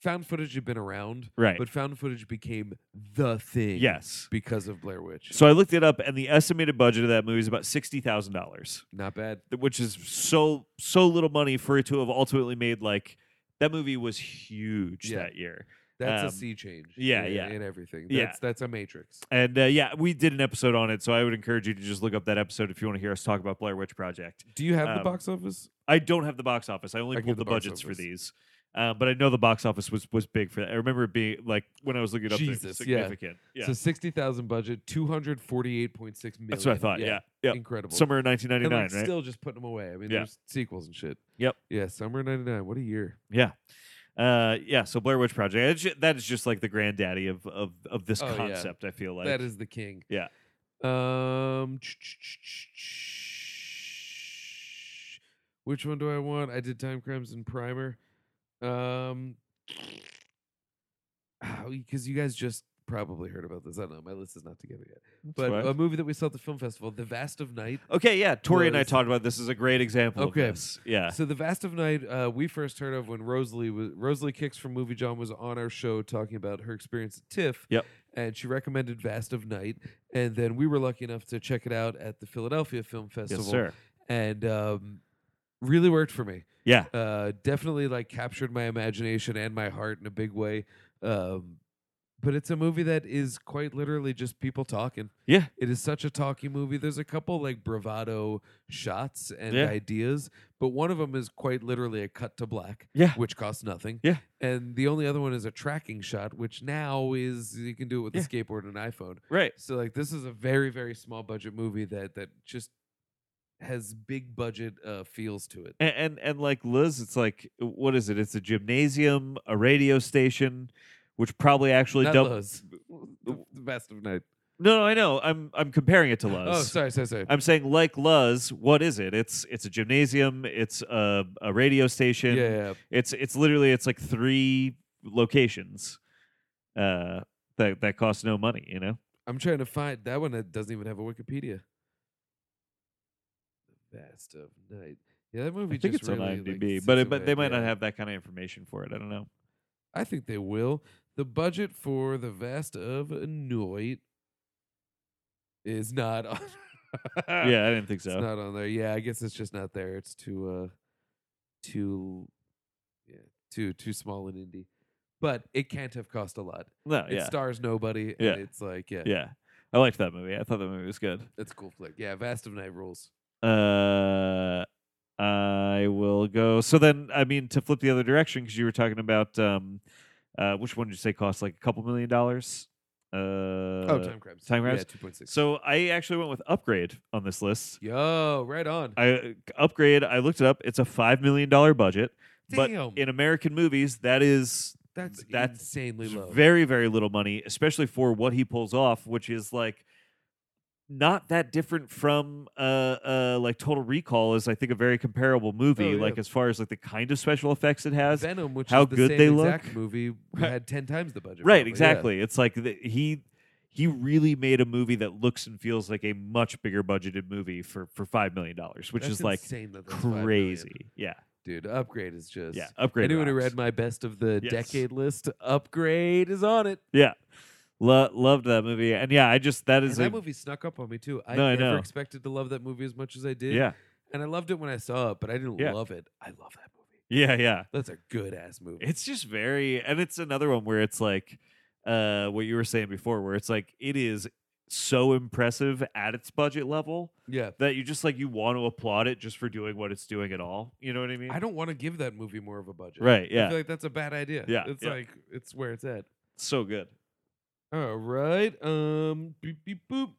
Speaker 3: Found footage had been around,
Speaker 2: right.
Speaker 3: but found footage became the thing.
Speaker 2: yes.
Speaker 3: because of Blair Witch.
Speaker 2: So I looked it up, and the estimated budget of that movie is about sixty thousand dollars,
Speaker 3: Not bad.
Speaker 2: which is so so little money for it to have ultimately made like that movie was huge
Speaker 3: Yeah.
Speaker 2: that year.
Speaker 3: That's
Speaker 2: Um,
Speaker 3: a sea change.
Speaker 2: yeah,
Speaker 3: in,
Speaker 2: yeah.
Speaker 3: in everything.
Speaker 2: Yeah.
Speaker 3: That's that's a matrix.
Speaker 2: And uh, yeah, we did an episode on it, so I would encourage you to just look up that episode if you want to hear us talk about Blair Witch Project.
Speaker 3: Do you have
Speaker 2: Um,
Speaker 3: the box office?
Speaker 2: I don't have the box office. I only
Speaker 3: I can get
Speaker 2: pulled the,
Speaker 3: the box
Speaker 2: budgets for
Speaker 3: office.
Speaker 2: these. Uh, but I know the box office was was big for that. I remember it being like when I was looking it up, there,
Speaker 3: Jesus, yeah.
Speaker 2: significant. Yeah,
Speaker 3: So sixty thousand budget, two hundred forty-eight point six million.
Speaker 2: that's what I thought. Yeah, yeah.
Speaker 3: incredible.
Speaker 2: Summer of 1999,
Speaker 3: and
Speaker 2: right?
Speaker 3: like, still just putting them away. I mean,
Speaker 2: Yeah.
Speaker 3: there's sequels and shit.
Speaker 2: Yep.
Speaker 3: Yeah, summer '99. What a year.
Speaker 2: yeah, uh, yeah. So Blair Witch Project. It's ju- that is just like the granddaddy of of of this
Speaker 3: Oh, yeah.
Speaker 2: concept. I feel like
Speaker 3: that is the king.
Speaker 2: Yeah.
Speaker 3: Um. Which one do I want? I did Time Crimes and Primer. Um. *sighs* Because you guys just probably heard about this. I don't know. My list is not together yet.
Speaker 2: That's
Speaker 3: But
Speaker 2: right.
Speaker 3: a movie that we saw at the film festival, The Vast of Night.
Speaker 2: okay, yeah. Tori and I
Speaker 3: was-
Speaker 2: talked about this. is a great example.
Speaker 3: Okay.
Speaker 2: of this. yeah,
Speaker 3: So the Vast of Night, uh, we first heard of when Rosalie was Rosalie Kicks from Movie John was on our show talking about her experience at TIFF.
Speaker 2: Yep.
Speaker 3: And she recommended Vast of Night, and then we were lucky enough to check it out at the Philadelphia Film Festival.
Speaker 2: yes, sir.
Speaker 3: And um, really worked for me.
Speaker 2: Yeah,
Speaker 3: Uh, definitely like captured my imagination and my heart in a big way. Um, but it's a movie that is quite literally just people talking.
Speaker 2: yeah,
Speaker 3: It is such a talky movie. There's a couple like bravado shots and
Speaker 2: Yeah.
Speaker 3: ideas, but one of them is quite literally a cut to black,
Speaker 2: yeah.
Speaker 3: which costs nothing.
Speaker 2: Yeah.
Speaker 3: And the only other one is a tracking shot, which now is you can do it with
Speaker 2: Yeah.
Speaker 3: a skateboard and an iPhone.
Speaker 2: Right.
Speaker 3: So like this is a very very small budget movie that that just has big budget uh, feels to it.
Speaker 2: and, and and like Liz, it's like what is it? It's a gymnasium, a radio station, which probably actually
Speaker 3: Not
Speaker 2: dub-
Speaker 3: Lowe's. The, the best of night.
Speaker 2: No, no, I know. I'm I'm comparing it to Luz.
Speaker 3: Oh, sorry, sorry, sorry.
Speaker 2: I'm saying like Luz, what is it? It's it's a gymnasium. It's a a radio
Speaker 3: yeah,
Speaker 2: station.
Speaker 3: yeah, yeah.
Speaker 2: It's it's literally it's like three locations. Uh. That, that costs no money, you know.
Speaker 3: I'm trying to find that one that doesn't even have a Wikipedia. The Vast of Night. Yeah, that movie.
Speaker 2: I think
Speaker 3: just
Speaker 2: it's
Speaker 3: really,
Speaker 2: on
Speaker 3: like,
Speaker 2: IMDb,
Speaker 3: zips
Speaker 2: but it, but
Speaker 3: away.
Speaker 2: they might not
Speaker 3: Yeah.
Speaker 2: have that kind of information for it. I don't know.
Speaker 3: I think they will. The budget for the Vast of Night is not on. *laughs*
Speaker 2: yeah, I didn't think
Speaker 3: Ah, it's
Speaker 2: so.
Speaker 3: not on there. Yeah, I guess it's just not there. It's too, uh, too, yeah, too too small and indie. But it can't have cost a lot.
Speaker 2: no,
Speaker 3: It
Speaker 2: yeah,
Speaker 3: stars nobody,
Speaker 2: Yeah.
Speaker 3: and it's like, yeah,
Speaker 2: yeah. I liked that movie. I thought that movie was good.
Speaker 3: that's a cool flick. Yeah, Vast of Night rules.
Speaker 2: Uh, I will go. So then, I mean, to flip the other direction, because you were talking about um, uh, which one did you say cost like a couple million dollars? Uh,
Speaker 3: Oh, time crimes.
Speaker 2: Time Crimes?
Speaker 3: Yeah, two point six.
Speaker 2: So I actually went with Upgrade on this list.
Speaker 3: Yo, right on.
Speaker 2: I Upgrade. I looked it up. It's a five million dollar budget,
Speaker 3: Damn.
Speaker 2: but in American movies, that is
Speaker 3: that's
Speaker 2: that's
Speaker 3: insanely
Speaker 2: there's
Speaker 3: low.
Speaker 2: very very little money especially for what he pulls off which is like not that different from uh uh like total recall is i think a very comparable movie
Speaker 3: Oh, yeah.
Speaker 2: like as far as like the kind of special effects it has
Speaker 3: Venom, which
Speaker 2: how
Speaker 3: is the
Speaker 2: good
Speaker 3: same
Speaker 2: they
Speaker 3: exact
Speaker 2: look.
Speaker 3: movie, had ten times the budget.
Speaker 2: right
Speaker 3: probably, yeah.
Speaker 2: exactly it's like the, he he really made a movie that looks and feels like a much bigger budgeted movie for for 5 million dollars which
Speaker 3: That's
Speaker 2: is like
Speaker 3: insane that that's five million.
Speaker 2: crazy yeah
Speaker 3: dude. Upgrade is just
Speaker 2: yeah upgrade
Speaker 3: Anyone who
Speaker 2: rocks.
Speaker 3: read my best of the
Speaker 2: Yes.
Speaker 3: decade list, upgrade is on it.
Speaker 2: yeah Lo- loved that movie, and yeah, I just that
Speaker 3: And
Speaker 2: is a,
Speaker 3: that movie snuck up on me too. I
Speaker 2: No, I
Speaker 3: never
Speaker 2: know.
Speaker 3: expected to love that movie as much as I did.
Speaker 2: yeah,
Speaker 3: And I loved it when I saw it, but I didn't
Speaker 2: Yeah.
Speaker 3: love it. I love that movie.
Speaker 2: yeah, yeah.
Speaker 3: That's a good ass movie.
Speaker 2: It's just very, and it's another one where it's like uh, what you were saying before, where it's like it is so impressive at its budget level
Speaker 3: yeah.
Speaker 2: that you just like you want to applaud it just for doing what it's doing at all. You know what I mean?
Speaker 3: I don't want to give that movie more of a budget.
Speaker 2: right?
Speaker 3: I
Speaker 2: Yeah,
Speaker 3: feel like that's a bad idea.
Speaker 2: Yeah,
Speaker 3: It's
Speaker 2: yeah.
Speaker 3: like it's where it's at.
Speaker 2: so good.
Speaker 3: All right. Um beep beep boop.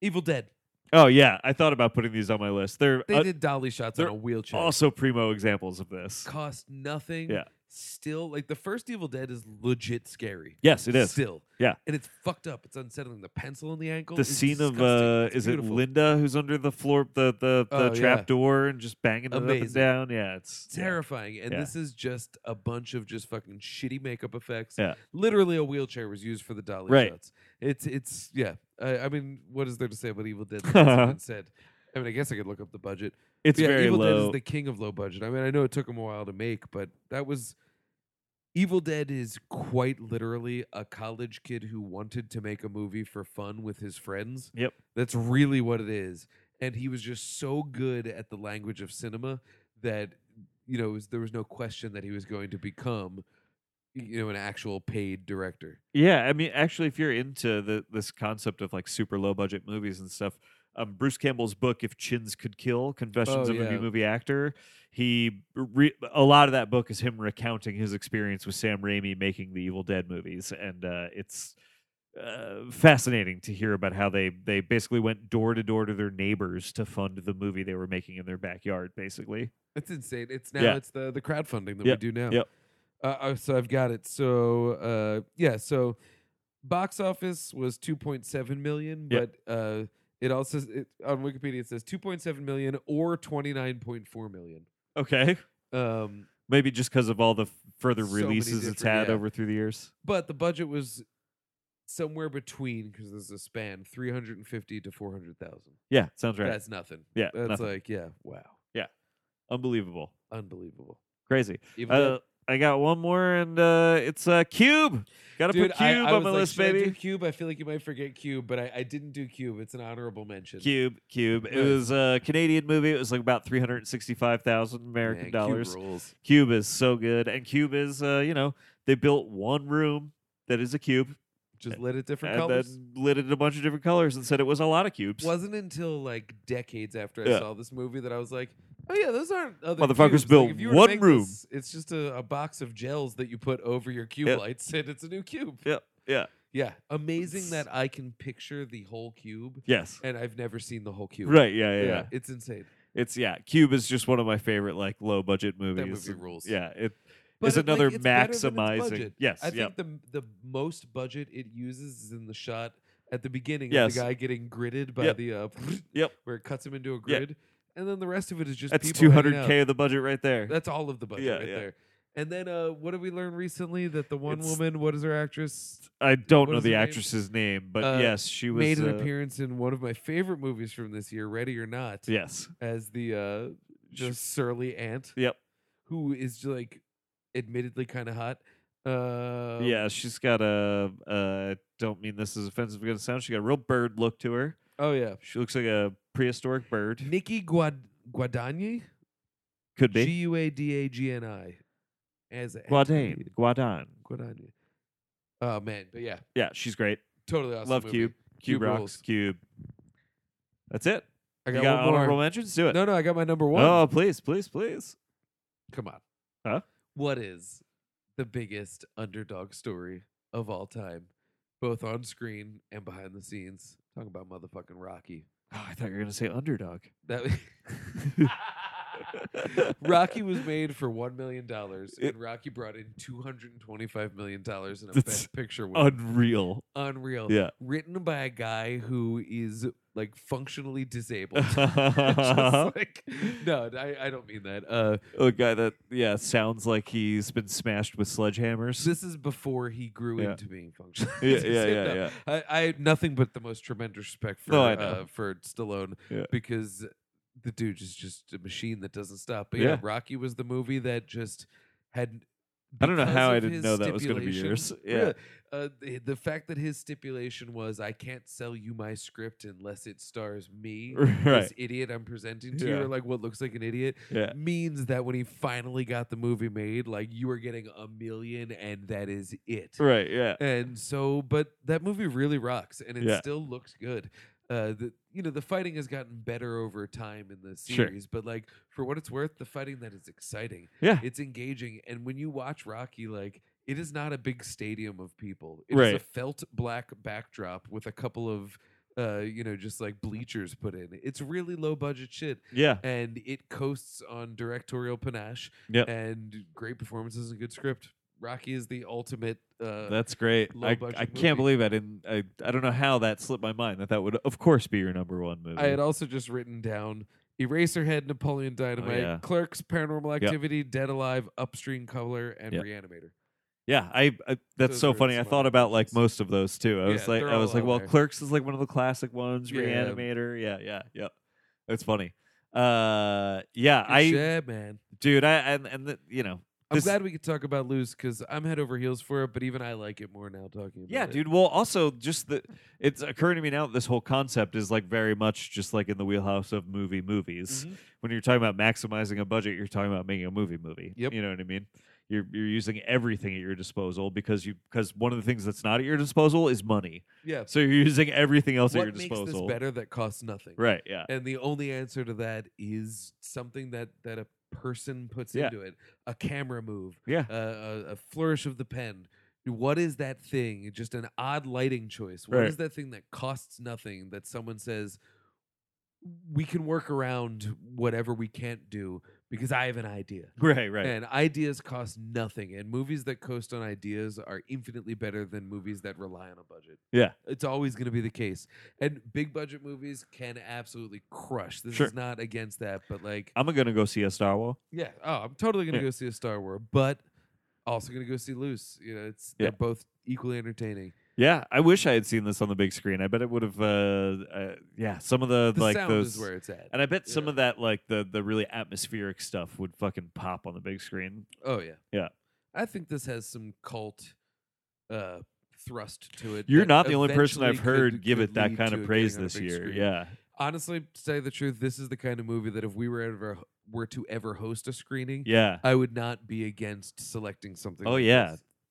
Speaker 3: Evil Dead.
Speaker 2: Oh yeah, I thought about putting these on my list. They're
Speaker 3: They
Speaker 2: uh,
Speaker 3: did dolly shots on
Speaker 2: they're
Speaker 3: a wheelchair.
Speaker 2: also primo examples of this.
Speaker 3: Cost nothing.
Speaker 2: Yeah.
Speaker 3: Still like the first Evil Dead is legit scary.
Speaker 2: Yes, it is.
Speaker 3: Still.
Speaker 2: Yeah.
Speaker 3: And it's fucked up. It's unsettling. The pencil in the ankle.
Speaker 2: the
Speaker 3: is
Speaker 2: scene of
Speaker 3: disgusting.
Speaker 2: uh
Speaker 3: It's
Speaker 2: is it
Speaker 3: beautiful.
Speaker 2: Linda who's under the floor the the, the
Speaker 3: Oh,
Speaker 2: trap
Speaker 3: yeah.
Speaker 2: door and just banging it up and
Speaker 3: Amazing.
Speaker 2: down. Yeah, it's yeah.
Speaker 3: terrifying. And
Speaker 2: Yeah.
Speaker 3: this is just a bunch of just fucking shitty makeup effects.
Speaker 2: Yeah.
Speaker 3: Literally a wheelchair was used for the dolly
Speaker 2: Right.
Speaker 3: shots. It's it's yeah. I, I mean, what is there to say about
Speaker 2: *laughs*
Speaker 3: Evil Dead that hasn't been said? I mean, I guess I could look up the budget.
Speaker 2: It's
Speaker 3: But yeah,
Speaker 2: very
Speaker 3: Evil Dead
Speaker 2: low.
Speaker 3: is the king of low budget. I mean, I know it took him a while to make, but that was Evil Dead is quite literally a college kid who wanted to make a movie for fun with his friends.
Speaker 2: Yep.
Speaker 3: That's really what it is. And he was just so good at the language of cinema that you know, it was, there was no question that he was going to become you know, an actual paid director.
Speaker 2: yeah, I mean actually if you're into the this concept of like super low budget movies and stuff, um, Bruce Campbell's book "If Chins Could Kill: Confessions
Speaker 3: Oh,
Speaker 2: of a New
Speaker 3: yeah.
Speaker 2: Movie Actor," he re- a lot of that book is him recounting his experience with Sam Raimi making the Evil Dead movies, and uh, it's uh, fascinating to hear about how they they basically went door to door to their neighbors to fund the movie they were making in their backyard, basically.
Speaker 3: It's insane. It's now
Speaker 2: Yeah.
Speaker 3: it's the the crowdfunding that
Speaker 2: Yep,
Speaker 3: we do now.
Speaker 2: yep.
Speaker 3: Uh, uh, so I've got it. So uh, yeah. So box office was two point seven million,
Speaker 2: Yep.
Speaker 3: but uh, it also it, on Wikipedia it says two point seven million or twenty nine point four million.
Speaker 2: Okay,
Speaker 3: Um,
Speaker 2: maybe just because of all the f- further
Speaker 3: So many
Speaker 2: releases it's
Speaker 3: different-
Speaker 2: had
Speaker 3: yeah.
Speaker 2: over through the years.
Speaker 3: but the budget was somewhere between because there's a span three hundred and fifty to four hundred thousand.
Speaker 2: Yeah, sounds right.
Speaker 3: That's nothing.
Speaker 2: yeah,
Speaker 3: That's
Speaker 2: nothing.
Speaker 3: like yeah, wow,
Speaker 2: unbelievable,
Speaker 3: unbelievable.
Speaker 2: crazy.
Speaker 3: Evil Dead.
Speaker 2: Uh, I got one more, and uh, it's uh, Cube. Got to put
Speaker 3: Dude,
Speaker 2: Cube
Speaker 3: I- I
Speaker 2: on
Speaker 3: was
Speaker 2: my
Speaker 3: like,
Speaker 2: list,
Speaker 3: "Should I do
Speaker 2: baby.
Speaker 3: Cube. I feel like you might forget Cube, but I, I didn't do Cube. It's an honorable mention.
Speaker 2: Cube, Cube. It
Speaker 3: Nice.
Speaker 2: was a Canadian movie. It was like about three hundred sixty-five thousand
Speaker 3: Man,
Speaker 2: American
Speaker 3: Cube
Speaker 2: dollars.
Speaker 3: rules.
Speaker 2: Cube is so good, and Cube is, uh, you know, they built one room that is a cube,
Speaker 3: Just lit it different
Speaker 2: and
Speaker 3: colors.
Speaker 2: then lit it a bunch of different colors, and said it was a lot of cubes.
Speaker 3: Wasn't until like decades after I
Speaker 2: Yeah.
Speaker 3: saw this movie that I was like, oh yeah, those aren't other
Speaker 2: Motherfuckers
Speaker 3: cubes. Like,
Speaker 2: built
Speaker 3: if you were to
Speaker 2: one
Speaker 3: make
Speaker 2: room.
Speaker 3: this, it's just a, a box of gels that you put over your cube
Speaker 2: Yeah.
Speaker 3: lights, and it's a new cube.
Speaker 2: Yeah, yeah.
Speaker 3: yeah. Amazing
Speaker 2: It's-
Speaker 3: that I can picture the whole cube,
Speaker 2: Yes.
Speaker 3: and I've never seen the whole cube.
Speaker 2: Right. Yeah, yeah. Yeah.
Speaker 3: it's insane.
Speaker 2: It's yeah. Cube is just one of my favorite like low budget movies.
Speaker 3: That movie
Speaker 2: and-
Speaker 3: rules.
Speaker 2: Yeah. It
Speaker 3: But
Speaker 2: is
Speaker 3: it, like,
Speaker 2: another
Speaker 3: it's better than its
Speaker 2: maximizing.
Speaker 3: budget.
Speaker 2: Yes.
Speaker 3: I
Speaker 2: yeah.
Speaker 3: think the the most budget it uses is in the shot at the beginning
Speaker 2: Yes.
Speaker 3: of the guy getting gridded by
Speaker 2: Yep.
Speaker 3: the uh, *laughs*
Speaker 2: Yep.
Speaker 3: where it cuts him into a
Speaker 2: Yeah.
Speaker 3: grid, and then the rest of it is just
Speaker 2: That's
Speaker 3: people hanging
Speaker 2: 200k of the budget right there.
Speaker 3: out. That's all of the budget
Speaker 2: Yeah,
Speaker 3: right
Speaker 2: yeah.
Speaker 3: there. And then uh, what did we learn recently? That the one
Speaker 2: It's-
Speaker 3: woman, what is her actress,
Speaker 2: I don't
Speaker 3: What
Speaker 2: know
Speaker 3: is
Speaker 2: the
Speaker 3: her name?
Speaker 2: actress's name, but
Speaker 3: Uh,
Speaker 2: yes, she was.
Speaker 3: made an
Speaker 2: uh,
Speaker 3: appearance in one of my favorite movies from this year, Ready or Not,
Speaker 2: Yes.
Speaker 3: as the uh,
Speaker 2: She-
Speaker 3: just surly aunt
Speaker 2: Yep.
Speaker 3: who is like admittedly kind of hot. Uh,
Speaker 2: yeah, she's got a. Uh, don't mean this is offensive going to sound. She got a real bird look to her.
Speaker 3: Oh yeah.
Speaker 2: She looks like a prehistoric bird.
Speaker 3: Nikki Guad Guadagni,
Speaker 2: Could
Speaker 3: G
Speaker 2: be
Speaker 3: U A D A G N I, as a-
Speaker 2: Guadane. Guadan.
Speaker 3: Guadagni. Oh man, but yeah,
Speaker 2: Yeah, she's great.
Speaker 3: totally awesome.
Speaker 2: Love
Speaker 3: movie.
Speaker 2: Cube. Cube,
Speaker 3: Cube
Speaker 2: rocks.
Speaker 3: rules.
Speaker 2: Cube. That's it.
Speaker 3: I
Speaker 2: you
Speaker 3: got,
Speaker 2: got
Speaker 3: one
Speaker 2: honorable
Speaker 3: more.
Speaker 2: mentions? Do it.
Speaker 3: No, no, I got my number one.
Speaker 2: Oh, please, please, please.
Speaker 3: Come on.
Speaker 2: Huh?
Speaker 3: What is the biggest underdog story of all time, both on screen and behind the scenes? Talking about motherfucking Rocky.
Speaker 2: Oh, I thought you were going to say *laughs* underdog.
Speaker 3: That *laughs* Rocky was made for one million dollars,
Speaker 2: It-
Speaker 3: and Rocky brought in two hundred and twenty-five million dollars in a
Speaker 2: That's
Speaker 3: Best Picture win.
Speaker 2: Unreal.
Speaker 3: Unreal.
Speaker 2: Yeah. *laughs*
Speaker 3: Written by a guy who is like
Speaker 2: *laughs*
Speaker 3: functionally disabled. *laughs* *laughs* Just
Speaker 2: a
Speaker 3: like, no, I, I don't mean that. Uh,
Speaker 2: guy that yeah sounds like he's been smashed with sledgehammers.
Speaker 3: this is before he grew
Speaker 2: Yeah.
Speaker 3: into being functionally *laughs*
Speaker 2: yeah, yeah,
Speaker 3: disabled.
Speaker 2: yeah, yeah.
Speaker 3: I, I nothing but the most tremendous respect for
Speaker 2: No, I know.
Speaker 3: uh, for Stallone
Speaker 2: Yeah.
Speaker 3: because the dude is just a machine that doesn't stop. But yeah,
Speaker 2: Yeah.
Speaker 3: Rocky was the movie that just had
Speaker 2: I don't know
Speaker 3: because
Speaker 2: how I
Speaker 3: of
Speaker 2: didn't
Speaker 3: his
Speaker 2: know that was gonna be
Speaker 3: stipulation-
Speaker 2: yours. *laughs* Yeah.
Speaker 3: *laughs* really, uh, the, the fact that his stipulation was, I can't sell you my script unless it stars me,
Speaker 2: *laughs* Right.
Speaker 3: this idiot I'm presenting to
Speaker 2: Yeah.
Speaker 3: you, or like what looks like an idiot, *laughs*
Speaker 2: Yeah.
Speaker 3: means that when he finally got the movie made, like you were getting a million and that is it.
Speaker 2: Right. Yeah.
Speaker 3: And so, but that movie really rocks and it
Speaker 2: Yeah.
Speaker 3: still looks good. Uh, the, you know, the fighting has gotten better over time in the
Speaker 2: Sure.
Speaker 3: series, but like for what it's worth, the fighting that is exciting.
Speaker 2: Yeah.
Speaker 3: It's engaging. And when you watch Rocky, like, it is not a big stadium of people. It is a
Speaker 2: Right.
Speaker 3: felt black backdrop with a couple of, uh, you know, just like bleachers put in. It's really low budget shit
Speaker 2: Yeah.
Speaker 3: and it coasts on directorial panache
Speaker 2: Yep.
Speaker 3: and great performances and good script. Rocky is the ultimate. Uh,
Speaker 2: That's great.
Speaker 3: low
Speaker 2: I,
Speaker 3: budget
Speaker 2: I
Speaker 3: movie.
Speaker 2: can't believe I didn't. I, I don't know how that slipped my mind that that would, of course, be your number one movie.
Speaker 3: I had also just written down Eraserhead, Napoleon Dynamite,
Speaker 2: Oh, yeah.
Speaker 3: Clerks, Paranormal
Speaker 2: Yep.
Speaker 3: Activity, Dead Alive, Upstream Color, and
Speaker 2: Yep.
Speaker 3: Reanimator.
Speaker 2: yeah, I, I that's
Speaker 3: Those
Speaker 2: so
Speaker 3: were
Speaker 2: funny. I
Speaker 3: some
Speaker 2: thought
Speaker 3: other
Speaker 2: about like
Speaker 3: choices.
Speaker 2: most of those too. I
Speaker 3: Yeah,
Speaker 2: was like,
Speaker 3: they're
Speaker 2: I was
Speaker 3: all
Speaker 2: like,
Speaker 3: out
Speaker 2: well,
Speaker 3: there.
Speaker 2: Clerks is like one of the classic ones.
Speaker 3: Yeah.
Speaker 2: Reanimator. Yeah, yeah, yeah. That's funny. Uh, yeah,
Speaker 3: Good
Speaker 2: I,
Speaker 3: shit, man.
Speaker 2: dude, I and and the, you know,
Speaker 3: I'm
Speaker 2: this-
Speaker 3: glad we could talk about Loose because I'm head over heels for it, but even I like it more now talking about
Speaker 2: Yeah,
Speaker 3: it.
Speaker 2: dude. Well, also just the it's occurring to me now that this whole concept is like very much just like in the wheelhouse of movie movies.
Speaker 3: Mhm.
Speaker 2: When you're talking about maximizing a budget, you're talking about making a movie movie.
Speaker 3: Yep.
Speaker 2: You know what I mean? You're you're using everything at your disposal because you because one of the things that's not at your disposal is money.
Speaker 3: Yeah.
Speaker 2: So you're using everything else at
Speaker 3: what
Speaker 2: your
Speaker 3: makes
Speaker 2: disposal.
Speaker 3: this better that costs nothing?
Speaker 2: Right. Yeah. *laughs*
Speaker 3: And the only answer to that is something that that a person puts
Speaker 2: Yeah.
Speaker 3: into it, a camera move,
Speaker 2: Yeah.
Speaker 3: a, a, a flourish of the pen. What is that thing? Just an odd lighting choice. What is
Speaker 2: Right.
Speaker 3: that thing that costs nothing that someone says we can work around whatever we can't do because I have an idea.
Speaker 2: Right. Right.
Speaker 3: And ideas cost nothing. And movies that coast on ideas are infinitely better than movies that rely on a budget.
Speaker 2: Yeah.
Speaker 3: It's always going to be the case. And big budget movies can absolutely crush. This
Speaker 2: Sure.
Speaker 3: is not against that, but like,
Speaker 2: I'm gonna go see a Star Wars.
Speaker 3: yeah. Oh, I'm totally going to
Speaker 2: Yeah.
Speaker 3: go see a Star Wars, but also going to go see Loose. You know, it's
Speaker 2: Yeah.
Speaker 3: they're both equally entertaining.
Speaker 2: Yeah, I wish I had seen this on the big screen. I bet it would have. Uh, uh, yeah, some of the,
Speaker 3: The
Speaker 2: like
Speaker 3: sound
Speaker 2: those
Speaker 3: is where it's at.
Speaker 2: And I bet some
Speaker 3: Yeah.
Speaker 2: of that, like the the really atmospheric stuff, would fucking pop on the big screen.
Speaker 3: Oh yeah.
Speaker 2: Yeah.
Speaker 3: I think this has some cult uh thrust to it.
Speaker 2: You're
Speaker 3: that
Speaker 2: not the only person I've
Speaker 3: eventually
Speaker 2: heard
Speaker 3: could-
Speaker 2: give
Speaker 3: could
Speaker 2: it that
Speaker 3: lead
Speaker 2: kind
Speaker 3: to
Speaker 2: of
Speaker 3: it
Speaker 2: praise
Speaker 3: getting on a
Speaker 2: this
Speaker 3: big
Speaker 2: year.
Speaker 3: screen.
Speaker 2: Yeah,
Speaker 3: honestly, to tell you the truth, this is the kind of movie that if we were ever were to ever host a screening,
Speaker 2: yeah.
Speaker 3: I would not be against selecting something.
Speaker 2: Oh,
Speaker 3: like
Speaker 2: yeah.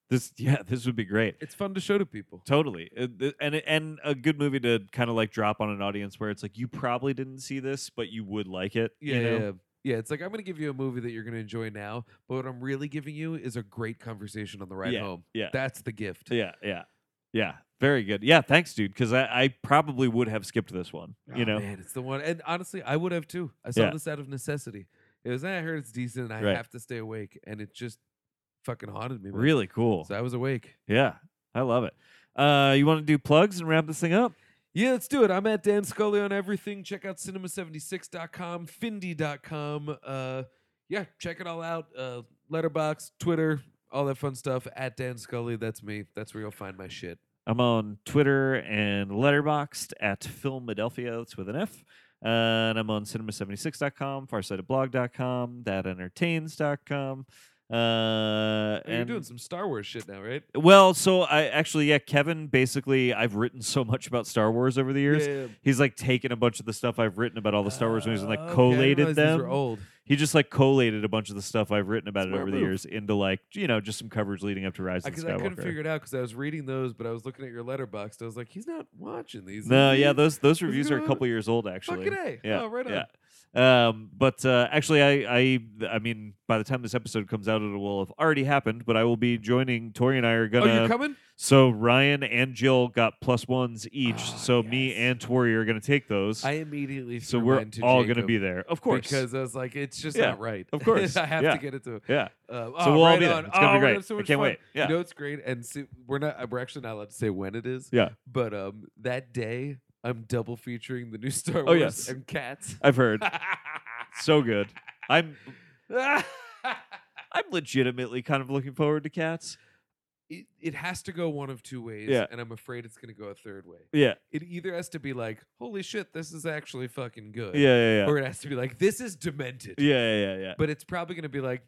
Speaker 3: this.
Speaker 2: This, yeah, this would be great.
Speaker 3: it's fun to show to people.
Speaker 2: Totally, It- th- and it- and a good movie to kind of like drop on an audience where it's like you probably didn't see this, but you would like it.
Speaker 3: Yeah,
Speaker 2: you know?
Speaker 3: yeah, yeah. It's like I'm going to give you a movie that you're going to enjoy now, but what I'm really giving you is a great conversation on the ride
Speaker 2: Yeah,
Speaker 3: home.
Speaker 2: yeah.
Speaker 3: that's the gift.
Speaker 2: yeah, yeah, yeah. Very good. Yeah, thanks, dude. Because I, I probably would have skipped this one. You
Speaker 3: Oh,
Speaker 2: know,
Speaker 3: man, it's the one. And honestly, I would have too. I saw
Speaker 2: Yeah.
Speaker 3: this out of necessity. It was "Eh, I heard it's decent, and I
Speaker 2: Right.
Speaker 3: have to stay awake, and it just fucking haunted me. man.
Speaker 2: really cool.
Speaker 3: So I was awake.
Speaker 2: yeah, I love it. Uh, you want to do plugs and wrap this thing up?
Speaker 3: Yeah, let's do it. I'm at Dan Scully on everything. Check out cinema76.com, findy.com. Uh, yeah, check it all out. Uh, Letterbox, Twitter, all that fun stuff. At Dan Scully, that's me. That's where you'll find my shit.
Speaker 2: I'm on Twitter and Letterboxed at Filmadelphia. That's with an F. Uh, and I'm on cinema76.com, farsightedblog.com, thatentertains.com. Uh,
Speaker 3: Oh, you're
Speaker 2: and-
Speaker 3: doing some Star Wars shit now, right?
Speaker 2: well, so I actually, yeah, Kevin, basically, I've written so much about Star Wars over the years.
Speaker 3: Yeah.
Speaker 2: He's like taken a bunch of the stuff I've written about all the Star Wars movies and like
Speaker 3: Uh, okay, I didn't
Speaker 2: collated
Speaker 3: realize these were
Speaker 2: them.
Speaker 3: old.
Speaker 2: He just like collated a bunch of the stuff I've written about it
Speaker 3: Smart
Speaker 2: over the
Speaker 3: move.
Speaker 2: years into like, you know, just some coverage leading up to Rise of the
Speaker 3: Because
Speaker 2: Skywalker.
Speaker 3: I couldn't figure it out because I was reading those, but I was looking at your letterbox. I was like, he's not watching these. is
Speaker 2: No,
Speaker 3: he?
Speaker 2: yeah, those those
Speaker 3: Who's
Speaker 2: reviews are a
Speaker 3: gonna-
Speaker 2: couple years old actually.
Speaker 3: Fucking A.
Speaker 2: Yeah,
Speaker 3: Oh, right on.
Speaker 2: yeah. Um, but uh, actually, I, I I mean, by the time this episode comes out, it will have already happened. But I will be joining. Tori and I are
Speaker 3: Oh,
Speaker 2: gonna.
Speaker 3: you're coming?
Speaker 2: so Ryan and Jill got plus ones each.
Speaker 3: Ah,
Speaker 2: so me
Speaker 3: yes.
Speaker 2: and Tori are gonna take those.
Speaker 3: I immediately
Speaker 2: so
Speaker 3: threw
Speaker 2: we're
Speaker 3: mine to
Speaker 2: all
Speaker 3: Jacob.
Speaker 2: gonna be there, of course.
Speaker 3: Because I was like, it's just
Speaker 2: Yeah,
Speaker 3: not right. *laughs*
Speaker 2: of course,
Speaker 3: I have
Speaker 2: yeah.
Speaker 3: to get it to him.
Speaker 2: yeah,
Speaker 3: Uh,
Speaker 2: so we'll
Speaker 3: right
Speaker 2: all be there.
Speaker 3: on.
Speaker 2: It's gonna be
Speaker 3: Oh, we're gonna
Speaker 2: great.
Speaker 3: have so
Speaker 2: I
Speaker 3: much
Speaker 2: can't
Speaker 3: fun.
Speaker 2: wait. Yeah,
Speaker 3: You know it's great, and see, we're not. We're actually not allowed to say when it is.
Speaker 2: yeah.
Speaker 3: But um, that day I'm double featuring the new *laughs* Star Wars
Speaker 2: Oh, yes.
Speaker 3: and
Speaker 2: *laughs*
Speaker 3: Cats. *laughs*
Speaker 2: I've heard so good. I'm
Speaker 3: it,
Speaker 2: I'm legitimately kind of looking forward to cats.
Speaker 3: it has to go one of two ways,
Speaker 2: Yeah.
Speaker 3: and I'm afraid it's gonna go a third way.
Speaker 2: Yeah,
Speaker 3: It either has to be like, "Holy shit, this is actually fucking good,"
Speaker 2: yeah, yeah, yeah,
Speaker 3: or it has to be like, "This is demented."
Speaker 2: yeah, yeah, yeah. yeah.
Speaker 3: But it's probably gonna be like,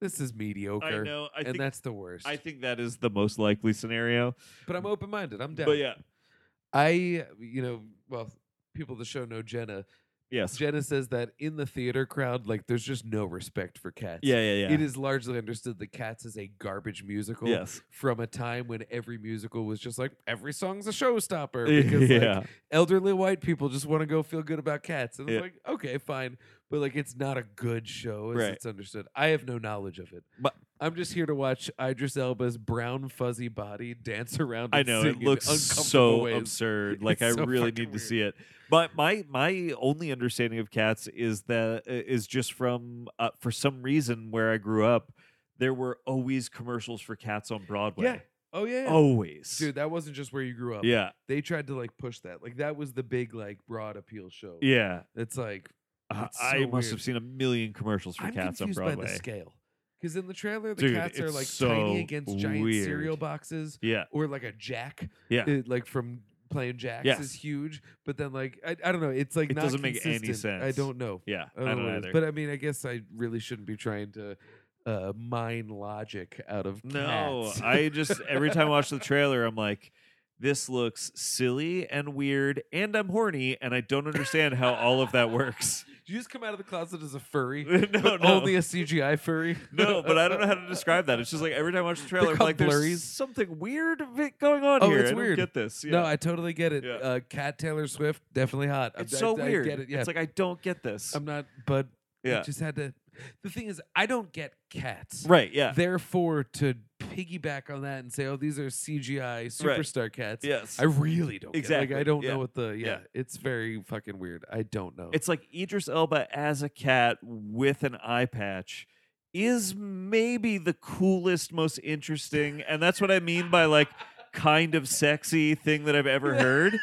Speaker 3: this is mediocre.
Speaker 2: I know. I
Speaker 3: and
Speaker 2: think
Speaker 3: that's the worst.
Speaker 2: I think that is the most likely scenario.
Speaker 3: but I'm open minded. I'm down.
Speaker 2: But yeah,
Speaker 3: I, you know, well, people at the show know Jenna.
Speaker 2: yes,
Speaker 3: Jenna says that in the theater crowd, like, there's just no respect for cats.
Speaker 2: yeah, yeah, yeah.
Speaker 3: It is largely understood that Cats is a garbage musical
Speaker 2: Yes.
Speaker 3: from a time when every musical was just like every song's a showstopper *laughs* because
Speaker 2: *laughs*
Speaker 3: like,
Speaker 2: yeah.
Speaker 3: elderly white people just want to go feel good about cats. And
Speaker 2: Yeah.
Speaker 3: I'm like, okay, fine. But like, it's not a good show as
Speaker 2: Right.
Speaker 3: it's understood. I have no knowledge of it.
Speaker 2: But-
Speaker 3: I'm just here to watch Idris Elba's brown, fuzzy body dance around.
Speaker 2: I
Speaker 3: and
Speaker 2: know
Speaker 3: sing
Speaker 2: it
Speaker 3: in
Speaker 2: looks
Speaker 3: uncomfortable
Speaker 2: so
Speaker 3: ways. *laughs*
Speaker 2: absurd. Like
Speaker 3: It's
Speaker 2: I
Speaker 3: so
Speaker 2: really need
Speaker 3: fucking
Speaker 2: to
Speaker 3: weird.
Speaker 2: see it. But my my only understanding of cats is that uh, is just from uh, for some reason where I grew up, there were always commercials for cats on Broadway.
Speaker 3: Yeah. Oh yeah, yeah.
Speaker 2: Always.
Speaker 3: dude, that wasn't just where you grew up.
Speaker 2: yeah.
Speaker 3: they tried to like push that. Like that was the big like broad appeal show.
Speaker 2: Yeah.
Speaker 3: it's like
Speaker 2: Uh,
Speaker 3: It's
Speaker 2: I
Speaker 3: so
Speaker 2: must
Speaker 3: weird.
Speaker 2: have seen a million commercials for
Speaker 3: I'm
Speaker 2: cats on
Speaker 3: confused by the
Speaker 2: Broadway.
Speaker 3: scale because in the trailer the
Speaker 2: Dude,
Speaker 3: cats are
Speaker 2: it's
Speaker 3: like
Speaker 2: so
Speaker 3: tiny against giant
Speaker 2: weird.
Speaker 3: cereal boxes.
Speaker 2: Yeah.
Speaker 3: or like a jack.
Speaker 2: Yeah.
Speaker 3: it, like from playing jacks
Speaker 2: Yes.
Speaker 3: is huge, but then like I, I don't know, it's like
Speaker 2: It
Speaker 3: not
Speaker 2: doesn't make any
Speaker 3: consistent. I
Speaker 2: sense.
Speaker 3: don't know.
Speaker 2: Yeah.
Speaker 3: I don't, know what it Oh, is.
Speaker 2: either.
Speaker 3: But I mean, I guess I really shouldn't be trying to uh, mine logic out of
Speaker 2: No,
Speaker 3: cats.
Speaker 2: I just every time I watch the
Speaker 3: *laughs*
Speaker 2: trailer, I'm like, this looks silly and weird, and I'm horny, and I don't understand how all of that
Speaker 3: *laughs*
Speaker 2: works. *laughs*
Speaker 3: Did you just come out of the closet as a furry?
Speaker 2: no, no,
Speaker 3: But Only a CGI furry.
Speaker 2: *laughs* no, but I don't know how to describe that. It's just like every time I watch the trailer, I'm
Speaker 3: called
Speaker 2: like,
Speaker 3: blurries.
Speaker 2: there's something weird of it going on
Speaker 3: Oh,
Speaker 2: here.
Speaker 3: it's
Speaker 2: I don't
Speaker 3: weird.
Speaker 2: get this. Yeah.
Speaker 3: *laughs* No, I totally get it.
Speaker 2: Yeah.
Speaker 3: Uh, Cat Taylor Swift definitely hot. I-
Speaker 2: it's
Speaker 3: I-
Speaker 2: so
Speaker 3: I
Speaker 2: weird.
Speaker 3: get it. Yeah,
Speaker 2: It's like I don't get this.
Speaker 3: I'm not. But I
Speaker 2: yeah,
Speaker 3: just had to. The thing is, I don't get cats.
Speaker 2: right. *laughs*
Speaker 3: *laughs*
Speaker 2: Yeah,
Speaker 3: therefore to piggyback on that and say oh these are cgi superstar cats
Speaker 2: yes.
Speaker 3: i really don't get it. like
Speaker 2: Exactly,
Speaker 3: i don't
Speaker 2: yeah,
Speaker 3: know what the yeah,
Speaker 2: yeah.
Speaker 3: it's very fucking weird i don't know
Speaker 2: it's like Idris Elba as a cat with an eye patch is maybe the coolest, most interesting, and that's what I mean by like kind of sexy thing
Speaker 3: *laughs*
Speaker 2: that I've ever heard.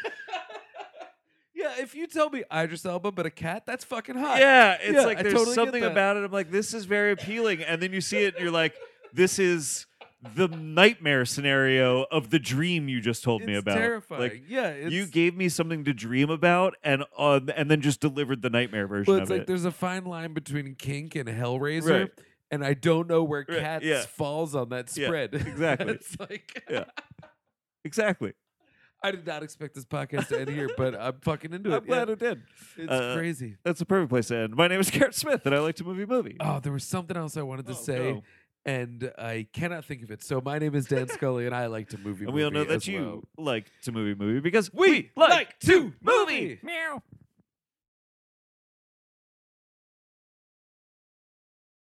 Speaker 3: yeah if you tell me idris elba but a cat that's fucking hot
Speaker 2: yeah, it's
Speaker 3: Yeah,
Speaker 2: like
Speaker 3: I
Speaker 2: there's
Speaker 3: totally get
Speaker 2: something
Speaker 3: that.
Speaker 2: about it. I'm like, this is very appealing, and then you see it, and you're like, this is the nightmare scenario of the dream you just told
Speaker 3: it's
Speaker 2: me about.
Speaker 3: terrifying
Speaker 2: Like
Speaker 3: yeah it's,
Speaker 2: you gave me something to dream about, and uh, and then just delivered the nightmare version
Speaker 3: well, it's
Speaker 2: of
Speaker 3: like
Speaker 2: it.
Speaker 3: there's a fine line between kink and hellraiser
Speaker 2: Right.
Speaker 3: and i don't know where
Speaker 2: Right,
Speaker 3: cats
Speaker 2: yeah.
Speaker 3: falls on that
Speaker 2: Yeah,
Speaker 3: spread *laughs*
Speaker 2: exactly.
Speaker 3: it's like
Speaker 2: Yeah. Exactly.
Speaker 3: i did not expect this podcast to end here but i'm fucking into
Speaker 2: I'm
Speaker 3: it yeah,
Speaker 2: glad it did.
Speaker 3: it's
Speaker 2: uh,
Speaker 3: crazy
Speaker 2: That's a perfect place to end. My name is Garrett Smith, and I like to movie movie.
Speaker 3: oh there was something else i wanted to
Speaker 2: Oh,
Speaker 3: say
Speaker 2: no.
Speaker 3: and I cannot think of it. So my name is Dan Scully, and I like to movie.
Speaker 2: and we all know
Speaker 3: movie
Speaker 2: that
Speaker 3: as
Speaker 2: you
Speaker 3: well.
Speaker 2: like to movie movie because
Speaker 3: We like to movie.
Speaker 2: Meow.